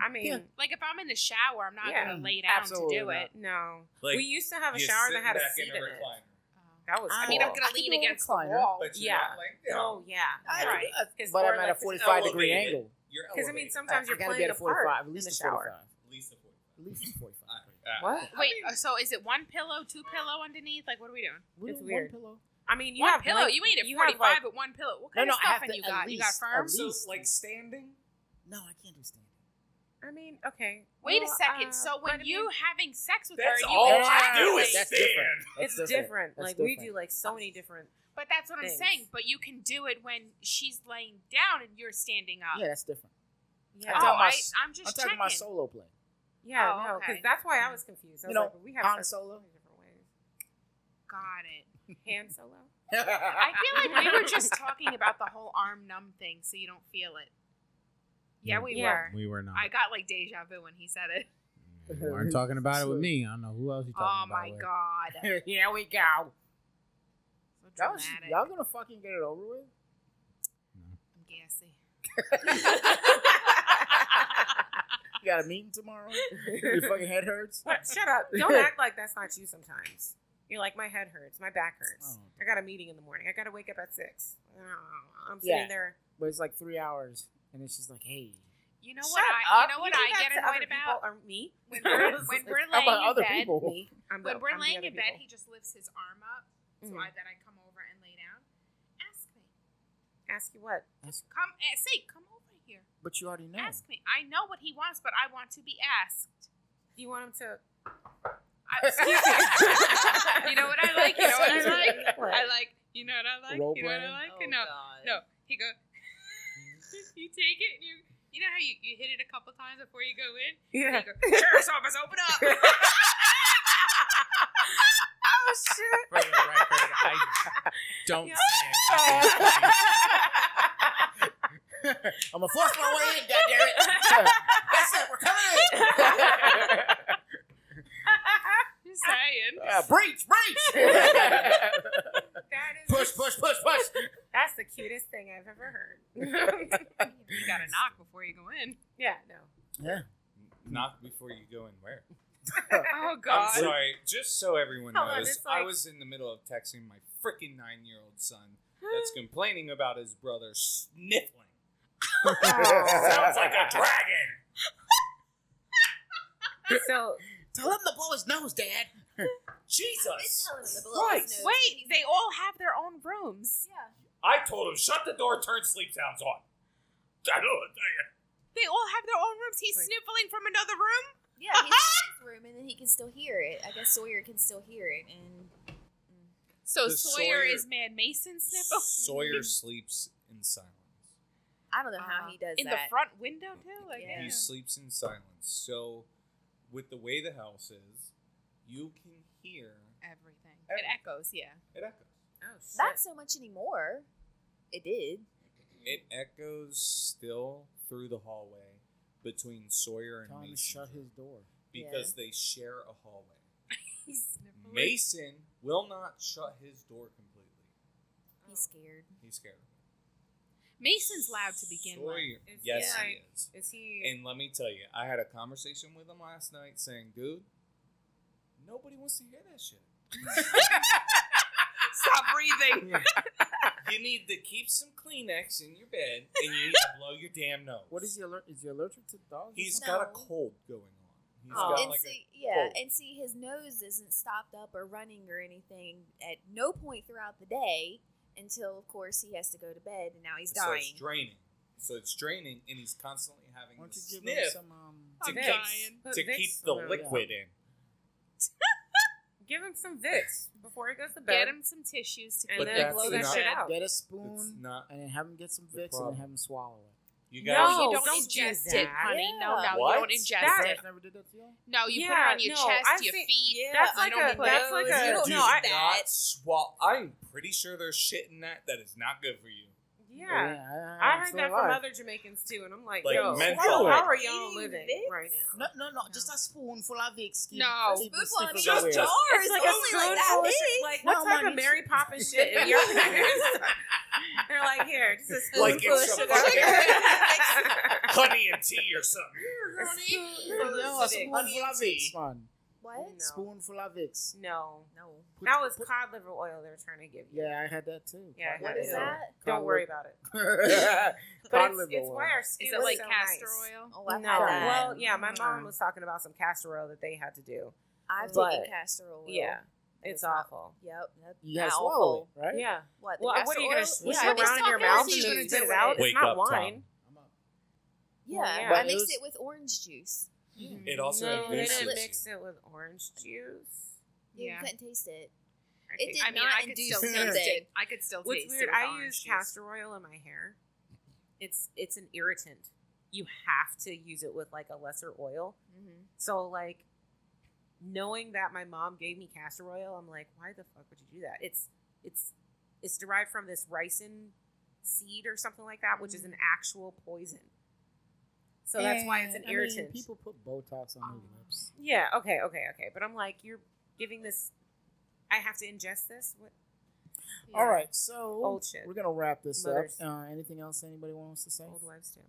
Speaker 7: I mean,
Speaker 2: like if I'm in the shower, I'm not
Speaker 7: Yeah.
Speaker 2: gonna lay down to
Speaker 5: Absolutely
Speaker 2: do
Speaker 5: not.
Speaker 2: it.
Speaker 7: no.
Speaker 1: Like
Speaker 7: we used to have a
Speaker 1: you
Speaker 7: shower
Speaker 1: sit
Speaker 7: that had a
Speaker 1: back
Speaker 7: seat in, it.
Speaker 1: recliner,
Speaker 7: That was.
Speaker 5: I
Speaker 2: I
Speaker 5: mean,
Speaker 2: mean,
Speaker 5: I'm
Speaker 2: I'm
Speaker 5: Cool.
Speaker 2: gonna lean against the
Speaker 5: recliner.
Speaker 2: wall.
Speaker 1: But you're
Speaker 7: Yeah.
Speaker 1: not laying down.
Speaker 7: Oh yeah.
Speaker 5: I-
Speaker 7: right.
Speaker 5: uh,
Speaker 7: 'Cause
Speaker 5: but
Speaker 7: more
Speaker 5: I'm
Speaker 7: or
Speaker 5: at a
Speaker 7: less it's
Speaker 5: 45 degree
Speaker 1: elevated.
Speaker 5: angle.
Speaker 1: You're
Speaker 7: Because I mean,
Speaker 1: elevated.
Speaker 7: sometimes
Speaker 5: I
Speaker 7: you're
Speaker 5: gotta be
Speaker 7: playing
Speaker 5: at a
Speaker 7: a part
Speaker 5: 45, at least
Speaker 7: in the
Speaker 5: a
Speaker 7: shower.
Speaker 5: 45.
Speaker 1: At least a 45.
Speaker 5: At least a 45.
Speaker 1: Uh,
Speaker 7: What?
Speaker 2: Wait, so is it one pillow, two pillow underneath? Like, what are we doing?
Speaker 5: We
Speaker 7: It's
Speaker 5: don't want
Speaker 7: weird.
Speaker 5: pillow.
Speaker 7: I mean, you
Speaker 2: one
Speaker 7: have
Speaker 2: pillow.
Speaker 7: blank-
Speaker 2: you ain't at
Speaker 7: you have,
Speaker 2: 45,
Speaker 7: like-
Speaker 2: but one pillow. What
Speaker 5: No,
Speaker 2: kind
Speaker 5: no,
Speaker 2: of
Speaker 5: I
Speaker 2: stuff
Speaker 5: have
Speaker 2: have
Speaker 5: to
Speaker 2: you
Speaker 5: at
Speaker 2: got? you got
Speaker 5: least-
Speaker 2: firm?
Speaker 5: at least.
Speaker 1: So, like standing?
Speaker 5: No, I can't do standing.
Speaker 7: I mean, okay.
Speaker 2: Wait
Speaker 7: well,
Speaker 2: a second.
Speaker 7: uh,
Speaker 2: so
Speaker 7: but I
Speaker 2: when
Speaker 7: mean,
Speaker 2: you having sex with
Speaker 1: That's
Speaker 2: her, you
Speaker 1: all
Speaker 2: can
Speaker 1: I do
Speaker 2: ejaculate.
Speaker 1: is
Speaker 5: That's
Speaker 1: stand.
Speaker 5: different. That's
Speaker 7: it's different.
Speaker 5: That's
Speaker 7: Like we do,
Speaker 5: different.
Speaker 7: like so many different.
Speaker 2: But that's what I'm
Speaker 7: things.
Speaker 2: saying. But you can do it when she's laying down and you're standing up.
Speaker 5: Yeah, that's different. I'm
Speaker 7: Yeah.
Speaker 2: oh,
Speaker 5: talking about
Speaker 2: I,
Speaker 5: s-
Speaker 2: I'm
Speaker 5: I'm
Speaker 2: just
Speaker 5: talking
Speaker 2: checking.
Speaker 5: about solo play.
Speaker 7: Yeah,
Speaker 2: Oh,
Speaker 7: no, because
Speaker 2: okay.
Speaker 7: that's why I was confused. I was
Speaker 5: You know,
Speaker 7: like, but we have
Speaker 5: Han
Speaker 7: sex
Speaker 5: Solo.
Speaker 7: in different ways.
Speaker 2: Got it.
Speaker 7: Han Solo.
Speaker 2: I feel like we were just talking about the whole arm numb thing, so you don't feel it. Yeah, we
Speaker 7: Yeah.
Speaker 2: were.
Speaker 6: We were not.
Speaker 2: I got like deja vu when he said it.
Speaker 6: you weren't talking about it with me. I don't know who else you
Speaker 2: Oh
Speaker 6: talking about.
Speaker 2: my
Speaker 6: with.
Speaker 2: god.
Speaker 5: Here we go.
Speaker 2: So
Speaker 5: Y'all, sh-
Speaker 2: dramatic.
Speaker 5: y'all gonna fucking get it over with?
Speaker 2: I'm gassy.
Speaker 5: You got a meeting tomorrow? Your fucking head hurts?
Speaker 7: What? Shut up. Don't act like that's not you sometimes. You're like, my head hurts. My back hurts.
Speaker 5: Oh.
Speaker 7: I got a meeting in the morning. I got to wake up at six. Oh, I'm sitting
Speaker 5: Yeah.
Speaker 7: there.
Speaker 5: But it's like three hours. And then she's like, hey.
Speaker 2: You know
Speaker 7: Shut
Speaker 2: what I you
Speaker 7: up.
Speaker 2: know what
Speaker 7: do
Speaker 2: I
Speaker 7: that
Speaker 2: get
Speaker 7: to
Speaker 2: annoyed
Speaker 7: other
Speaker 2: about?
Speaker 7: People, or me.
Speaker 2: When we're, when we're
Speaker 5: How
Speaker 2: laying
Speaker 5: about
Speaker 2: in
Speaker 5: other
Speaker 2: bed,
Speaker 5: people?
Speaker 7: Me. I'm
Speaker 2: when
Speaker 7: the-
Speaker 2: we're
Speaker 7: I'm the
Speaker 2: laying
Speaker 7: other
Speaker 2: in bed,
Speaker 7: people.
Speaker 2: he just lifts his arm up, so
Speaker 7: Mhm.
Speaker 2: I then I come over and lay down. Ask me,
Speaker 7: ask you what.
Speaker 2: come eh, say, come over here.
Speaker 5: But you already know.
Speaker 2: Ask me. I know what he wants, but I want to be asked.
Speaker 7: Do you want him to?
Speaker 2: I, you know what I like. You know what I like.
Speaker 7: What?
Speaker 2: I like. You know what I like.
Speaker 5: Role
Speaker 2: you know what I
Speaker 5: playing? Oh,
Speaker 3: oh,
Speaker 2: like. no, no. He go. you take it. And you you know how you, you hit it a couple times before you go in.
Speaker 7: Yeah.
Speaker 2: You go, Sheriff's office, open up.
Speaker 7: Oh shit.
Speaker 6: For the record, I don't
Speaker 7: Yeah.
Speaker 6: stand.
Speaker 5: I'm gonna force my way in, goddammit. That's it, we're coming in.
Speaker 2: Just saying.
Speaker 5: Uh, breach, breach.
Speaker 7: That is
Speaker 5: push, push, push, push.
Speaker 7: That's the cutest thing I've ever heard.
Speaker 2: You gotta knock before you go in.
Speaker 7: yeah, no.
Speaker 1: Knock before you go in where?
Speaker 2: Oh
Speaker 1: I'm sorry. Just so everyone
Speaker 7: Hold on,
Speaker 1: knows,
Speaker 7: it's like-
Speaker 1: I was in the middle of texting my freaking nine year old son that's complaining about his brother sniffling. Sounds like a dragon.
Speaker 7: So oh,
Speaker 5: Tell him to blow his nose, Dad.
Speaker 3: It's
Speaker 1: Jesus.
Speaker 3: telling him to blow up his nose.
Speaker 2: Wait, they all have their own rooms.
Speaker 3: Yeah.
Speaker 1: I told him, shut the door, turn sleep sounds on. I don't know.
Speaker 2: They all have their own rooms. He's
Speaker 7: Wait.
Speaker 2: sniffling from another room.
Speaker 3: Yeah, he's in his room and then he can still hear it. I guess Sawyer can still hear it. And
Speaker 2: So
Speaker 1: The
Speaker 2: Sawyer,
Speaker 1: Sawyer-
Speaker 2: is Mad Mason sniffle.
Speaker 1: Sawyer sleeps in silence.
Speaker 3: I don't know how he does
Speaker 2: Uh, in
Speaker 3: that.
Speaker 2: the front window too. Like,
Speaker 3: Yeah.
Speaker 2: yeah.
Speaker 1: He sleeps in silence. So, with the way the house is, you can hear
Speaker 2: everything. It
Speaker 1: Everything.
Speaker 2: echoes. Yeah.
Speaker 1: it echoes.
Speaker 7: Oh shit.
Speaker 3: Not so much anymore. It did.
Speaker 1: It echoes still through the hallway between Sawyer and
Speaker 5: Tell him to
Speaker 1: Mason
Speaker 5: shut his door.
Speaker 1: because they share a hallway.
Speaker 2: He's sniffling.
Speaker 1: Mason will not shut his door completely.
Speaker 2: Oh.
Speaker 3: He's scared.
Speaker 1: He's scared. of it.
Speaker 2: Mason's loud to begin with.
Speaker 1: Sawyer,
Speaker 7: It's
Speaker 1: yes,
Speaker 7: like-
Speaker 1: he is.
Speaker 7: Is he?
Speaker 1: And let me tell you, I had a conversation with him last night saying, dude, nobody wants to hear that shit.
Speaker 2: Stop breathing.
Speaker 1: You need to keep some Kleenex in your bed and you need to blow your damn nose.
Speaker 5: What is he allergic? Is he allergic to dogs?
Speaker 1: He's
Speaker 3: No.
Speaker 1: got a cold going on. He's
Speaker 7: Oh.
Speaker 1: got
Speaker 3: and
Speaker 1: like
Speaker 3: see, yeah,
Speaker 1: cold.
Speaker 3: and see, his nose isn't stopped up or running or anything at no point throughout the day until, of course, he has to go to bed, and now he's
Speaker 1: a, so
Speaker 3: dying.
Speaker 1: it's draining. So it's draining and he's constantly having
Speaker 5: Why
Speaker 1: to
Speaker 5: don't you give him
Speaker 1: sniff
Speaker 5: some? Um,
Speaker 1: to,
Speaker 2: I'm
Speaker 1: keep,
Speaker 2: dying.
Speaker 1: to
Speaker 7: Vicks?
Speaker 1: keep the
Speaker 7: Oh, yeah.
Speaker 1: liquid in.
Speaker 7: Give him some Vicks before he goes to bed.
Speaker 2: Get him some tissues to
Speaker 7: And
Speaker 2: keep
Speaker 7: then
Speaker 2: him
Speaker 7: blow
Speaker 2: clean.
Speaker 7: that shit out.
Speaker 5: Get a
Speaker 1: It's
Speaker 5: spoon
Speaker 1: not.
Speaker 5: and then have him get some Vicks and
Speaker 1: problem.
Speaker 5: then have him swallow it.
Speaker 1: You
Speaker 7: No,
Speaker 1: guys.
Speaker 2: No, you don't,
Speaker 7: don't do
Speaker 2: ingest
Speaker 7: that.
Speaker 2: it, honey. No,
Speaker 3: Yeah.
Speaker 2: no,
Speaker 1: What?
Speaker 2: you don't ingest
Speaker 7: That-
Speaker 2: it.
Speaker 5: Parents never did that to y'all?
Speaker 2: No, you put
Speaker 7: Yeah,
Speaker 2: it on your
Speaker 7: no,
Speaker 2: chest,
Speaker 7: I've
Speaker 2: your
Speaker 7: seen-
Speaker 2: feet.
Speaker 7: That's
Speaker 2: you
Speaker 7: like
Speaker 2: don't
Speaker 7: a-
Speaker 2: put
Speaker 7: that's
Speaker 2: it-
Speaker 7: like
Speaker 2: you
Speaker 7: a-
Speaker 2: don't-
Speaker 1: do
Speaker 3: know, I-
Speaker 1: not swallow. I'm pretty sure there's shit in that that is not good for you.
Speaker 7: yeah.
Speaker 5: I,
Speaker 7: I
Speaker 5: I'm
Speaker 7: heard
Speaker 5: still
Speaker 7: that from
Speaker 5: alive.
Speaker 7: other Jamaicans too, and I'm like,
Speaker 1: Like
Speaker 7: yo,
Speaker 1: menthol.
Speaker 7: how are y'all
Speaker 3: Eating
Speaker 7: living
Speaker 3: Vicks?
Speaker 7: right now?
Speaker 5: No, no, no. Just a spoonful of Vicks. Keep-
Speaker 2: No.
Speaker 5: keep
Speaker 3: Spoonful
Speaker 5: sniffing
Speaker 3: on each
Speaker 5: your
Speaker 1: Just-
Speaker 5: ears.
Speaker 1: just-
Speaker 3: Or it's
Speaker 7: like
Speaker 3: only like
Speaker 7: spoonful
Speaker 3: that
Speaker 7: of shit.
Speaker 3: big.
Speaker 7: Like
Speaker 5: No,
Speaker 7: what type
Speaker 5: mommy.
Speaker 7: of Mary Poppins shit? If you're They're like, here, just a
Speaker 1: Like
Speaker 7: spoonful
Speaker 1: it's
Speaker 7: of
Speaker 1: some
Speaker 7: sugar.
Speaker 1: fucking- honey and tea or something.
Speaker 7: A spoonful of
Speaker 5: No, a
Speaker 7: civet.
Speaker 5: spoonful of Vicks, man.
Speaker 3: What?
Speaker 7: No.
Speaker 5: Spoonful of Vicks.
Speaker 7: No.
Speaker 3: No.
Speaker 5: Put-
Speaker 7: That was
Speaker 5: put-
Speaker 7: cod liver oil they were trying to give you.
Speaker 5: Yeah, I had that too.
Speaker 7: Yeah, I
Speaker 3: What
Speaker 7: had
Speaker 3: is
Speaker 7: it.
Speaker 3: that?
Speaker 7: Don't worry about it.
Speaker 5: that?
Speaker 7: But
Speaker 5: Cod
Speaker 7: it's,
Speaker 5: liver
Speaker 7: it's why
Speaker 5: oil.
Speaker 7: our skin
Speaker 2: Is it
Speaker 7: was
Speaker 2: like
Speaker 7: so
Speaker 2: castor
Speaker 7: nice.
Speaker 2: oil?
Speaker 3: Oh, I've
Speaker 7: no.
Speaker 3: had that.
Speaker 7: Well, yeah, my mom
Speaker 5: Mm.
Speaker 7: was talking about some castor oil that they had to do.
Speaker 3: I've
Speaker 7: but-
Speaker 3: taken castor oil.
Speaker 7: Yeah. It's
Speaker 3: It's not-
Speaker 7: awful.
Speaker 3: Yep. yep.
Speaker 5: You gotta
Speaker 3: Ow.
Speaker 5: swallow it, right?
Speaker 7: Yeah.
Speaker 3: What? the
Speaker 7: Well,
Speaker 3: castor
Speaker 7: what are you going
Speaker 3: oil?
Speaker 7: to swish
Speaker 3: yeah,
Speaker 7: it around in your
Speaker 2: talking
Speaker 7: mouth
Speaker 2: to
Speaker 7: and
Speaker 2: you
Speaker 7: then
Speaker 2: gonna
Speaker 7: spit
Speaker 2: do
Speaker 7: it
Speaker 2: it.
Speaker 7: out? It's
Speaker 1: Wake
Speaker 7: not
Speaker 1: up, Tom.
Speaker 7: wine.
Speaker 3: Yeah,
Speaker 7: Well,
Speaker 5: yeah.
Speaker 3: I mixed
Speaker 5: Those-
Speaker 3: it with orange juice.
Speaker 1: It also
Speaker 7: no, they
Speaker 1: induces
Speaker 7: didn't
Speaker 1: you.
Speaker 7: mix it with orange juice.
Speaker 3: Yeah.
Speaker 2: Yeah.
Speaker 3: You couldn't taste it.
Speaker 7: I
Speaker 3: It
Speaker 7: think-
Speaker 3: did
Speaker 2: I mean,
Speaker 3: not
Speaker 2: I could
Speaker 3: induce
Speaker 2: still
Speaker 5: something.
Speaker 2: taste it. I could still
Speaker 7: What's
Speaker 2: taste
Speaker 7: weird,
Speaker 2: it. with
Speaker 7: I
Speaker 2: orange
Speaker 7: use
Speaker 2: juice.
Speaker 7: castor oil in my hair. It's it's an irritant. You have to use it with like a lesser oil. So like knowing that my mom gave me castor oil, I'm like, why the fuck would you do that? It's it's it's derived from this ricin seed or something like that, which is an actual poison. So that's why it's an
Speaker 5: I mean,
Speaker 7: irritant.
Speaker 5: people put Botox
Speaker 7: Oh,
Speaker 5: on their lips.
Speaker 7: Yeah, okay, okay, okay. But I'm like, you're giving this I have to ingest this? What
Speaker 5: All right, so
Speaker 7: Old shit.
Speaker 5: we're gonna wrap this
Speaker 7: Mothers.
Speaker 5: up. Uh, anything else anybody wants to say?
Speaker 7: Old wives' tales.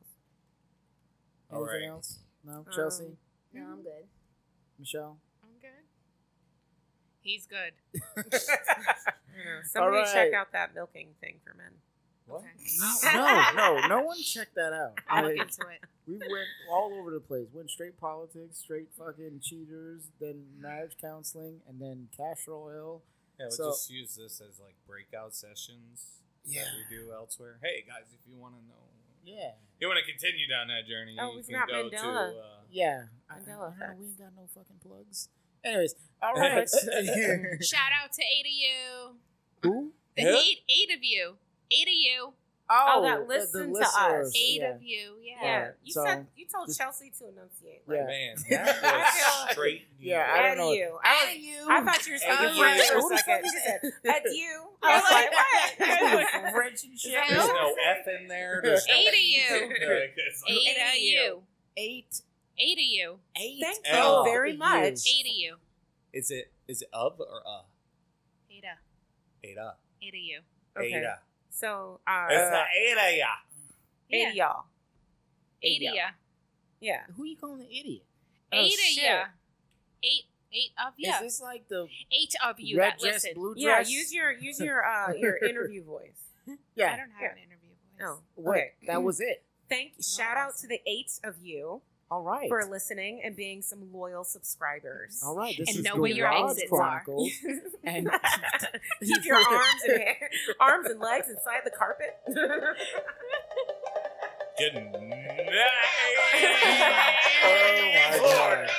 Speaker 1: All
Speaker 5: Anything
Speaker 1: right.
Speaker 5: else? No.
Speaker 7: Um,
Speaker 5: Chelsea,
Speaker 3: No, I'm good.
Speaker 5: Michelle.
Speaker 2: I'm good. He's good.
Speaker 7: I don't know. Somebody check
Speaker 5: right.
Speaker 7: out that milking thing for men.
Speaker 1: What?
Speaker 5: No, no, no one checked that out.
Speaker 2: I'll look
Speaker 5: Like,
Speaker 2: into it.
Speaker 5: we went all over the place. Went straight politics, straight fucking cheaters, then marriage counseling, and then castor oil.
Speaker 1: Yeah, we'll
Speaker 5: So-
Speaker 1: just use this as like breakout sessions
Speaker 5: Yeah.
Speaker 1: that we do elsewhere. Hey guys, if you want to know,
Speaker 5: Yeah,
Speaker 1: you want to continue down that journey,
Speaker 7: Oh,
Speaker 1: you
Speaker 7: we
Speaker 1: can
Speaker 7: forgot
Speaker 1: go
Speaker 7: Mandela.
Speaker 1: to. Uh,
Speaker 5: yeah. I, I don't
Speaker 7: Mandela
Speaker 5: know.
Speaker 7: effects.
Speaker 5: We ain't got no fucking plugs. Anyways, all right.
Speaker 2: Shout out to eight of you.
Speaker 5: Who?
Speaker 2: The
Speaker 1: Yeah.
Speaker 2: eight, eight of you. Eight of you.
Speaker 7: Oh, that
Speaker 5: the- the
Speaker 7: listen to us.
Speaker 5: listeners,
Speaker 2: Eight
Speaker 5: yeah.
Speaker 2: of you. Yeah.
Speaker 7: Yeah,
Speaker 5: Alright,
Speaker 7: you
Speaker 5: so-
Speaker 7: said you told
Speaker 5: Just-
Speaker 7: Chelsea to enunciate.
Speaker 5: Yeah.
Speaker 1: Man,
Speaker 7: I
Speaker 1: that
Speaker 7: feel-
Speaker 1: was straight. New
Speaker 5: Yeah,
Speaker 1: York.
Speaker 5: I don't
Speaker 7: Add
Speaker 5: know.
Speaker 7: you. I, was, I thought you were speaking
Speaker 1: Add
Speaker 7: French
Speaker 1: you.
Speaker 7: for
Speaker 5: Who
Speaker 7: a
Speaker 5: the fuck
Speaker 7: second.
Speaker 5: is
Speaker 7: She said, "At you." I was like, what?
Speaker 5: French and shit.
Speaker 1: There's no F in there. There's no- E.
Speaker 2: Eight of you.
Speaker 1: Like, it's like-
Speaker 2: Eight of you.
Speaker 5: Eight.
Speaker 2: Eight of you.
Speaker 5: Eight.
Speaker 7: Thank
Speaker 1: Oh,
Speaker 7: you very
Speaker 5: you.
Speaker 7: much.
Speaker 2: Eight of you.
Speaker 1: Is it is it of or uh? a?
Speaker 2: Eight of.
Speaker 1: Ada.
Speaker 2: Eight of you.
Speaker 7: Okay.
Speaker 1: Ada.
Speaker 7: So,
Speaker 1: It's
Speaker 7: uh,
Speaker 1: not Ada, yeah.
Speaker 7: eight of y'all.
Speaker 2: Eight of you.
Speaker 7: Yeah.
Speaker 5: Who you calling an idiot?
Speaker 7: Oh,
Speaker 2: Eight of
Speaker 7: shit.
Speaker 2: you. Eight. Eight of you.
Speaker 5: Is this like the
Speaker 2: Eight of you
Speaker 5: red
Speaker 2: that
Speaker 5: dress,
Speaker 2: listen.
Speaker 5: blue
Speaker 7: Yeah.
Speaker 5: dress?
Speaker 7: Use your use your uh your interview voice.
Speaker 5: yeah.
Speaker 2: I don't have
Speaker 7: Yeah.
Speaker 2: an interview voice.
Speaker 7: Oh,
Speaker 5: What?
Speaker 7: okay.
Speaker 5: That was it.
Speaker 7: Thank. Shout out to the eight of you
Speaker 5: All right.
Speaker 7: for listening and being some loyal subscribers.
Speaker 5: All right. This
Speaker 2: And
Speaker 5: is
Speaker 2: know
Speaker 5: the
Speaker 2: where your
Speaker 5: Garage
Speaker 2: exits are.
Speaker 5: Chronicles. and
Speaker 7: Keep your arms and hair, arms and legs inside the carpet.
Speaker 1: Good night.
Speaker 5: Oh my God.